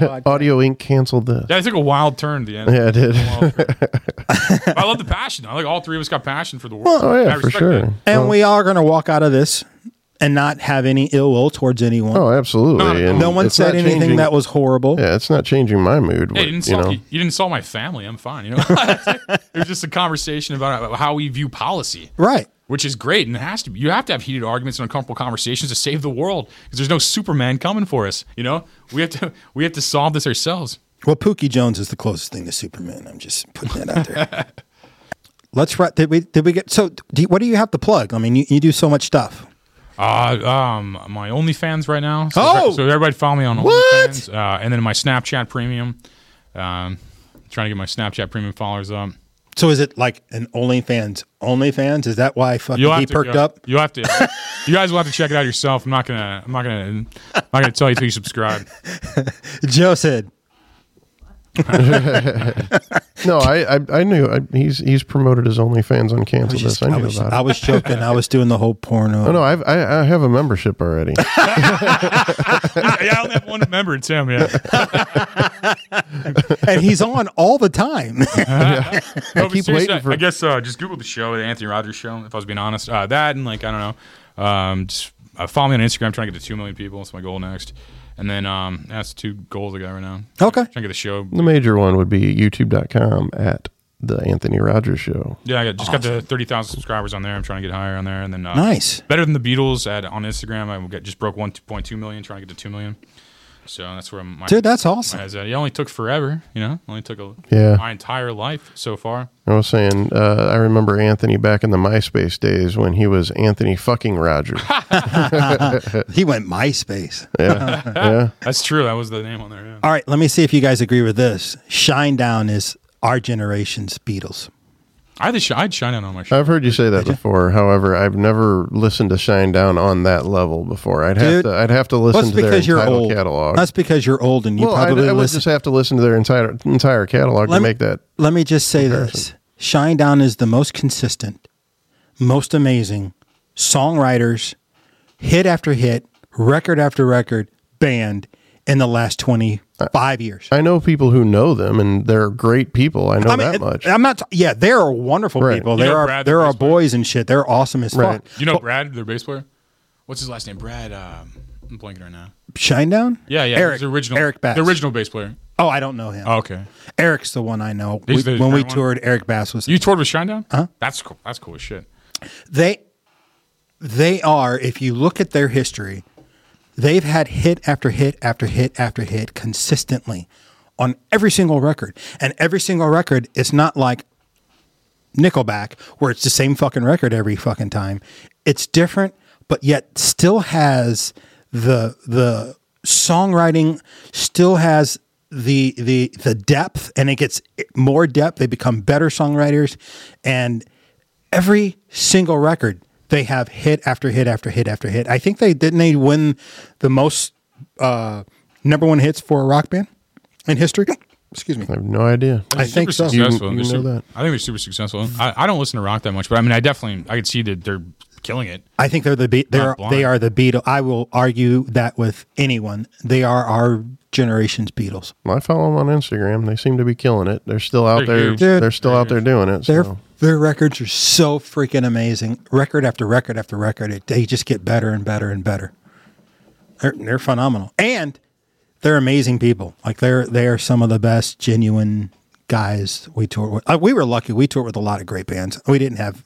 yeah,
Audio Inc. Cancel this.
it took a wild turn at the end.
Yeah, it did.
Wild turn. I love the passion. I like all three of us got passion for the world.
Oh
I
yeah, for
respect
sure.
that.
And we are going to walk out of this and not have any ill will towards anyone.
Oh, absolutely.
No, no,
And
no one
it's not
said anything
changing-
that was horrible.
Yeah, it's not changing my mood.
Hey,
what-
you, didn't
you
insult,
know,
you, you didn't insult my family. I'm fine. You know, it was just a conversation about how we view policy.
Right.
which is great and it has to be. You have to have heated arguments and uncomfortable conversations to save the world because there's no Superman coming for us. You know, we have to we have to solve this ourselves.
Well, Pookie Jones is the closest thing to Superman. I'm just putting that out there. Let's wrap. Did we? Did we get? So, do you, what do you have to plug? I mean, you, you do so much stuff.
Uh, um, my OnlyFans right now. So
Oh!
so everybody follow me on
What?
OnlyFans, uh, and then my Snapchat Premium. Um, trying to get my Snapchat Premium followers up.
So, is it like an OnlyFans? OnlyFans? Is that why fucking
You'll have
he
to
perked
go-
up?
You'll have to. you guys will have to check it out yourself. I'm not gonna. I'm not gonna. I'm not gonna tell you till you subscribe.
Joe said,
no, I, I, I knew I, he's he's promoted his OnlyFans on cancel this. I
I
knew
was,
about
I
it.
was joking. I was doing the whole porno.
Oh no, I've, I, I have a membership already.
Ah, yeah, I only have one member. It's him. Yeah.
and he's on all the time.
No, but
keep
seriously,
waiting for-
I guess uh, just Google the show, the Anthony Rogers Show. If I was being honest, uh, that and like I don't know, um, just uh, follow me on Instagram. trying to get to two million people. That's my goal next. And then um, that's two goals I got right now.
Okay.
trying to get the show.
the major one would be YouTube.com at the Anthony Rogers show.
Yeah, I got, just got the thirty thousand subscribers on there. I'm trying to get higher on there, and then uh,
Nice.
better than the Beatles at on Instagram. I got, just broke one point two million, trying to get to two million. So that's where my
Dude, that's
my
awesome.
head's at. It only took forever, you know. Only took a,
Yeah.
my entire life so far.
I was saying, uh, I remember Anthony back in the MySpace days when he was Anthony fucking Rogers.
He went MySpace.
That's true. That was the name on there. Yeah.
All right, let me see if you guys agree with this. Shinedown is our generation's Beatles.
I had the sh- I had shine on my shirt.
I've heard you say that before. However, I've never listened to Shine Down on that level before. I'd have
Dude,
to. I'd have to listen
That's
to their
because you're
entire
old.
catalog.
That's because you're old and you
well, I'd-
probably
I, would
listen.
just have to listen to their entire entire catalog
Let
to
me-
make that.
Let me just say this: Shinedown is the most consistent, most amazing songwriters, hit after hit, record after record, band in the last twenty five years.
I know people who know them, and they're great people. I know
I mean,
that much.
I'm not. Yeah, they are wonderful
Right.
people.
You
There
know
are
Brad, the
there are
bass player?
boys and shit. They're awesome as
Right.
fuck.
You know Brad, their bass player. What's his last name? Brad. Um, I'm blanking right now.
Shinedown.
Yeah, yeah.
Eric.
his original.
Eric Bass.
The original bass player.
Oh, I don't know him.
Oh, okay.
Eric's the one I know.
He's
We-
the
when we
current one?
toured, Eric Bass was
You toured with Shinedown?
Uh-huh.
Huh? That's cool. That's cool as shit.
they they are if you look at their history they've had hit after hit after hit after hit consistently on every single record and every single record it's not like nickelback where it's the same fucking record every fucking time it's different but yet still has the the songwriting still has the the the depth and it gets more depth they become better songwriters and every single record they have hit after hit after hit after hit. I think they didn't they win the most uh, number one hits for a rock band in history. Excuse me.
I have no idea.
I think so.
You-
Successful. They're
you know
super-
that.
I think they're super successful. I, I don't listen to rock that much, but I mean, I definitely I could see that they're killing it.
I think they're the Be- they're
Not blind.
they are the Beatles. I will argue that with anyone. They are our generation's Beatles.
I follow them on Instagram. They seem to be killing it. They're still out
They're
there.
huge.
Dude.
they're still out there doing it.
Their
so.
their records are so freaking amazing. Record after record after record, it, they just get better and better and better. They're, they're phenomenal, and they're amazing people. Like they're they are some of the best genuine guys we toured with. Uh, we were lucky. We toured with a lot of great bands. We didn't have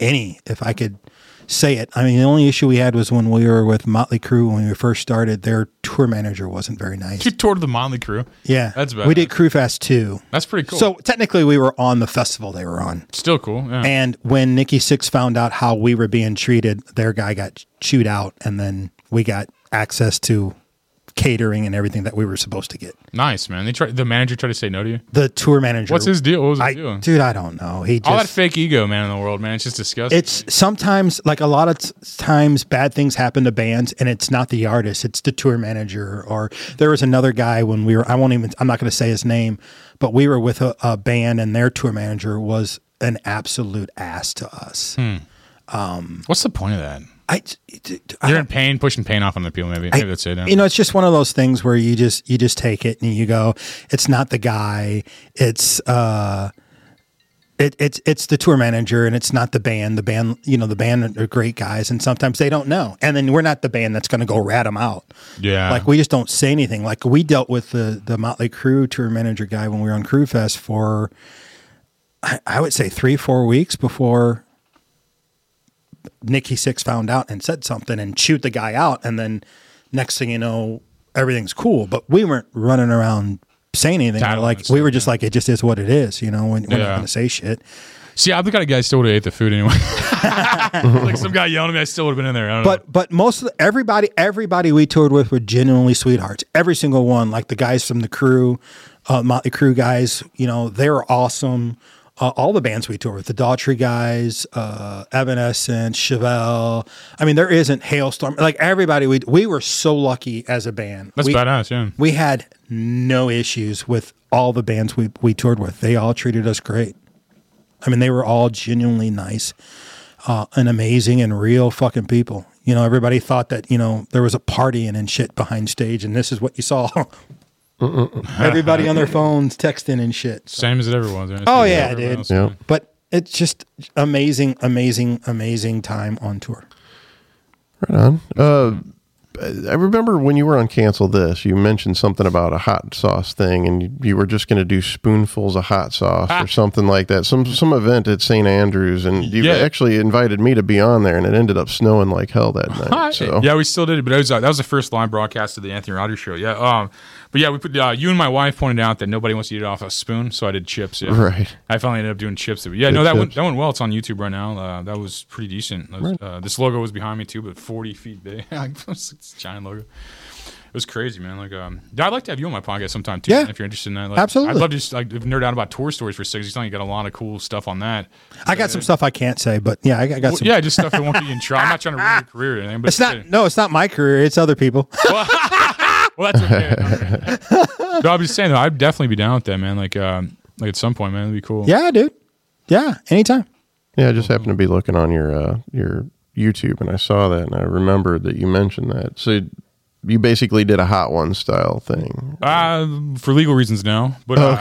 any, if I could say it. I mean, the only issue we had was when we were with Motley Crue when we first started. Their tour manager wasn't very nice.
You toured the Motley Crew.
Yeah,
that's bad.
We did Crew Fest too.
That's pretty cool.
So technically, we were on the festival they were on.
Still cool. Yeah.
And when Nikki Six found out how we were being treated, their guy got chewed out, and then we got access to catering and everything that we were supposed to get.
nice man. They try. The manager tried to say no to you.
The tour manager.
What's his deal? What was his
I,
deal?
dude, I don't know. He
All that
just.
fake ego, man, in the world, man. It's just disgusting.
It's sometimes like a lot of t- times bad things happen to bands, and it's not the artist, it's the tour manager. Or there was another guy when we were, I won't even, I'm not going to say his name, but we were with a, a band, and their tour manager was an absolute ass to us.
Hmm. What's the point of that?
I, I
You're in pain, pushing pain off on the people. Maybe. Maybe that's it. yeah.
you know it's just one of those things where you just you just take it and you go it's not the guy it's uh it, it's it's the tour manager and it's not the band the band you know the band are great guys and sometimes they don't know and then we're not the band that's going to go rat them out
Yeah.
like we just don't say anything like we dealt with the the motley crew tour manager guy when we were on crew fest for i, I would say three four weeks before Nikki Six found out and said something and chewed the guy out. And then next thing you know, everything's cool. But we weren't running around saying anything.
Title
like
and
we
stuff,
were just like, it just is what it is. You know, when we're not
Yeah.
going to say shit.
See, I'm the kind of guy who still would have ate the food anyway. like some guy yelling at me, I still would have been in there. I don't
But but most of the, everybody everybody we toured with were genuinely sweethearts. Every single one, like the guys from the crew, uh, Motley Crew guys, you know, they were awesome. Uh, all the bands we toured with, the Daughtry guys, uh, Evanescence, Chevelle. I mean, there isn't Hailstorm. Like everybody, we we were so lucky as a band.
That's
we,
badass, yeah.
We had no issues with all the bands we we toured with. They all treated us great. I mean, they were all genuinely nice uh, and amazing and real fucking people. You know, everybody thought that you know there was a partying and shit behind stage, and this is what you saw. everybody on their phones texting and shit.
know. Same as it ever was. Right? It's
Oh,
like
yeah,
everyone
dude.
else,
Yeah.
man.
But it's just amazing, amazing, amazing time on tour.
Right on. Uh, I remember when you were on cancel this, you mentioned something about a hot sauce thing, and you, you were just going to do spoonfuls of hot sauce
Ah.
or something like that. Some some event at St. Andrews, and you
Yeah.
actually invited me to be on there, and it ended up snowing like hell that night. So
Yeah, we still did it, but it was, uh, that was the first live broadcast of the Anthony Rogers show. Yeah, um, but yeah, we put uh, you and my wife pointed out that nobody wants to eat it off a spoon, so I did chips. Yeah.
Right.
I finally ended up doing chips. Yeah, no, that went that went well. It's on YouTube right now. Uh, that was pretty decent. That was- uh, this logo was behind me too, but forty feet big. it's a giant logo. It was crazy, man. Like, um, yeah, I'd like to have you on my podcast sometime too.
Yeah.
if you're interested in that. Like,
Absolutely.
I'd love to just like nerd out about tour stories for six. You sound like you got a lot of cool stuff on that.
I got some stuff I can't say, but yeah, I got, I got
Well,
some.
yeah, just stuff that won't get you in trouble. I'm not trying to ruin your career or anything, but
It's not no, it's not my career. It's other people.
Well, that's okay. no, I'm just saying though, I'd definitely be down with that, man. Like, um, like at some point, man, it'd be cool.
yeah, dude. Yeah, anytime.
yeah, I just happened to be looking on your uh, your YouTube, and I saw that, and I remembered that you mentioned that. So you basically did a hot one style thing.
Uh, for legal reasons now, but uh,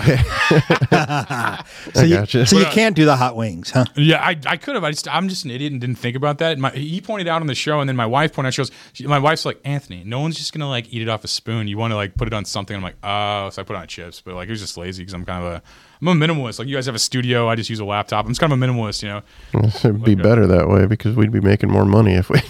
So you,
gotcha.
so you
But, uh,
can't do the hot wings, huh?
yeah, I, I could have. I just, I'm just an idiot and didn't think about that. My, he pointed out on the show, and then my wife pointed out. She goes, she, my wife's like, Anthony, no one's just gonna like eat it off a spoon. You want to like put it on something. I'm like, oh, so I put it on chips, but like it was just lazy because I'm kind of a, I'm a minimalist. Like you guys have a studio, I just use a laptop. I'm just kind of a minimalist, you know.
It'd be better that way because we'd be making more money if we.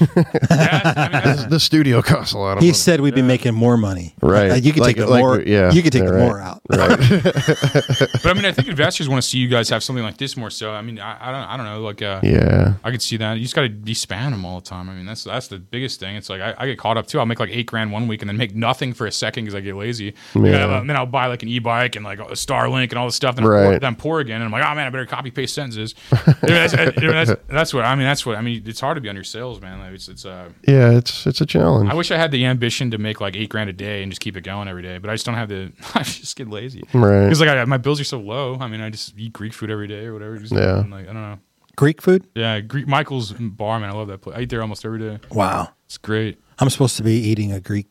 the studio costs a lot of
He
money.
said we'd be making more money.
Right.
Uh, you could
Like-
take the
like
more.
we- yeah,
You could take
yeah,
the
right.
more out.
But I mean, I think investors want to see you guys have something like this more. So I mean, I, I don't, I don't know, like uh,
Yeah.
I could see that. You just got to be spamming them all the time. I mean, that's that's the biggest thing. It's like I, I get caught up too. I'll make like eight grand one week and then make nothing for a second because I get lazy.
Yeah.
And then I'll buy like an e-bike and like a Starlink and all this stuff. And I'm, poor,
Right.
then I'm poor again. And I'm like, oh man, I better copy paste sentences. I mean, that's, I mean, that's, that's what I mean. That's what I mean. It's hard to be on your sales, man. Like, it's it's. Uh,
Yeah, it's it's a challenge.
I wish I had the ambition to make like eight grand a day and just keep it going every day, but I just don't have the. I just get lazy.
Right.
Because like I, my bills are so low. I mean, I just eat Greek food every day or whatever. Just,
Yeah.
Like I don't know.
Greek food.
Yeah, Greek Michael's bar, man. I love that place. I eat there almost every day.
Wow.
It's great.
I'm supposed to be eating a Greek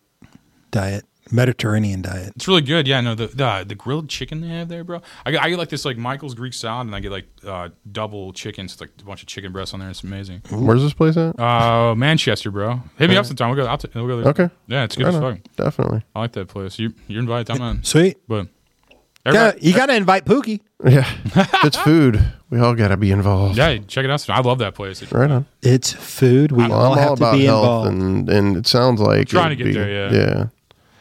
diet, Mediterranean diet.
It's really good. Yeah, no, the the, the grilled chicken they have there, bro. I get, I get like this like Michael's Greek salad, and I get like uh, double chicken. So it's like a bunch of chicken breasts on there. It's amazing.
Where's this place at?
Uh, Manchester, bro. Hit me up sometime. We'll go. I'll t- we'll go there.
Okay.
Yeah, it's good
Right
as
on.
fuck.
Definitely.
I like that place. You you're invited. I'm on.
Sweet.
But
Yeah,
everybody-
you got to invite Pookie.
Yeah. it's food. We all got to be involved.
yeah, check it out. I love that place.
Right on.
It's food. We
Well,
all
I'm all
have to
about
be
health,
involved.
and, and it sounds like
Trying to
it'd
get there, yeah.
Yeah.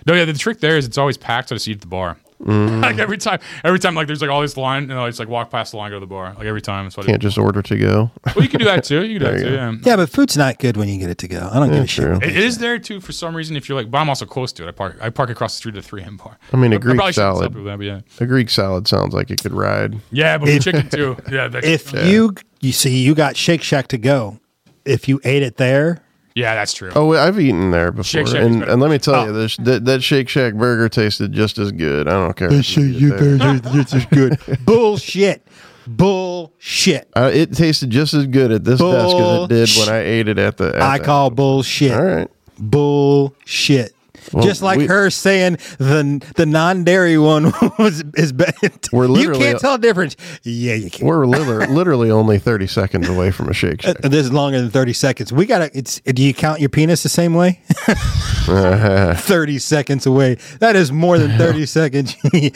No, yeah, the trick there is it's always packed. So I just eat at the bar.
Mm.
like every time, every time, like there's like all this line, and I just like walk past the line, go to the bar. Like every time, that's what I do.
Can't just order to go.
Well, you can do that too. You can do that too. Yeah.
yeah, but food's not good when you get it to go. I don't give a
true.
shit.
It is there too for some reason. If you're like, but I'm also close to it. I park. I park across the street at the 3M bar.
I mean, a
probably
Greek
shouldn't
salad.
stop with that, but yeah,
A Greek salad sounds like it could ride.
yeah, but with chicken too. Yeah, that's,
If you you see you got Shake Shack to go, if you ate it there,
yeah, that's true.
Oh, I've eaten there before,
Shake Shack is
and
better.
and let me tell
Oh.
you, this, that that Shake Shack burger tasted just as good. I don't care. if you eat it there.
this is good. Bullshit. Bullshit.
Uh, it tasted just as good at this desk as it did
Bullsh-
when I ate it at the. At
I
the-
call bullshit.
All right.
Bullshit.
Well,
Just like
we-
her saying the the non dairy one was is bad.
We're
you
literally-
can't tell the difference. Yeah, you can.
We're literally, literally only thirty seconds away from a Shake Shack.
This is longer than thirty seconds. We gotta. It's. Do you count your penis the same way? thirty seconds away. That is more than thirty seconds. you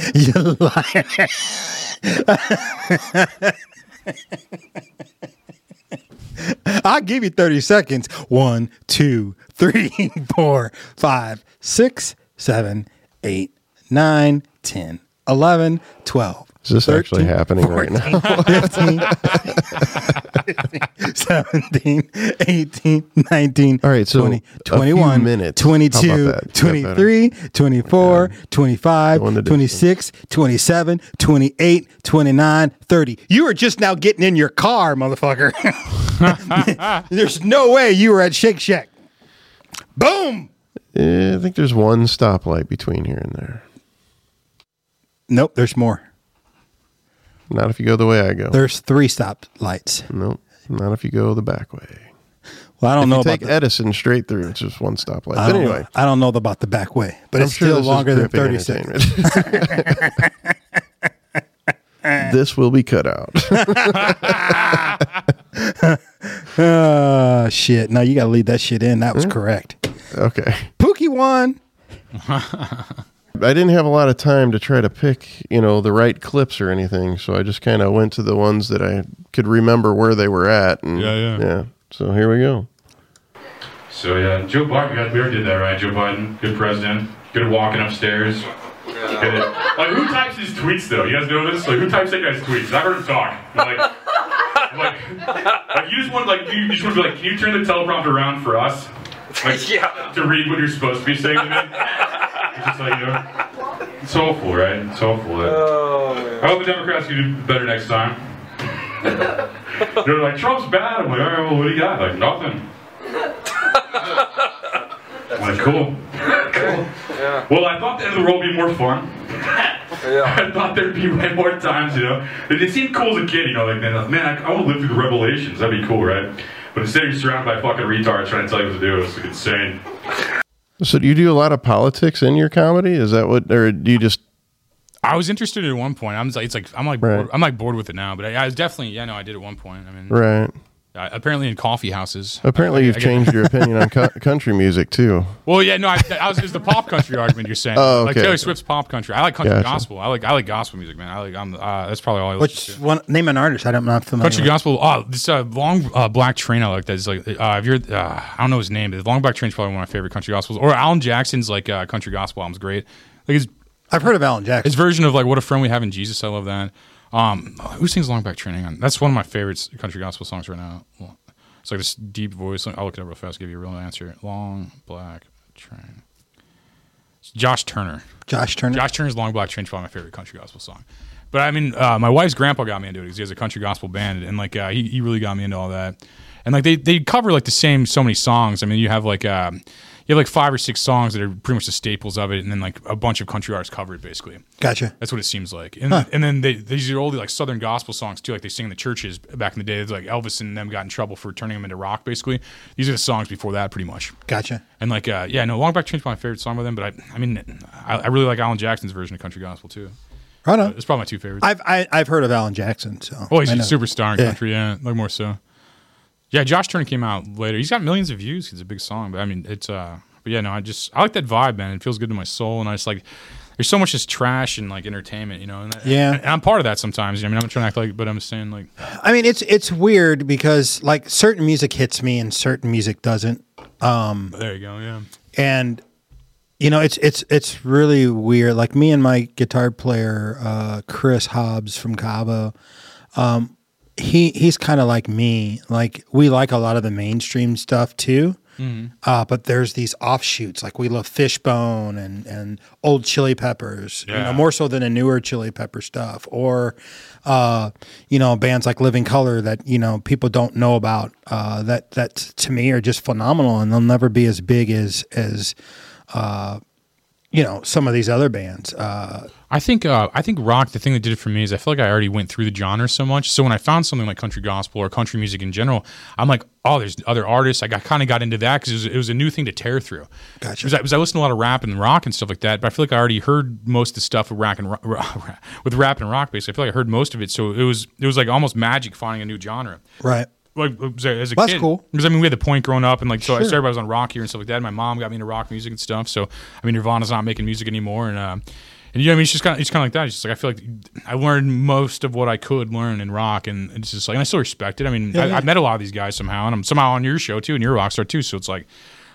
lying. I'll give you thirty seconds. One, two, three, four, five, six, seven, eight, nine, ten, eleven, twelve.
Is this actually
13,
happening right now?
15, 17, 18, 19,
All right, so
20,
a few
21,
minutes. How about
22,
that? Is that
23, 24, 25,
Going the
26, 27, 28, 29, 30. You were just now getting in your car, motherfucker. There's no way you were at Shake Shack. Boom.
Eh, I think there's one stoplight between here and there.
Nope, there's more.
Not if you go the way I go.
There's three stop lights.
Nope. Not if you go the back way.
Well, I don't know
You
about
take
the,
Edison straight through. It's just one stoplight.
I
But
don't know-
anyway,
I don't know about the back way, but
I'm
it's
sure
still
this is
longer than
gripping
30 seconds.
entertainment. this will be cut out.
Uh,
Hmm?
Oh shit! No, you got to leave that shit in. That was correct.
Okay.
Pookie won.
I didn't have a lot of time to try to pick, you know, the right clips or anything, so I just kind of went to the ones that I could remember where they were at. And,
Yeah, yeah.
So here we go.
So yeah, Joe Biden. yeah, We already did that, right? Joe Biden, good president, good at walking upstairs. Good at- like who types his tweets though? You guys know this? Like who types that guy's tweets? I heard him talk. Like, like, like Uh, you just want like you just want to be like, can you turn the teleprompter around for us? Like,
Yeah.
To read what you're supposed to be saying to me. It's just like you know, it's awful, right? It's awful. That, I hope the Democrats can do better next time. They're like Trump's bad. I'm like, all right, well, what do you got? Like nothing. Like, cool. cool. Well, I thought the end of the world would be more fun. I thought there'd be way more times, you know. It, it seemed cool as a kid, you know, like, man, man I, I want to live through the revelations. That'd be cool, right? But instead, you're surrounded by fucking retards trying to tell you what to do. It's like, insane.
So do you do a lot of politics in your comedy? Is that what, or do you just?
I was interested at one point. I'm just like, it's like I'm like
Right.
bored, I'm like bored with it now. But I, I was definitely, yeah, no, I did at one point. I mean,
Right.
I, apparently in coffee houses.
Apparently, you've
I get-
changed your opinion on co- country music too.
Well, yeah, no, I, I was just the pop country argument you're saying.
Oh,
Like
okay.
Taylor Swift's pop country. I like country
Gotcha.
gospel. I like I like gospel music, man. I like I'm uh, that's probably all I listen
Which
to.
one? Name an artist. I don't, I'm not familiar.
Country
with.
gospel. Oh, this uh, long uh, black train I like. That's like uh, if you're uh, I don't know his name, but long black train's probably one of my favorite country gospels. Or Alan Jackson's like uh, country gospel album's great. Like his
I've heard of Alan Jackson.
his version of like what a friend we have in Jesus. I love that. Um, who sings long back train? Hang on, that's one of my favorite country gospel songs right now. It's like this deep voice. I'll look it up real fast. Give you a real answer. Long black train. It's Josh Turner.
Josh Turner.
Josh Turner's Long Black Train's probably my favorite country gospel song. But I mean, uh, my wife's grandpa got me into it because he has a country gospel band, and like uh, he, he really got me into all that. And like they, they cover like the same so many songs. I mean, you have like um, you have like five or six songs that are pretty much the staples of it, and then like a bunch of country artists cover it basically.
Gotcha.
That's what it seems like. And, and then they these are all the, like Southern gospel songs too. Like they sing in the churches back in the day. It's like Elvis and them got in trouble for turning them into rock. Basically, these are the songs before that, pretty much.
Gotcha.
And like, uh, yeah, no, Long Back Train's my favorite song by them. But I, I mean, I, I really like Alan Jackson's version of country gospel too.
Right on.
It's probably my two favorites.
I've I, I've heard of Alan Jackson. So.
well, he's
I
a
know.
superstar in
Yeah.
country, yeah, like more so. Yeah, Josh Turner came out later. He's got millions of views. It's a big song, but I mean, it's uh, but yeah, no, I just I like that vibe, man. It feels good to my soul, and I just like. There's so much just trash and like entertainment, you know. And that,
Yeah.
and I'm part of that sometimes. I mean, I'm not trying to act like, but I'm just saying like,
I mean, it's it's weird because like certain music hits me and certain music doesn't,
there you go, yeah.
and you know it's it's it's really weird. Like me and my guitar player uh, Chris Hobbs from Cabo, um, he he's kind of like me. Like we like a lot of the mainstream stuff too. Uh, but there's these offshoots like we love Fishbone and and old Chili Peppers, you know,
Yeah.
more so than a newer Chili Pepper stuff, or uh, you know bands like Living Color that you know people don't know about uh, that that to me are just phenomenal and they'll never be as big as as uh, you know some of these other bands. Uh,
I think uh, I think rock. The thing that did it for me is I feel like I already went through the genre so much. So when I found something like country gospel or country music in general, I'm like, oh, there's other artists. Like, I kind of got into that because it was, it was a new thing to tear through.
Gotcha.
Because I, 'cause I listened to a lot of rap and rock and stuff like that, but I feel like I already heard most of the stuff with rap and ro- ra- with rap and rock. Basically, I feel like I heard most of it. So it was it was like almost magic finding a new genre
right.
like as a, as a
That's
kid.
cool.
Because I mean, we had the point growing up, and like so, I
Sure.
started. I was on rock here and stuff like that. And my mom got me into rock music and stuff. So I mean, Nirvana's not making music anymore, and uh, and you know, what I mean, it's just kind of it's kind of like that. It's just like I feel like I learned most of what I could learn in rock, and it's just like and I still respect it. I mean, I,
yeah.
I met a lot of these guys somehow, and I'm somehow on your show too, and you're a rock star too. So it's like,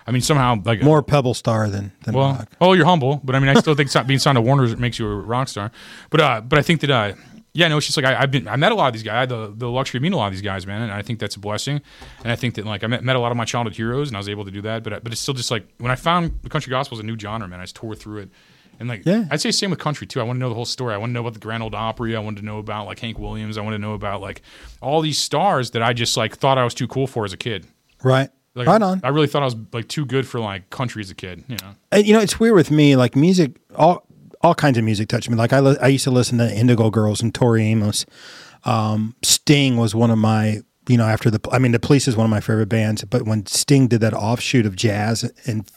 I mean, somehow like
More Pebble Star than than
well,
rock.
oh, you're humble, but I mean, I still think so- being signed to Warner makes you a rock star. But uh, but I think that uh, yeah, no, it's just like I, I've been I met a lot of these guys. I had the the luxury of meeting a lot of these guys, man, and I think that's a blessing. And I think that like I met, met a lot of my childhood heroes, and I was able to do that. But I- but it's still just like when I found the country gospel is a new genre, man. I just tore through it. And like,
Yeah.
I'd say same with country too. I want to know the whole story. I want to know about the Grand Old Opry. I wanted to know about like Hank Williams. I want to know about like all these stars that I just like thought I was too cool for as a kid.
Right.
Like,
right on.
I really thought I was like too good for like country as a kid. You know.
And, you know, it's weird with me. Like music, all all kinds of music touched me. Like I, li- I used to listen to Indigo Girls and Tori Amos. Um, Sting was one of my, you know, after the, I mean, the Police is one of my favorite bands. But when Sting did that offshoot of jazz and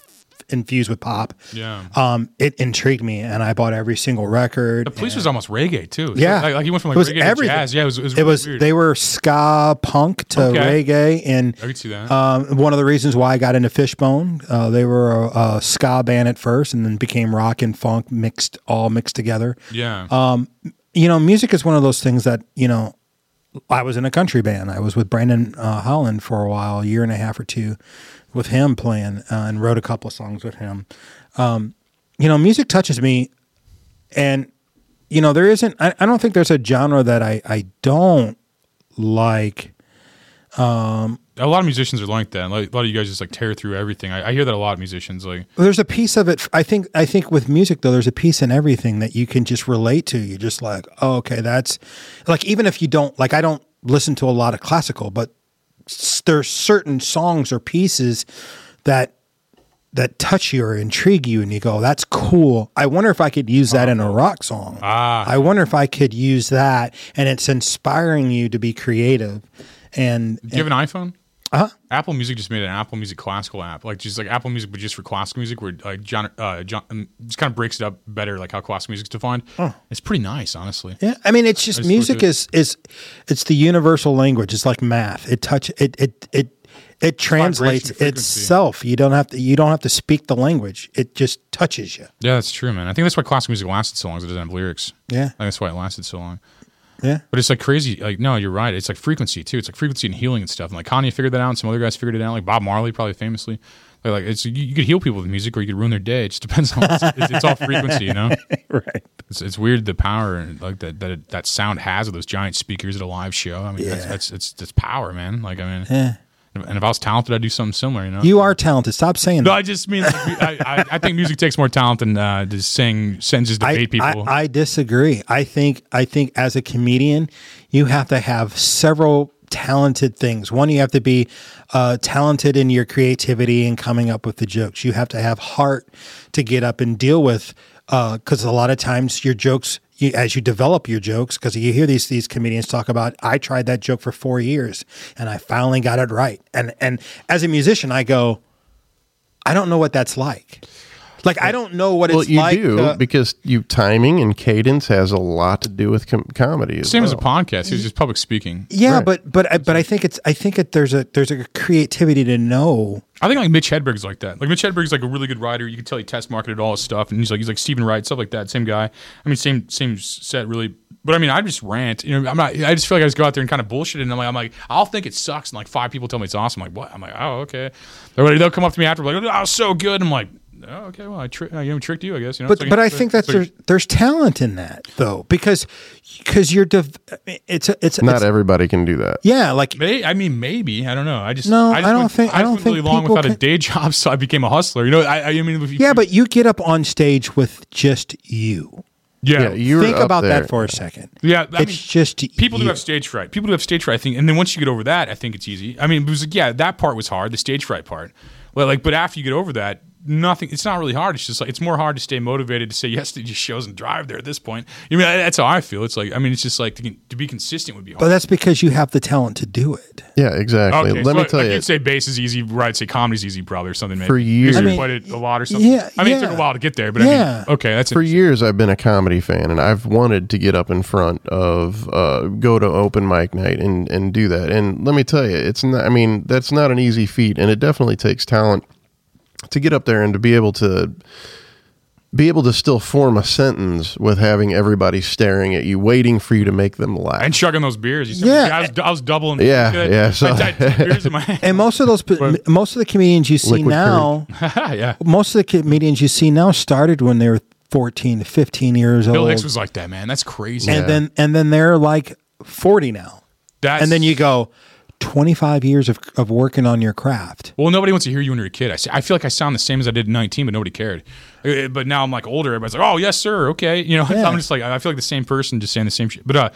infused with pop.
Yeah.
Um, it intrigued me, and I bought every single record.
The police was almost reggae too. So,
Yeah,
like, like he went from like
It was
reggae
everything.
to jazz. Yeah, it was. It was,
It was
weird.
they were ska punk to
Okay.
reggae, and
I could see that.
um, one of the reasons why I got into Fishbone, uh, they were a, a ska band at first, and then became rock and funk mixed, all mixed together.
yeah.
uh, You know, music is one of those things that you know. I was in a country band. I was with Brandon uh, Holland for a while, a year and a half or two, with him playing, uh, and wrote a couple of songs with him. Um, you know, music touches me, and you know there isn't. I, I don't think there's a genre that I I don't like.
a lot of musicians are like that. Like, a lot of you guys just like tear through everything. I, I hear that a lot of musicians like.
there's a piece of it i think i think with music though there's a piece in everything that you can just relate to you're just like oh, okay that's like even if you don't like i don't listen to a lot of classical but s- there's certain songs or pieces that that touch you or intrigue you and you go that's cool i wonder if i could use that in a rock song
Ah.
i wonder if i could use that and it's inspiring you to be creative and,
Do you have an iPhone?
Uh-huh.
Uh huh. Apple Music just made an Apple Music classical app, like just like Apple Music, but just for classical music, where like John, uh, John um, just kind of breaks it up better, like how classical music's defined. It's pretty nice, honestly.
Yeah, I mean, it's just
just
music
looked at-
is is it's the universal language. It's like math. It touch it it it it translates
frequency.
itself. You don't have to you don't have to speak the language. It just touches you.
Yeah, that's true, man. I think that's why classical music lasted so long, is it doesn't have lyrics.
Yeah.
I think that's why it lasted so long.
Yeah.
But it's like crazy. Like, no, you're right. It's like frequency too. It's like frequency and healing and stuff. And like Kanye figured that out, and some other guys figured it out. Like Bob Marley, probably famously. Like, like it's you, you could heal people with music, or you could ruin their day. It just depends on it's, it's, it's all frequency, you know.
Right.
It's, it's weird the power and like that that it, that sound has of those giant speakers at a live show. I mean, that's,
Yeah.
that's it's it's power, man. Like, I mean, and if I was talented, I'd do something similar, you know.
You are talented. Stop saying
no,
that.
I just mean like, I, I, I think music takes more talent than uh, to sing sentences to
I,
bait people.
I, I disagree. I think I think as a comedian, you have to have several talented things. One, you have to be uh, talented in your creativity and coming up with the jokes. You have to have heart to get up and deal with because a lot of times your jokes. You, as you develop your jokes, because you hear these these comedians talk about, I tried that joke for four years and I finally got it right. And and as a musician, I go, I don't know what that's like. Like I don't know what
Well,
it's
you
like. uh,
do
to-
because you timing and cadence has a lot to do with com- comedy. As
Same
well.
as a podcast. It's just public speaking.
Yeah,
Right.
but but I- but I think it's I think it, there's a there's a creativity to know.
I think like Mitch Hedberg's like that. Like Mitch Hedberg's like a really good writer. You can tell he test marketed all his stuff, and he's like he's like Stephen Wright, stuff like that. Same guy. I mean, same same set really. But I mean, I just rant. You know, I'm not. I just feel like I just go out there and kind of bullshit. it, And I'm like, I'm like, I'll think it sucks, and like five people tell me it's awesome. I'm like, what? I'm like, oh okay. They're- They'll come up to me after like, oh, it's so good. I'm like, oh okay. Well, I tri- you know, tricked you, I guess. You know.
But
It's like-
but I think that's
it's like-
there's, there's talent in that though because because you're div- it's a, it's
Not
it's,
everybody can do that.
yeah like
May, I mean, maybe I don't know. I just
No,
I, just
I don't
went-
think- I
just
don't
went
think
really long
people
without a
can-
day job, so I became a hustler. You know, I, I mean, if you,
yeah, but you get up on stage with just you.
yeah,
Yeah, you're
Think
up
about
there.
that for a second.
Yeah, I
it's
mean,
just
people
you.
do have stage fright. People do have stage fright. I think, and then once you get over that, I think it's easy. I mean, it was like, yeah, that part was hard, the stage fright part. Well, like, but after you get over that, nothing. It's not really hard. It's just like it's more hard to stay motivated to say yes to just shows and drive there at this point. You mean that's how I feel. It's like I mean, it's just like to, con- to be consistent would be
But
hard.
that's because you have the talent to do it.
Yeah, exactly.
okay,
Let
so
me
like-
tell
like
you,
you'd say bass is easy, right? Say comedy's easy, probably or something. Maybe
For years.
you
I
mean,
played it a lot or something.
yeah,
I mean, it
yeah.
took a while to get there, but
Yeah.
I mean, okay, that's
for
it.
years I've been a comedy fan, and I've wanted to get up in front of uh, go to open mic night and and do that. And let me tell you, it's not. I mean, that's not an easy feat, and it definitely takes talent to get up there and to be able to be able to still form a sentence with having everybody staring at you, waiting for you to make them laugh.
And chugging those beers. You said,
Yeah.
I was, I was doubling.
Yeah,
I-
yeah, so-
I, I, had beers in my hand.
And most of those most of the comedians you see
Liquid
now,
yeah.
most of the comedians you see now started when they were 14 to 15 years
Bill
old.
Hicks was like that, man. That's crazy.
Oh. and then and then they're like 40 now
That's,
and then you go 25 years of, of working on your craft
Well, nobody wants to hear you when you're a kid. I, s- I feel like I sound the same as I did at 19, but nobody cared. Uh, But now I'm like older. Everybody's like, oh yes, sir. Okay, you know.
Yeah.
I'm just like I feel like the same person, just saying the same shit. But uh,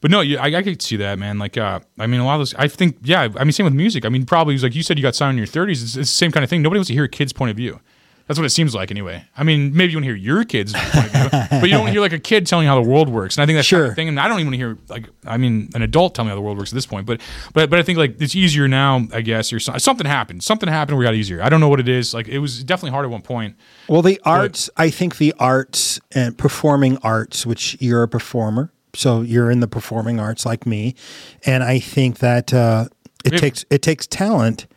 but no, you, I, I could see that, man. Like uh, I mean, a lot of those. I think yeah. I mean, same with music. I mean, probably it was like you said, you got signed in your 30s. It's, it's the same kind of thing. Nobody wants to hear a kid's point of view. That's what it seems like, anyway. I mean, maybe you want to hear your kids' point of view, but you don't hear like a kid telling you how the world works. And I think that's kind of
Sure.
the thing. And I don't even hear like I mean, an adult tell me how the world works at this point. But but but I think like it's easier now, I guess. Or so- something happened. Something happened. We got easier. I don't know what it is. Like it was definitely hard at one point.
Well, the arts, I think the arts and performing arts, which you're a performer, so you're in the performing arts like me, and I think that uh, it
If-
takes it takes talent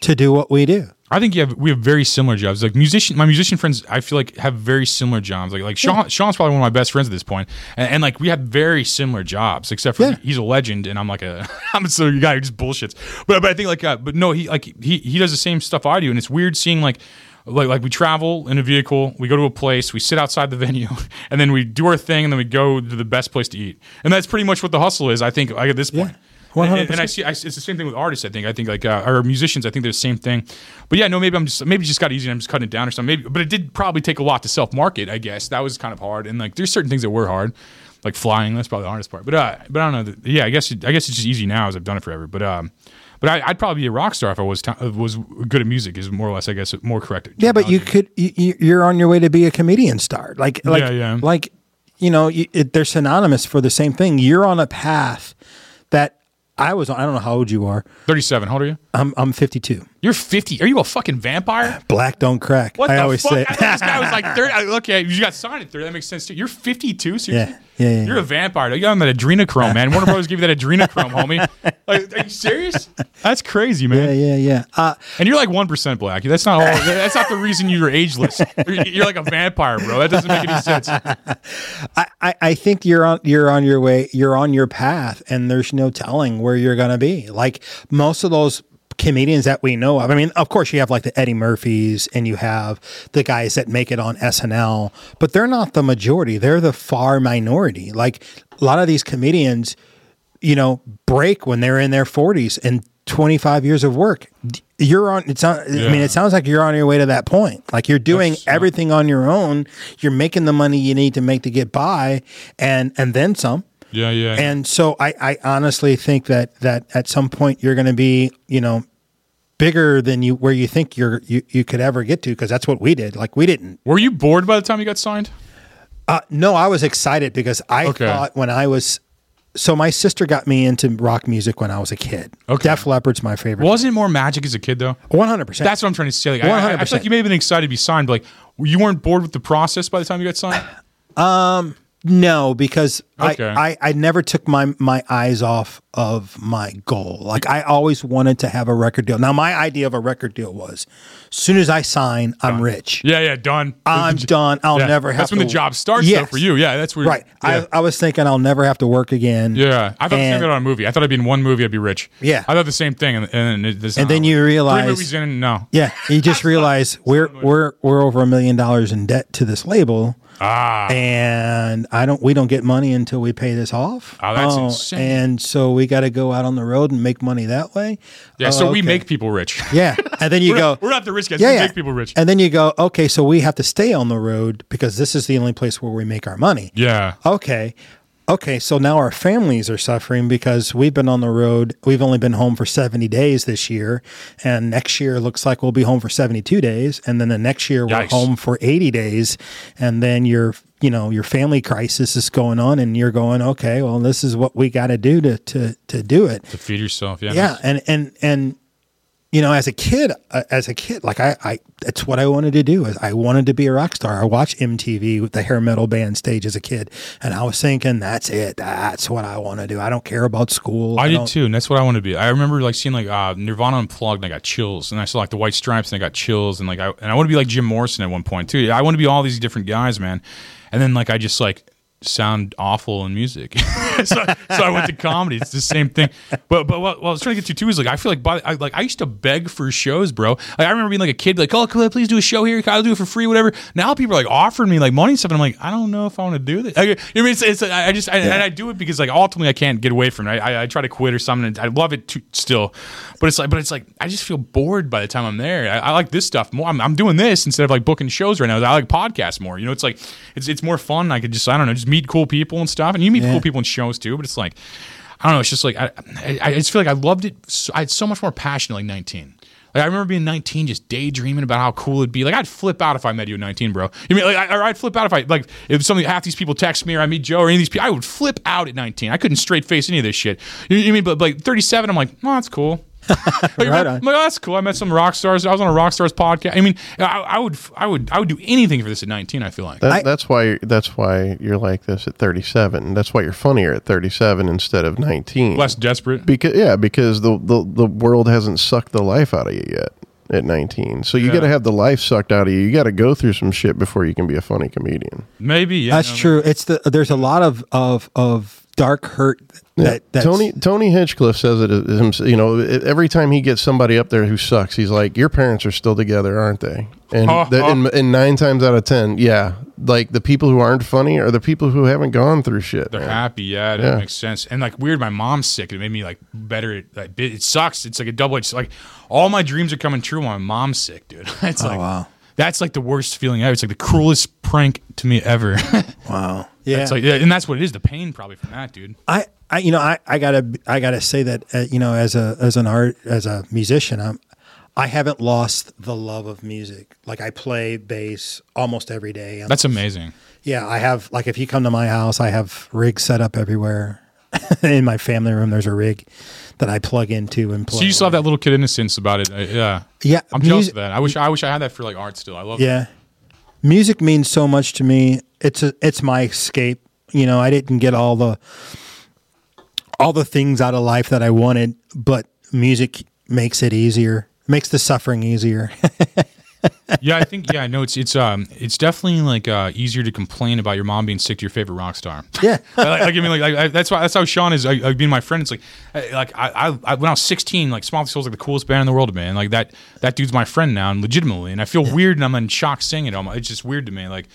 to do what we do.
I think you have we have very similar jobs. Like musician, my musician friends, I feel like have very similar jobs. Like like Sean, Sean's probably one of my best friends at this point, and, and like we have very similar jobs, except for
Yeah.
he's a legend and I'm like a I'm just a guy who just bullshits. But but I think like uh, but no, he like he he does the same stuff I do, and it's weird seeing like. Like, like we travel in a vehicle, we go to a place, we sit outside the venue, and then we do our thing, and then we go to the best place to eat, and that's pretty much what the hustle is. I think like at this point, And- and- and
100%.
I I see. I, it's the same thing with artists. I think. I think like uh, or musicians. I think they're the same thing. But yeah, no, maybe I'm just maybe it just got easy. and I'm just cutting it down or something. Maybe, but it did probably take a lot to self market. I guess that was kind of hard. And like, there's certain things that were hard, like flying. That's probably the hardest part. But uh, but I don't know. Yeah, I guess it, I guess it's just easy now as I've done it forever. But um, but I, I'd probably be a rock star if I was t- was good at music. Is more or less, I guess, more correct.
Yeah, but you could you, you- you're on your way to be a comedian star. Like like
Yeah, yeah.
like you know you, it, they're synonymous for the same thing. You're on a path that I was on. I don't know how old you are.
37. How old are you?
I'm I'm 52.
You're 50. Are you a fucking vampire?
Black don't crack.
What
I
the
always
fuck?
say.
I thought this guy was like 30. I- Okay, you got signed at 30. That makes sense too. You're 52, seriously?
Yeah, yeah, yeah,
You're
yeah.
a vampire. You got on that adrenochrome, man. Warner Brothers gave you that adrenochrome, homie. Like, are you serious? That's crazy, man.
yeah, yeah, yeah. Uh,
And you're like 1% black. That's not all. That's not the reason you're ageless. You're, you're like a vampire, bro. That doesn't make any sense.
I, I think you're on you're on your way you're on your path and there's no telling where you're gonna be like most of those comedians that we know of i mean of course you have like the eddie murphys and you have the guys that make it on snl but they're not the majority they're the far minority like a lot of these comedians you know break when they're in their 40s and 25 years of work D- you're on it's not i mean
Yeah.
it sounds like you're on your way to that point like you're doing
That's-
everything on your own you're making the money you need to make to get by and and then some
Yeah, yeah.
and so i i honestly think that that at some point you're going to be you know bigger than you where you think you're you, you could ever get to because that's what we did like we didn't
Were you bored by the time you got signed?
uh, no, I was excited because I
Okay.
thought when I was so my sister got me into rock music when I was a kid.
Okay.
Def Leppard's my favorite.
Wasn't it more magic as a kid, though?
One hundred percent.
That's what I'm trying to say. Like, I, I, I feel
100%.
like you may have been excited to be signed, but like, you weren't bored with the process by the time you got signed?
no, because
Okay.
I, I I never took my my eyes off of my goal. Like I always wanted to have a record deal. Now my idea of a record deal was, as soon as I sign, I'm rich.
Yeah, yeah, done.
I'm done. I'll
Yeah.
never have.
That's when
to
the job starts, though,
Yes.
for you. Yeah, that's where.
Right.
Yeah.
I, I was thinking I'll never have to work again.
yeah, I thought the same
And-
thing on a movie. I thought I'd be in one movie, I'd be rich.
Yeah.
I thought the same thing, and, and, it- that's
And
not
then
how it
you
works.
realize-
three movies in, no,
Yeah, you just realize we're we're we're over a million dollars in debt to this label,
ah,
and I don't we don't get money until we pay this off.
Oh, that's insane.
And so we got to go out on the road and make money that way.
yeah.
Oh,
so we
okay.
make people rich.
Yeah, and then you
We're
go.
not- we're not the rich guys.
Yeah,
We
yeah.
make people rich.
And then you go. Okay, so we have to stay on the road because this is the only place where we make our money.
yeah,
Okay. Okay, so now our families are suffering because we've been on the road. We've only been home for 70 days this year. And next year looks like we'll be home for 72 days. And then the next year we're
Yikes.
home for 80 days. And then your, you know, your family crisis is going on and you're going, okay, well, this is what we got to do to, to, to do it
to feed yourself. Yeah,
yeah and and and you know as a kid uh, as a kid like i i that's what i wanted to do is i wanted to be a rock star i watched mtv with the hair metal band stage as a kid and i was thinking that's it that's what i want to do i don't care about school
I did
don't-
too, and that's what I want to be. I remember like seeing like uh, Nirvana unplugged, and I got chills, and I saw like the White Stripes, and I got chills, and like I and I want to be like Jim Morrison at one point too. I want to be all these different guys, man. And then like I just like sound awful in music, so, so I went to comedy. It's the same thing. But but what, what I was trying to get to too is like I feel like by I, like I used to beg for shows, bro. Like I remember being like a kid, like oh can I please do a show here, I'll do it for free, whatever. Now people are like offering me like money and stuff, and I'm like I don't know if I want to do this. Like, you know what I mean, it's, it's I I just I, and I do it because like ultimately I can't get away from it. I, I, I try to quit or something. And I love it too, still, but it's like but it's like I just feel bored by the time I'm there. I, I like this stuff more. I'm, I'm doing this instead of like booking shows right now. I like podcasts more. You know, it's like it's it's more fun. I could just I don't know just meet cool people and stuff, and you meet
Yeah.
cool people in shows too. But it's like. I don't know. It's just like I, I, I just feel like I loved it. So, I had so much more passion at like 19. Like I remember being 19, just daydreaming about how cool it'd be. Like I'd flip out if I met you at 19, bro. You mean like, I, or I'd flip out if I like if something half these people text me or I meet Joe or any of these people, I would flip out at 19. I couldn't straight face any of this shit. You, you mean but like 37, I'm like, oh, that's cool. like,
Right
I'm
on.
like, oh, that's cool. I met some rock stars. I was on a rock stars podcast. I mean, I, I would, I would, I would do anything for this at 19. I feel like.
That,
I-
that's why that's why you're like this at 37. That's why you're funnier at 37 instead of 19.
Less desperate.
because yeah, because the, the the world hasn't sucked the life out of you yet at 19. So you
Yeah.
got to have the life sucked out of you. You got to go through some shit before you can be a funny comedian.
Maybe. Yeah,
That's
no,
true. It's the there's a lot of of of dark hurt that that's,
Tony Tony Hinchcliffe says it himself. You know, e, every time he gets somebody up there who sucks, he's like, "Your parents are still together, aren't they?" And,
Huh,
that-
huh.
and, and nine times out of ten, yeah, like the people who aren't funny are the people who haven't gone through shit.
They're
man.
happy, yeah. That
Yeah.
makes sense. And like weird, my mom's sick. It made me like better. At, like, bi- it sucks. It's like a double edged. Like all my dreams are coming true. While my mom's sick, dude. It's like
Oh, wow.
That's like the worst feeling ever. It's like the cruelest prank to me ever.
wow. Yeah.
it's like, yeah, and that's what it is. The pain probably from that, dude.
I, I you know I, I gotta I gotta say that uh, you know as a as an art as a musician I'm I haven't lost the love of music like I play bass almost every day.
That's amazing.
yeah I have like if you come to my house I have rigs set up everywhere in my family room there's a rig that I plug into and play.
So you still have that little kid innocence about it. Uh, yeah.
yeah
I'm jealous
music-
of that. I wish I wish I had that for like art still. I love
Yeah. Music means so much to me. It's a, it's my escape. You know, I didn't get all the all the things out of life that I wanted, but music makes it easier. Makes the suffering easier.
yeah, I think yeah, no, it's it's um it's definitely like uh easier to complain about your mom being sick to your favorite rock star.
Yeah.
like, like, I mean, like, I, I, that's why that's how Sean is like, like being my friend. It's like I- like I, I, I when I was sixteen, like Small Souls like the coolest band in the world, man. Like that that dude's my friend now, and legitimately, and I feel weird and I'm in shock singing it. I'm- It's just weird to me, like.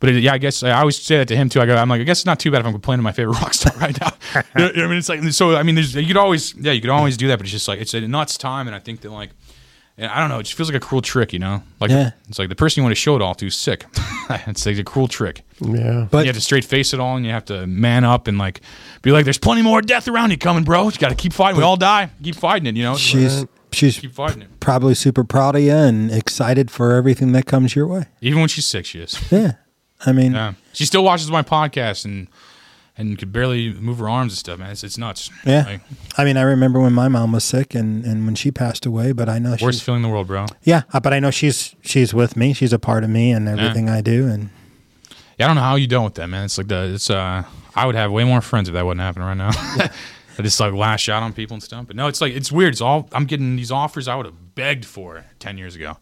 But it, yeah, I guess I always say that to him too. I go, I'm like, I guess it's not too bad if I'm complaining to my favorite rock star right now. You know what I mean, it's like so. I mean, there's you could always yeah, you could always do that, but it's just like it's a nuts time, and I think that like. And I don't know. It just feels like a cruel trick, you know. Like
Yeah.
it's like the person you want to show it all to is sick. it's like a cruel trick.
Yeah.
But
you have to straight face it all, and you have to man up and like be like, "There's plenty more death around you coming, bro. You got to keep fighting. We all die. Keep fighting it, you know.
she's she's
uh, keep fighting it.
probably super proud of you and excited for everything that comes your way.
Even when she's sick, she is.
Yeah. I mean,
Yeah. She still watches my podcast and and could barely move her arms and stuff, man. It's, it's nuts.
yeah.
Like,
I mean, I remember when my mom was sick and, and when she passed away, but I know she's
worst feeling in the world, bro.
Yeah, uh, but I know she's she's with me. She's a part of me and everything I do. And
Yeah, I don't know how you done with that, man. It's like the it's uh I would have way more friends if that wouldn't happen right now. I just like lash out on people and stuff. But no, it's like it's weird. It's all I'm getting these offers I would have begged for ten years ago.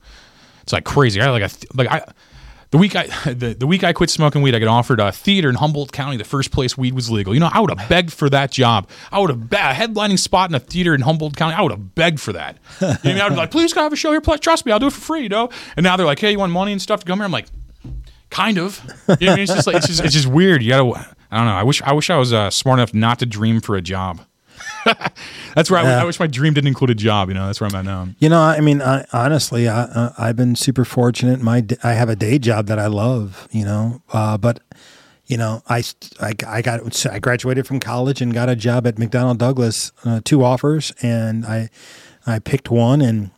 It's like crazy. I like I th- like I the week I the, the week I quit smoking weed, I got offered a theater in Humboldt County, the first place weed was legal. You know, I would have begged for that job. I would have be- a headlining spot in a theater in Humboldt County. I would have begged for that. You know, what I mean? I'd be like, please, can I have a show here? Please, trust me, I'll do it for free. You know. And now they're like, hey, you want money and stuff to come here? I'm like, kind of. You know, what I mean? it's just like it's just, it's just weird. You gotta. I don't know. I wish I wish I was uh, smart enough not to dream for a job. That's where I,
Yeah.
I wish my dream didn't include a job. You know, that's where I'm at now.
you know, I mean, I, honestly, I, uh, I've been super fortunate. My d- I have a day job that I love. You know, uh, but you know, I, st- I g- I got I graduated from college and got a job at McDonnell Douglas, uh, two offers, and I I picked one and.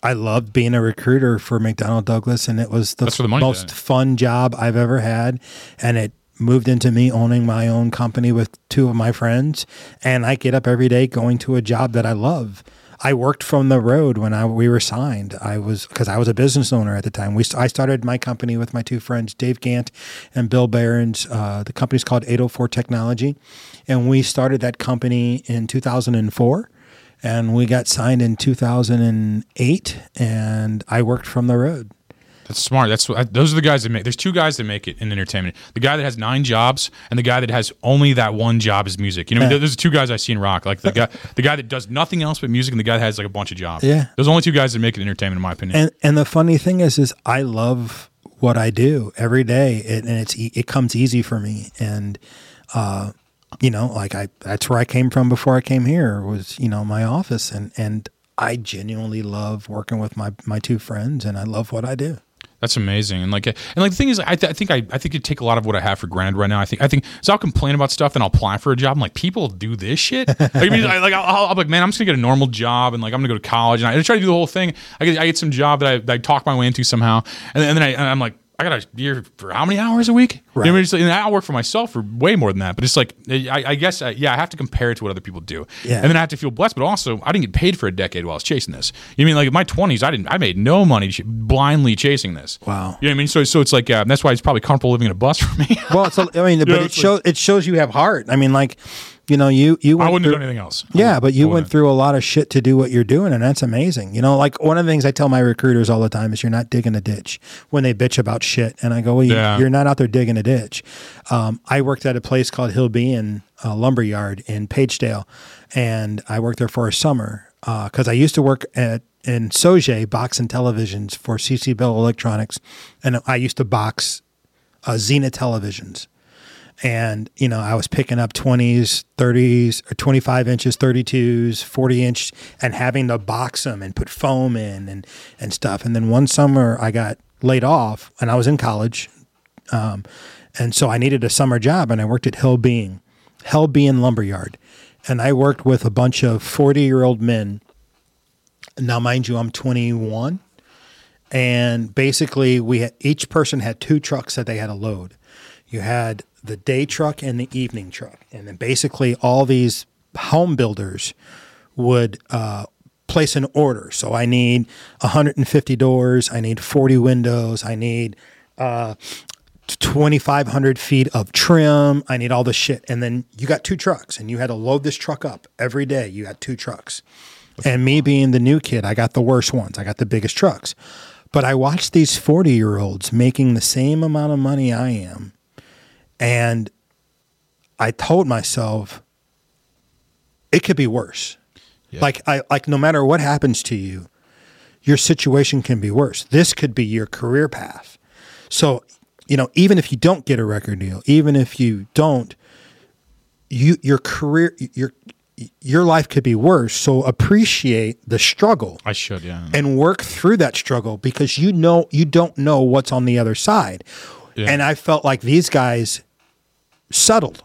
I loved being a recruiter for McDonnell Douglas, and it was the,
That's where the money's
most
at.
fun job I've ever had. And it moved into me owning my own company with two of my friends. And I get up every day going to a job that I love. I worked from the road when I, we were signed. I was because I was a business owner at the time. We I started my company with my two friends, Dave Gant and Bill Barons. Uh, the company's called 804 Technology, and we started that company in 2004 and we got signed in 2008 and i worked from the road
That's smart. That's what, those are the guys that make. There's two guys that make it in entertainment. The guy that has nine jobs and the guy that has only that one job is music. You know, what I mean?
Yeah.
those are two guys I see in rock. Like the guy, the guy that does nothing else but music, and the guy that has like a bunch of jobs.
Yeah.
those are the only two guys that make it in entertainment, in my opinion.
and and the funny thing is is i love what i do every day it, and it's e- it comes easy for me and uh you know like i that's where i came from before i came here was you know my office and and i genuinely love working with my my two friends and i love what i do
That's amazing, and like, and like the thing is, I, th- I think I, I think you take a lot of what I have for granted right now. I think I think so. I'll complain about stuff, and I'll apply for a job. I'm like, people do this shit. Like, I mean, I, like I'll, I'll, I'll be like, man, I'm just gonna get a normal job, and like I'm gonna go to college, and I, I try to do the whole thing. I get I get some job that I, that I talk my way into somehow, and, then- and then I, and I'm like, I got a year for how many hours a week? Right. I mean, it's like- and I work for myself for way more than that, but it's like I, I guess I, yeah, I have to compare it to what other people do,
Yeah.
and then I have to feel blessed. But also, I didn't get paid for a decade while I was chasing this. You mean like in my twenties, I didn't, I made no money ch- blindly chasing this.
Wow.
You know what I mean? So so it's like uh, that's why it's probably comfortable living in a bus for me.
Well, it's a, I mean, but it
it's
shows it shows you have heart. I mean, like, you know, you you
I
went
wouldn't
through,
do anything else.
Yeah, but you went
I wouldn't.
through a lot of shit to do what you're doing, and that's amazing. You know, like one of the things I tell my recruiters all the time is you're not digging a ditch when they bitch about shit. And I go, well, you,
Yeah.
you're not out there digging a ditch. Um, I worked at a place called Hillbean uh, Lumber Yard in Pagedale, and I worked there for a summer because I used to work at in Soje box and televisions for CC Bell Electronics, and I used to box uh, Xena televisions and you know i was picking up 20s 30s or 25 inches 32s 40 inch and having to box them and put foam in and and stuff and then one summer i got laid off and i was in college um, and so i needed a summer job and i worked at hell being hell being lumberyard and i worked with a bunch of 40 year old men now mind you i'm 21 and basically we had, each person had two trucks that they had to load you had the day truck and the evening truck and then basically all these home builders would uh, place an order so i need 150 doors i need 40 windows i need uh, 2500 feet of trim i need all this shit and then you got two trucks and you had to load this truck up every day you had two trucks and me being the new kid i got the worst ones i got the biggest trucks but i watched these 40 year olds making the same amount of money i am and i told myself it could be worse like i like no matter what happens to you your situation can be worse. This could be your career path. So, you know, even if you don't get a record deal, even if you don't, you your career your your life could be worse. So appreciate the struggle
I should. Yeah.
and work through that struggle because you know you don't know what's on the other side.
Yeah.
And I felt like these guys settled.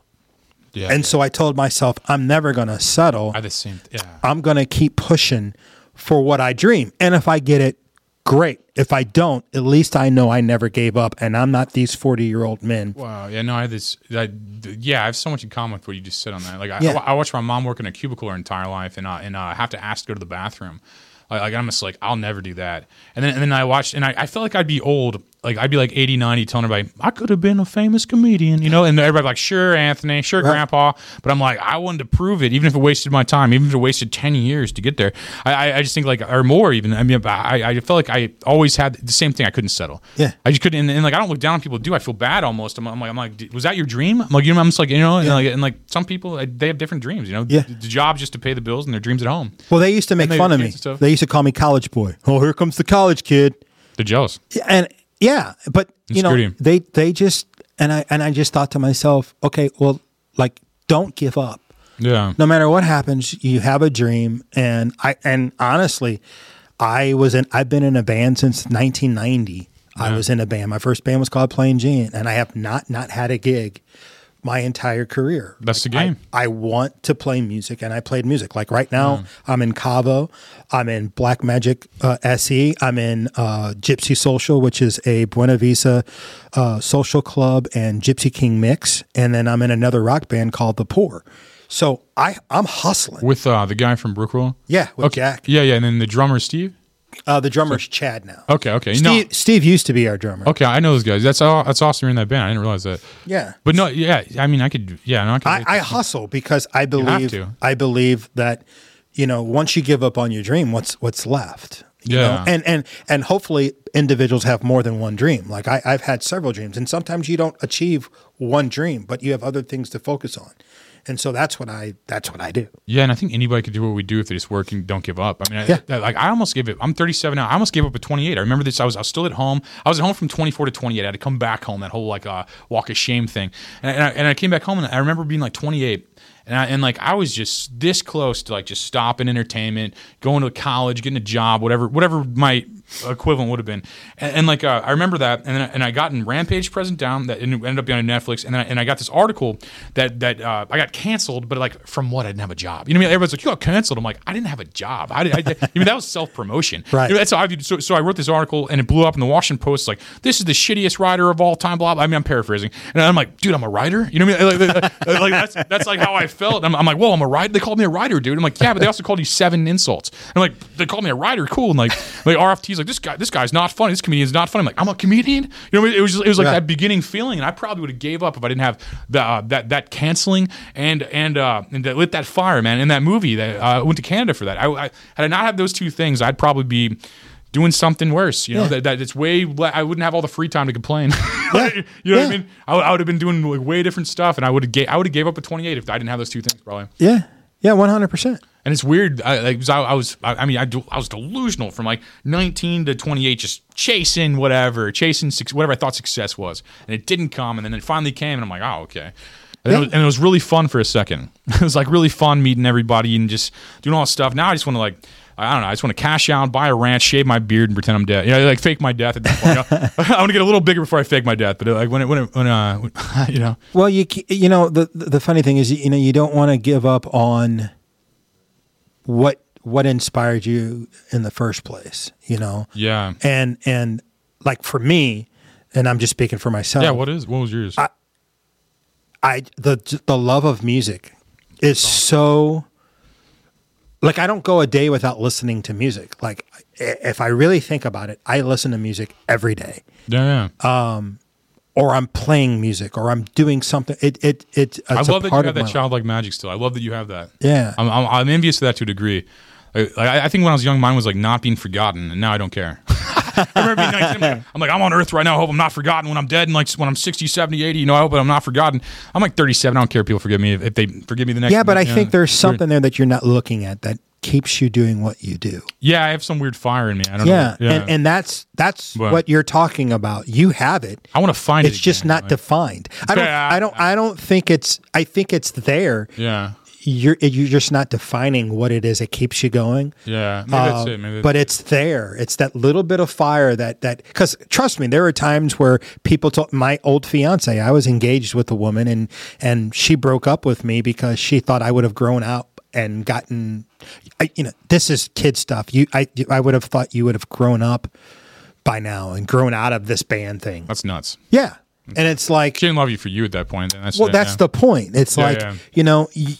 yeah.
And so I told myself, I'm never gonna settle.
I the same. Yeah.
I'm going to keep pushing for what I dream. And if I get it, great. If I don't, at least I know I never gave up and I'm not these 40 year old men.
Wow. Yeah. No, I had this. I, yeah, I have so much in common with what you just said on that. Like, I,
Yeah.
I, watched my mom work in a cubicle her entire life, and uh, and uh, have to ask to go to the bathroom. Like, like, I'm just like, I'll never do that. And then and then I watched, and I, I felt like I'd be old. Like I'd be like 80, 90, telling everybody I could have been a famous comedian, you know. And everybody like, sure, Anthony, sure, Grandpa. But I'm like, I wanted to prove it, even if it wasted my time, even if it wasted ten years to get there. I, I, I just think like, or more even. I mean, I, I felt like I always had the same thing. I couldn't settle.
Yeah.
I just couldn't, and, and like I don't look down on people. who Do I feel bad almost? I'm, I'm like, I'm like, "D- was that your dream? I'm like, you know, I'm just like, you know, and, like, and like some people I- they have different dreams. You know,
Yeah.
the, the job's just to pay the bills and their dreams at home.
Well, they used to make
And they-
fun of
yeah,
me.
so-
They used to call me college boy. Oh, here comes the college kid.
They're jealous.
And yeah, but you know,
screwed him.
they, they just, and I, and I just thought to myself, okay, well, like, don't give up.
Yeah.
no matter what happens, you have a dream. And I and honestly, I was in I've been in a band since 1990. I was in a band. My first band was called Plain Jean, and I have not not had a gig my entire career.
That's the
I-
game.
I, want to play music, and I played music. Like right now,
Mm.
I'm in Cavo, I'm in Black Magic uh, SE, I'm in uh, Gypsy Social, which is a Buena Vista uh, social club and Gypsy King mix, and then I'm in another rock band called The Poor. So I I'm hustling.
With uh, the guy from Brookwell.
yeah, with
Okay.
Jack.
Yeah, yeah, and then the drummer Steve.
Uh, the drummer's Chad now.
Okay, okay, no.
Steve, Steve used to be our drummer.
Okay, I know those guys. That's all. That's awesome. You're in that band. I didn't realize that.
Yeah.
But no, yeah. I mean, I could. Yeah, no, I could.
I, I hustle because I
have
believe
to.
I believe that you know once you give up on your dream, what's what's left? You
Yeah.
Know? And and and hopefully individuals have more than one dream. Like I, I've had several dreams, and sometimes you don't achieve one dream, but you have other things to focus on. And so that's what I that's what I do.
Yeah, and I think anybody could do what we do if they just work and don't give up. I mean, I-
Yeah.
I, like I almost gave it. I'm 37 now. I almost gave up at 28. I remember this. I was I was still at home. I was at home from 24 to 28. I had to come back home. That whole like uh, walk of shame thing. And I, and, I, and I came back home and I remember being like 28. And, I, and like I was just this close to like just stopping entertainment, going to college, getting a job, whatever, whatever my equivalent would have been. And, and like uh, I remember that, and then, I- and I got in Rampage Present Down that ended ended up being on Netflix, and then I, and I got this article that that uh, I got canceled, but like from what I didn't have a job. You know, what I mean? everybody's like you got canceled. I'm like I didn't have a job. I, did, I, did- I mean that was self promotion.
Right.
You know, that's how I viewed- so, so I wrote this article and it blew up in the Washington Post. Like this is the shittiest writer of all time. Blah. blah. I mean I'm paraphrasing, and I'm like dude I'm a writer. You know what I mean? Like, like- like, that's that's like how I felt. I'm, I'm like whoa I'm a writer. They called me a writer, dude. I'm like yeah, but they also called you seven insults. And I'm like they called me a writer. Cool. And like like RFT's like this guy this guy's not funny. This comedian's not funny. I'm like I'm a comedian. You know what I mean? It was just, it was like
Right.
that beginning feeling, and I probably would have gave up if I didn't have the, uh, that that canceling and and uh, and that lit that fire, man. In that movie, that uh, I went to Canada for that. I, I had I not had those two things, I'd probably be doing something worse. You know
Yeah.
that, that it's way. le- I wouldn't have all the free time to complain. Like, you know
Yeah.
what I mean? I, would- I would have been doing like, way different stuff, and I would have ga- I would have gave up at 28 if I didn't have those two things probably.
Yeah. Yeah. One hundred percent.
And it's weird. I, like, 'cause I, I was, I, I mean, I, do, I was delusional from like 19 to 28, just chasing whatever, chasing suc- whatever I thought success was. And it didn't come. And then it finally came. And I'm like, oh, okay. And, it, was, and it was really fun for a second. It was like really fun meeting everybody and just doing all this stuff. Now I just want to like, I don't know. I just want to cash out, buy a ranch, shave my beard, and pretend I'm dead. You know, like fake my death. At that point. you know? I want to get a little bigger before I fake my death. But like when it, when it, when uh, when- you know,
Well, you ca- you know the the funny thing is you know you don't want to give up on what what inspired you in the first place. You know.
yeah,
And and like for me, and I'm just speaking for myself.
yeah. What is? What was yours?
I the the love of music is so like I don't go a day without listening to music. Like i- if I really think about it, I listen to music every day
yeah, yeah.
or I'm playing music or I'm doing something. It it it it's
I love that you
part
have
of
that
my-
childlike magic still. I love that you have that.
Yeah.
I'm, I'm, I'm envious of that to a degree. I, I, I think when I was young, mine was like not being forgotten, and now I don't care. I remember being 19. I'm like, I'm like, I'm on earth right now. I hope I'm not forgotten when I'm dead, and like when I'm 60, 70, 80. You know, I hope that I'm not forgotten. I'm like 37. I don't care if people forgive me if, if they forgive me the next.
Yeah, but I
yeah.
think there's something there that you're not looking at that keeps you doing what you do.
Yeah, I have some weird fire in me. I don't
Yeah.
know.
And and that's that's
But-
what you're talking about. You have it.
I want to find it.
It's just
again,
not
like-
defined. I don't
Yeah.
I don't I don't think it's I think it's there.
yeah,
you're you're just not defining what it is that keeps you going.
yeah. Maybe that's
Uh,
it. Maybe that's
but it's there. It's that little bit of fire that that because trust me, there are times where people told my old fiance I was engaged with a woman and and she broke up with me because she thought I would have grown up and gotten, I, you know, this is kid stuff. You I I would have thought you would have grown up by now and grown out of this band thing.
that's nuts.
Yeah, and it's like
She didn't love you for you at that point. and That's
well,
it,
that's
yeah.
the point. It's
Yeah,
like
yeah.
you know, y-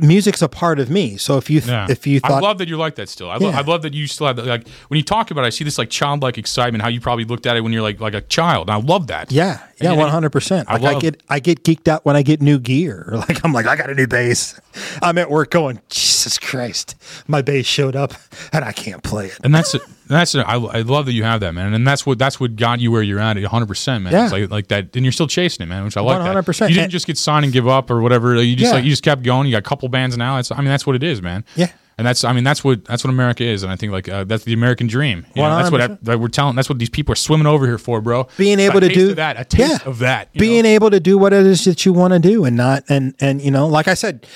music's a part of me. So if you th-
Yeah.
if you
I
thought
love that you like that still. I, lo-
Yeah.
I love that you still have that. Like when you talk about it, I see this like childlike excitement, how you probably looked at it when you're like like a child. And I love that.
yeah, yeah,
And-
one hundred percent.
I
Like I
love-
get I get geeked out when I get new gear. Like I'm like I got a new bass. I'm at work going Jesus Christ, my bass showed up and I can't play it.
And that's that's I, I love that you have that man, and that's what that's what got you where you're at, 100 percent man.
Yeah.
It's like, like that, and you're still chasing it, man, which I like. that.
100%.
You didn't just get signed and give up or whatever. You just
Yeah.
like you just kept going. You got a couple bands now. That's I mean that's what it is, man.
Yeah.
And that's I mean that's what that's what America is, and I think like uh, that's the American dream. You know, that's what I,
100%.
that we're telling. That's what these people are swimming over here for, bro.
Being
It's
able
a
to
taste
do
of that, a taste
yeah.
of that. you
Being
know?
able to do what it is that you want to do and not and and you know, like I said,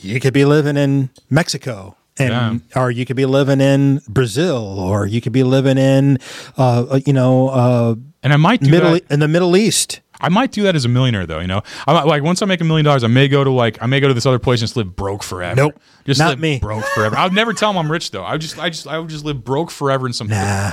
you could be living in Mexico. And, Or you could be living in Brazil, or you could be living in, uh, uh, you know, uh,
and I might do
Middle E-
that.
in the Middle East.
I might do that as a millionaire though, you know. I might, like once I make a million dollars, I may go to like I may go to this other place and just live broke forever.
Nope.
just
Not
live
me.
broke forever. I would never tell them I'm rich though. I would just I just I would just live broke forever in some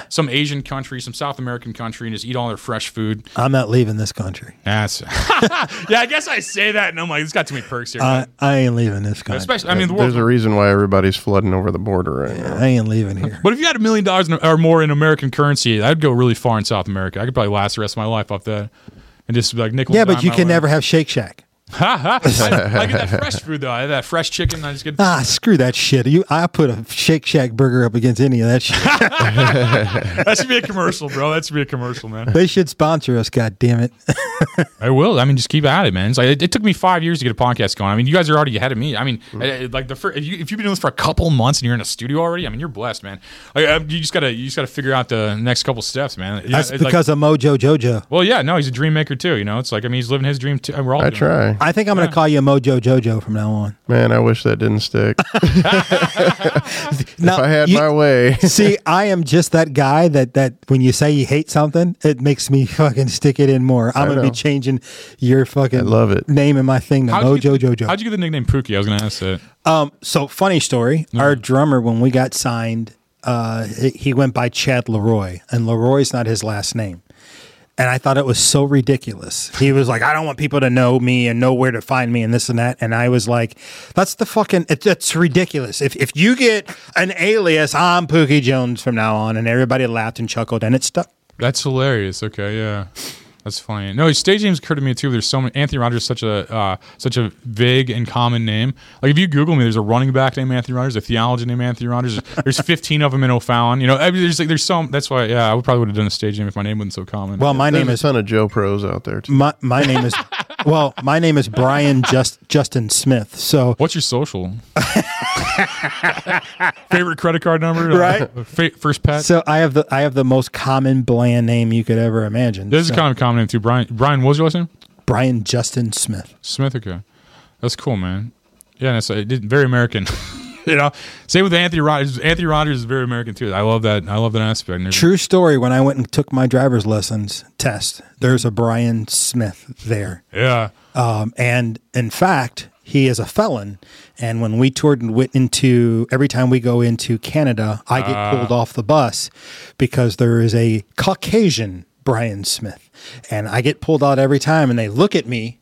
some Asian country, some South American country, and just eat all their fresh food.
I'm not leaving this country.
That's yeah. I guess I say that, and I'm like, it's got too many perks here.
I, I ain't leaving this country.
Especially, I mean, the
There's
world.
a reason why everybody's flooding over the border right now.
I ain't leaving here.
But if you had a million dollars in- or more in American currency, I'd go really far in South America. I could probably last the rest of my life off that, and just be like nickel. and
yeah, but
dime
you
my
can
way.
never have Shake Shack.
I, I get that fresh food though. I have that fresh chicken. I just get.
Ah, screw that shit. You, I put a Shake Shack burger up against any of that shit.
That should be a commercial, bro. That should be a commercial, man.
they should sponsor us. God damn it.
I will. I mean, just keep at it, man. It's like it, it took me five years to get a podcast going. I mean, you guys are already ahead of me. I mean, I- I- like the first, if, you, if you've been doing this for a couple months and you're in a studio already, I mean, you're blessed, man. Like, um, you just gotta, you just gotta figure out the next couple steps, man. You know,
That's
it's like-
because of Mojo Jojo.
well, yeah, no, he's a dream maker too. You know, it's like I mean, he's living his dream too. and We're all.
I
doing it.
try.
I think I'm going to call you Mojo Jojo from now on.
Man, I wish that didn't stick. if
Now,
I had
you-
my way.
See, I am just that guy that that when you say you hate something, it makes me fucking stick it in more. I'm gonna be
know.
changing your fucking
love it.
name in my thing to
How'd you
Mojo
get the-
Jojo.
How'd you get the nickname Pookie? I was going to ask that.
Um, so funny story. Our drummer, when we got signed, uh, he- he went by Chad Leroy, and Leroy's not his last name. And I thought it was so ridiculous. He was like, "I don't want people to know me and know where to find me and this and that." And I was like, "That's the fucking it, that's ridiculous. If if you get an alias, I'm Pookie Jones from now on." And everybody laughed and chuckled, and it stuck.
That's hilarious. Okay, yeah, that's funny. No, stage names occur to me too. There's so many. Anthony Rogers, is such a uh, such a vague and common name. Like if you Google me, there's a running back named Anthony Rogers, a theology named Anthony Rogers. There's 15 of them in O'Fallon. You know, I mean, there's like there's some. That's why, yeah, I would probably would have done a stage name if my name wasn't so common.
Well, my
There's
name
a
is
ton of Joe Pros out there too.
my my name is well, my name is Brian Just Justin Smith. So
what's your social? Favorite credit card number,
Right.
Fa- first pet.
So I have the I have the most common bland name you could ever imagine.
this is
So,
kind of a common name too. Brian. Brian, what was your last name?
Brian Justin Smith.
Smith, okay. That's cool, man. Yeah, that's it did, very American. you know, same with Anthony Rogers. Anthony Rogers is very American too. I love that. I love that aspect. And there's-
True story. When I went and took my driver's lessons test, there's a Brian Smith there,
Yeah.
um, and in fact, he is a felon. And when we toured and went into every time we go into Canada, I get
Ah.
pulled off the bus because there is a Caucasian Brian Smith, and I get pulled out every time, and they look at me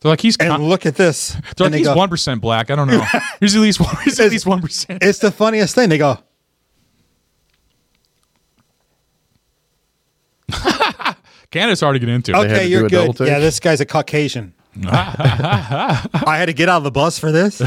They're like he's.
and
con-
look at this.
they're
and
like
they
he's
go,
one percent black. I don't know. He's at least one. He's at least one percent.
It's the funniest thing. They go.
Canada's hard to get into.
had
Okay,
to
you're
do
good.
adult age?
Yeah, this guy's a Caucasian. I had to get out of the bus for this.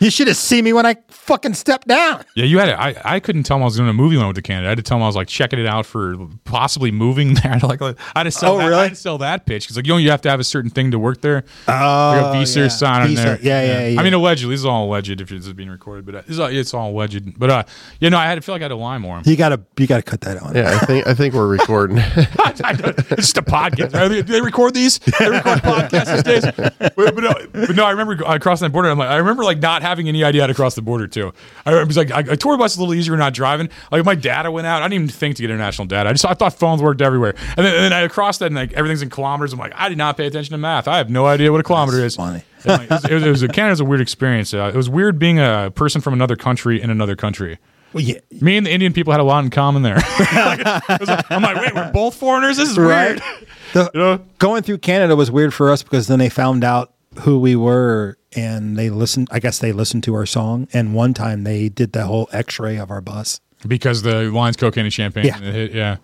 you should have seen me when I fucking stepped down.
Yeah, you had it. I, I couldn't tell him I was doing a movie when I went to Canada. I had to tell him I was like checking it out for possibly moving there. Like, like, I had to sell.
Oh,
that, I
really? Oh,
had to sell that pitch because like you know you have to have a certain thing to work there. like a visa
yeah.
or sign on
Visa.
there.
Yeah, yeah, yeah.
I mean allegedly, this is all alleged if it's being recorded, but uh, it's all, it's all alleged. But uh, you know, I had to feel like I had to lie more.
You gotta, you gotta cut that out.
Yeah, I think I think we're recording.
I know. it's just a podcast. Are they, do they record these? They record podcasts these days. But, but no, but no, I remember I crossed that border. I'm like, I remember like not having any idea how to cross the border too. I was like, I, a tour bus is a little easier when not driving. Like if my data went out. I didn't even think to get international data. I just I thought phones worked everywhere. And then, and then I crossed that and like everything's in kilometers. I'm like, I did not pay attention to math. I have no idea what a kilometer is.
funny.
And, like, it was, it was, it was a, Canada's a weird experience. Uh, it was weird being a person from another country in another country.
Well, yeah.
Me and the Indian people had a lot in common there. Like, it was like- I'm like, wait, we're both foreigners. This is
Right.
weird.
The-
You know?
Going through Canada was weird for us because then they found out who we were and they listened. I guess they listened to our song. And one time they did the whole X-ray of our bus.
Because the wine's cocaine and champagne.
Yeah.
Yeah. yeah.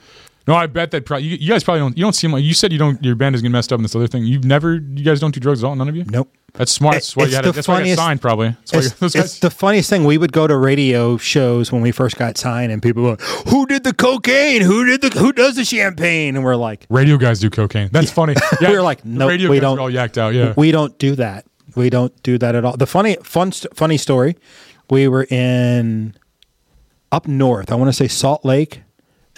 No, I bet that probably you, you guys probably don't. You don't seem like you said you don't. Your band is getting messed up in this other thing. You've never. You guys don't do drugs at all. None of you.
Nope.
That's smart.
It-
That's why
it's
you had.
the
A, that's why you
funniest-
got signed probably. That's why you,
It's,
those
it's
guys-
the funniest thing. We would go to radio shows when we first got signed, and people were like, "Who did the cocaine? Who did the who does the champagne?" And we're like,
radio guys do cocaine. That's funny. Yeah,
We were like,
the
nope,
radio
we
guys
don't-
Are all yacked out. Yeah.
we don't do that. We don't do that at all. The funny, fun, st- funny story. We were in up north. I want to say Salt Lake,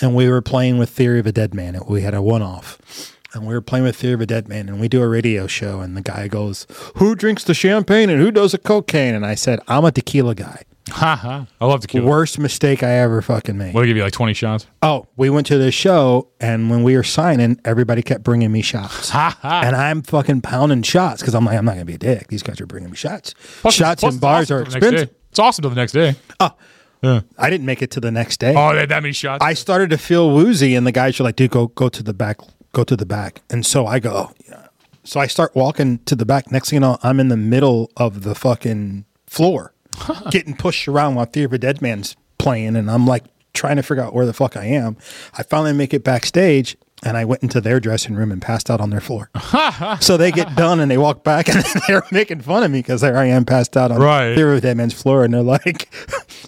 and we were playing with Theory of a Dead Man. We had a one-off, and we were playing with Theory of a Dead Man, and we do a radio show, and the guy goes, "Who drinks the champagne and who does the cocaine?" And I said, "I'm a tequila guy."
ha ha. I love tequila. What
Worst mistake I ever fucking made.
will they give you like twenty shots?
Oh, we went to this show, and when we were signing, everybody kept bringing me shots, and I'm fucking pounding shots because I'm like, I'm not gonna be a dick. These guys are bringing me shots. shots
plus
and
it's
bars
awesome
are
till the next
expensive.
day. It's awesome till the next day.
I didn't make it to the next day.
Oh, they had that many shots.
I started to feel woozy, and the guys were like, "Dude, go go to the back, go to the back." And so I go, yeah. so I start walking to the back. Next thing you know, I'm in the middle of the fucking floor, getting pushed around while Theory of a Dead Man's playing, and I'm like trying to figure out where the fuck I am. I finally make it backstage. And I went into their dressing room and passed out on their floor. so they get done and they walk back and they're making fun of me because there I am passed out on
Right.
Theory of a Dead Man's floor. And they're like,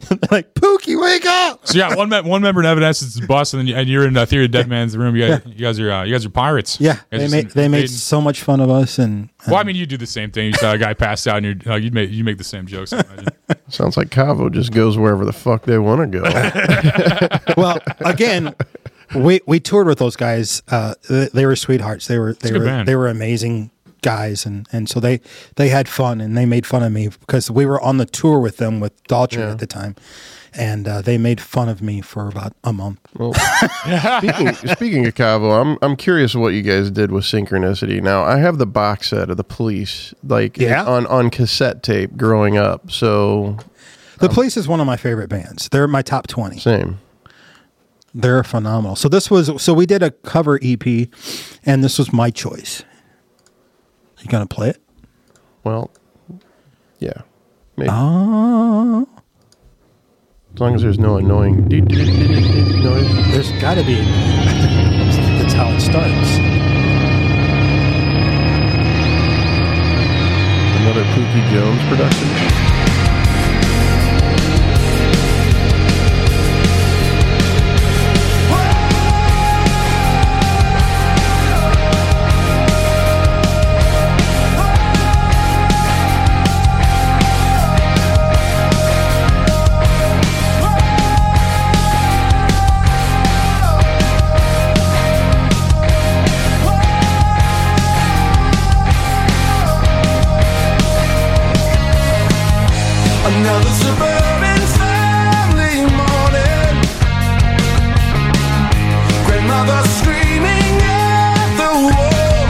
they're like, Pookie, wake up.
So yeah, one me- one member in Evanescence's bus, and then you- and you're in uh, Theory of Dead Man's room. You guys, you guys are uh, you guys are pirates.
Yeah, they
You guys
made
just
they made
invading-
so much fun of us, and
Well, I mean, you do the same thing. You saw a guy passed out, and you're, uh, you make you make the same jokes. I imagine.
Sounds like Cavo just goes wherever the fuck they want to go.
well, again, we we toured with those guys. Uh, they, they were sweethearts. They were they
a good
were
band.
they were amazing guys, and and so they they had fun and they made fun of me because we were on the tour with them with Daltrey at the time, and uh, they made fun of me for about a month.
Well, speaking, speaking of Cabo, I'm I'm curious what you guys did with Synchronicity. Now I have the box set of the Police, like
Yeah?
on on cassette tape growing up. So
The Police is one of my favorite bands. They're my top twenty.
same.
They're phenomenal. So this was so we did a cover EP, and this was my choice. You gonna play it?
Well, yeah. Maybe. Ah. As long as there's no annoying dee- dee- dee- dee- dee- noise.
There's got to be. That's how it starts.
Another Pookie Jones production.
Another suburban family morning. Grandmother screaming at the wall.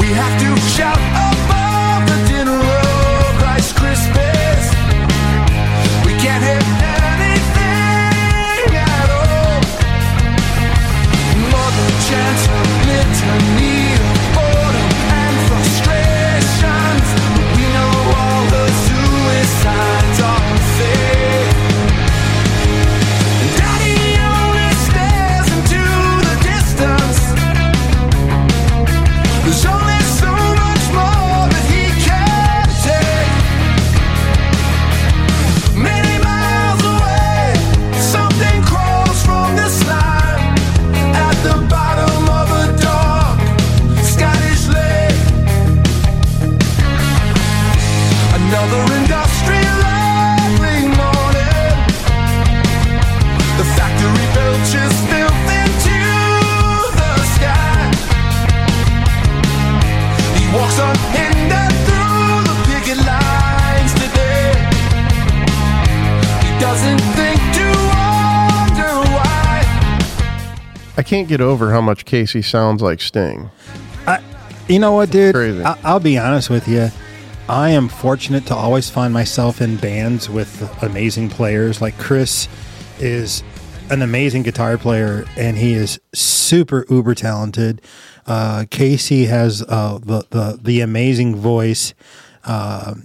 We have to shout above the dinner of Rice Krispies. We can't hear anything at all. Modern chance, litany, boredom, and frustrations. We know all the suicides are fake. Daddy only stares into the distance. There's only so much more that he can take. Many miles away, something crawls from the slime at the bottom of a dark Scottish lake. Another industrial lightning morning. The factory belches filth into the sky. He walks unhindered through the picket lines today. He doesn't think to wonder why.
I can't get over how much Casey sounds like Sting.
You know what, dude?
Crazy.
I- I'll be honest with you. I am fortunate to always find myself in bands with amazing players. Like Chris is an amazing guitar player, and he is super uber talented. Uh, Casey has uh, the, the the amazing voice. and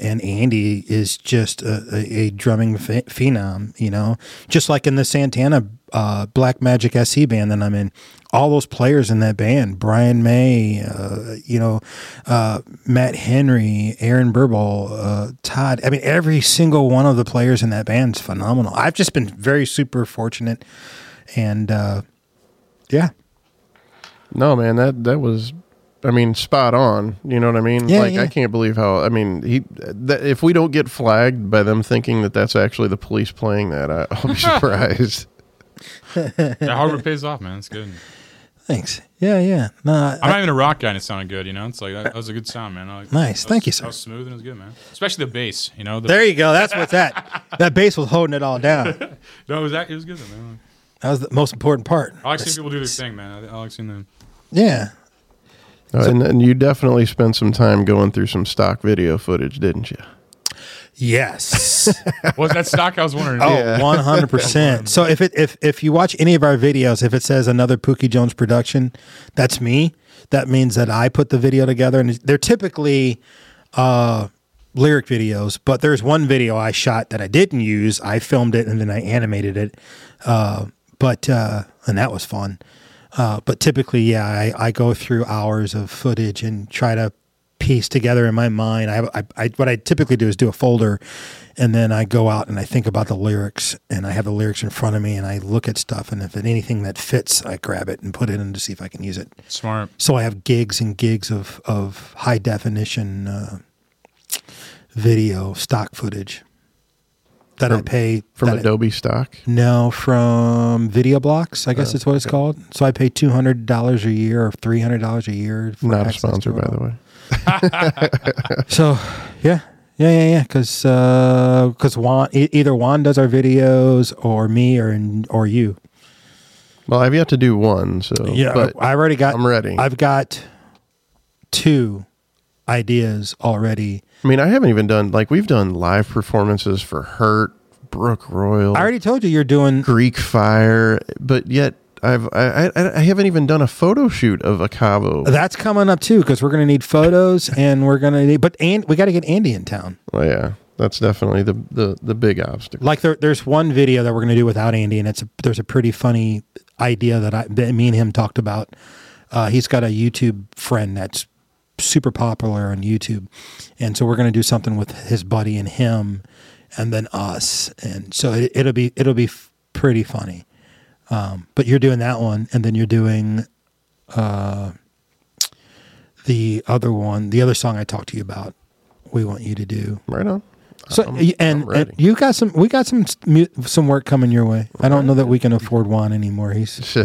and Andy is just a, a, a drumming ph- phenom, you know, just like in the Santana uh, Black Magic SC band that I'm in. All those players in that band, Brian May, uh, you know, uh, Matt Henry, Aaron Burble, uh, Todd. I mean, every single one of the players in that band is phenomenal. I've just been very super fortunate, and uh, yeah,
No, man, that that was, I mean, spot on. You know what I mean?
Yeah,
like
yeah.
I can't believe how. I mean, he. That, if we don't get flagged by them thinking that that's actually the police playing that, I, I'll be surprised.
That hardware pays off, man. It's good.
thanks. Yeah, yeah. No, I-
I'm not even a rock guy, and it sounded good. You know, it's like that, that was a good sound, man. I like-
Nice.
that
Thank
was-
you, sir.
That was smooth and it was good, man. Especially the bass. You know, the,
there you go. That's what's that. That bass was holding it all down.
no, it was that it was good, though, man.
That was the most important part.
I like seeing people do their thing, man. I, I like seeing them.
Yeah.
and, and you definitely spent some time going through some stock video footage, didn't you?
Yes.
Was that stock? I was wondering.
Oh, one hundred percent. So if it if if you watch any of our videos, if it says another Pookie Jones production, that's me. That means that I put the video together, and they're typically uh, lyric videos. But there's one video I shot that I didn't use. I filmed it and then I animated it. Uh, but uh, and that was fun. Uh, but typically, yeah, I, I go through hours of footage and try to piece together in my mind. I, I, I what I typically do is do a folder, and then I go out and I think about the lyrics, and I have the lyrics in front of me, and I look at stuff, and if it- anything that fits, I grab it and put it in to see if I can use it.
Smart.
So I have gigs and gigs of of high definition uh, video stock footage. that I pay
from
that I-
Adobe stock.
No, from Video Blocks, I
Oh,
guess it's what it's called. So I pay two hundred dollars a year or three hundred dollars a year. For
Not a
access to
sponsor,
it
by
all.
the way.
So, yeah, yeah, yeah, yeah. Because because Juan e- either Juan does our videos or me or or you.
Well, I've yet to do one, so
Yeah,
but
I already got.
I'm ready.
I've got two ideas already.
I mean, I haven't even done like we've done live performances for Hurt, Brooke Royal,
I already told you you're doing.
Greek Fire, but yet I've I, I, I haven't even done a photo shoot of a Cabo.
That's coming up too because we're gonna need photos and we're gonna need. But and we got to get Andy in town.
oh yeah, that's definitely the the, the big obstacle.
like there, there's one video that we're going to do without Andy, and it's a, there's a pretty funny idea that I that me and him talked about. Uh, he's got a YouTube friend that's super popular on YouTube, and so we're going to do something with his buddy and him, and then us, and so it, it'll be it'll be f- pretty funny. Um, but you're doing that one, and then you're doing uh, the other one, the other song I talked to you about. We want you to do.
Right on.
So y- and,
I'm ready.
and you got some, we got some s- mu- some work coming your way. I don't know that we can afford Juan anymore. He's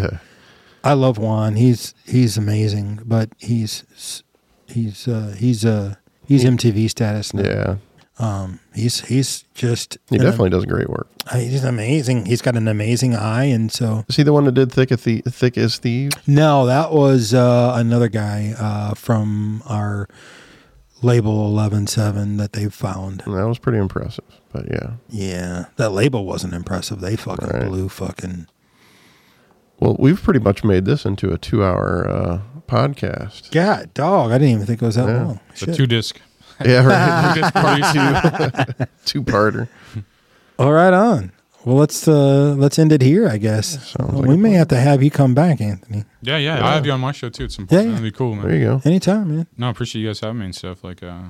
I love Juan. He's he's amazing, but he's s- he's uh, he's uh, he's MTV status now. Um,
yeah,
He's he's just
he
an-
definitely does great work.
uh, he's amazing. He's got an amazing eye, and so
Is he the one that did thick as the thick as thieves?
no, that was uh, another guy uh, from our label eleven seven that they found.
And that was pretty impressive. But yeah,
Yeah, that label wasn't impressive. They fucking
Right.
blew fucking.
well, we've pretty much made this into a two-hour uh, podcast.
God, dog! I didn't even think it was that
Yeah.
long.
It's a
Shit.
two disc.
Yeah, right.
Two disc party two.
two-parter.
All right, on. Well, let's uh let's end it here, I guess. Well,
like
we
a
may have to have you come back, Anthony,
Yeah, yeah. I'll have you on my show too at some
Yeah,
point.
yeah.
That'd be cool, man.
There you go.
anytime, man.
No, I appreciate you guys having me and stuff. Like, uh,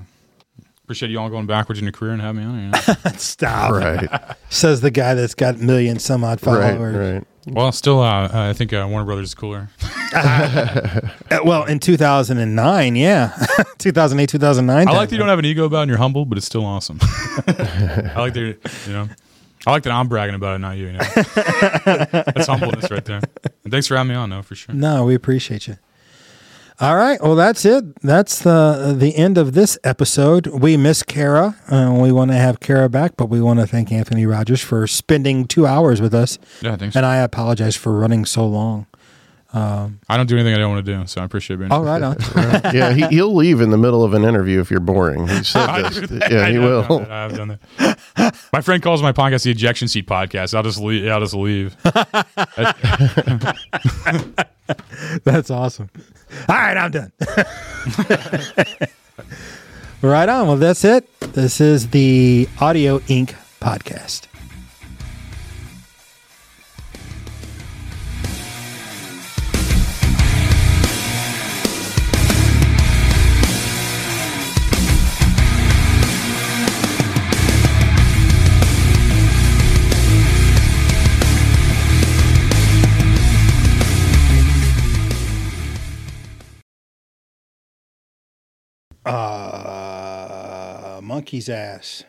appreciate you all going backwards in your career and having me on. You know?
Stop.
Right,
Says the guy that's got million some odd
right,
followers.
right.
well, still, uh, I think uh, Warner Brothers is cooler.
Uh, well, in 2009, yeah, 2008, 2009.
I like that you don't have an ego about it and you're humble, but it's still awesome. I like that, you're- you know. I like that I'm bragging about it, not you. you know? That's humbleness right there. And thanks for having me on, though, for sure.
No, we appreciate you. All right. Well, that's it. That's the the end of this episode. We miss Kara. Uh, we want to have Kara back, but we want to thank Anthony Rogers for spending two hours with us.
Yeah, thanks.
And I apologize for running so long.
I don't do anything I don't want to do, so I appreciate being.
All Oh, right, on.
yeah, he, he'll leave in the middle of an interview if you're boring. He said
I
this.
do that.
Yeah,
I
he
have done
will.
that. I have done that. My friend calls my podcast the ejection seat podcast. I'll just leave. I'll just leave.
That's awesome. All right, I'm done. right on. Well, that's it. This is the Audio Inc. podcast. Uh, monkey's ass.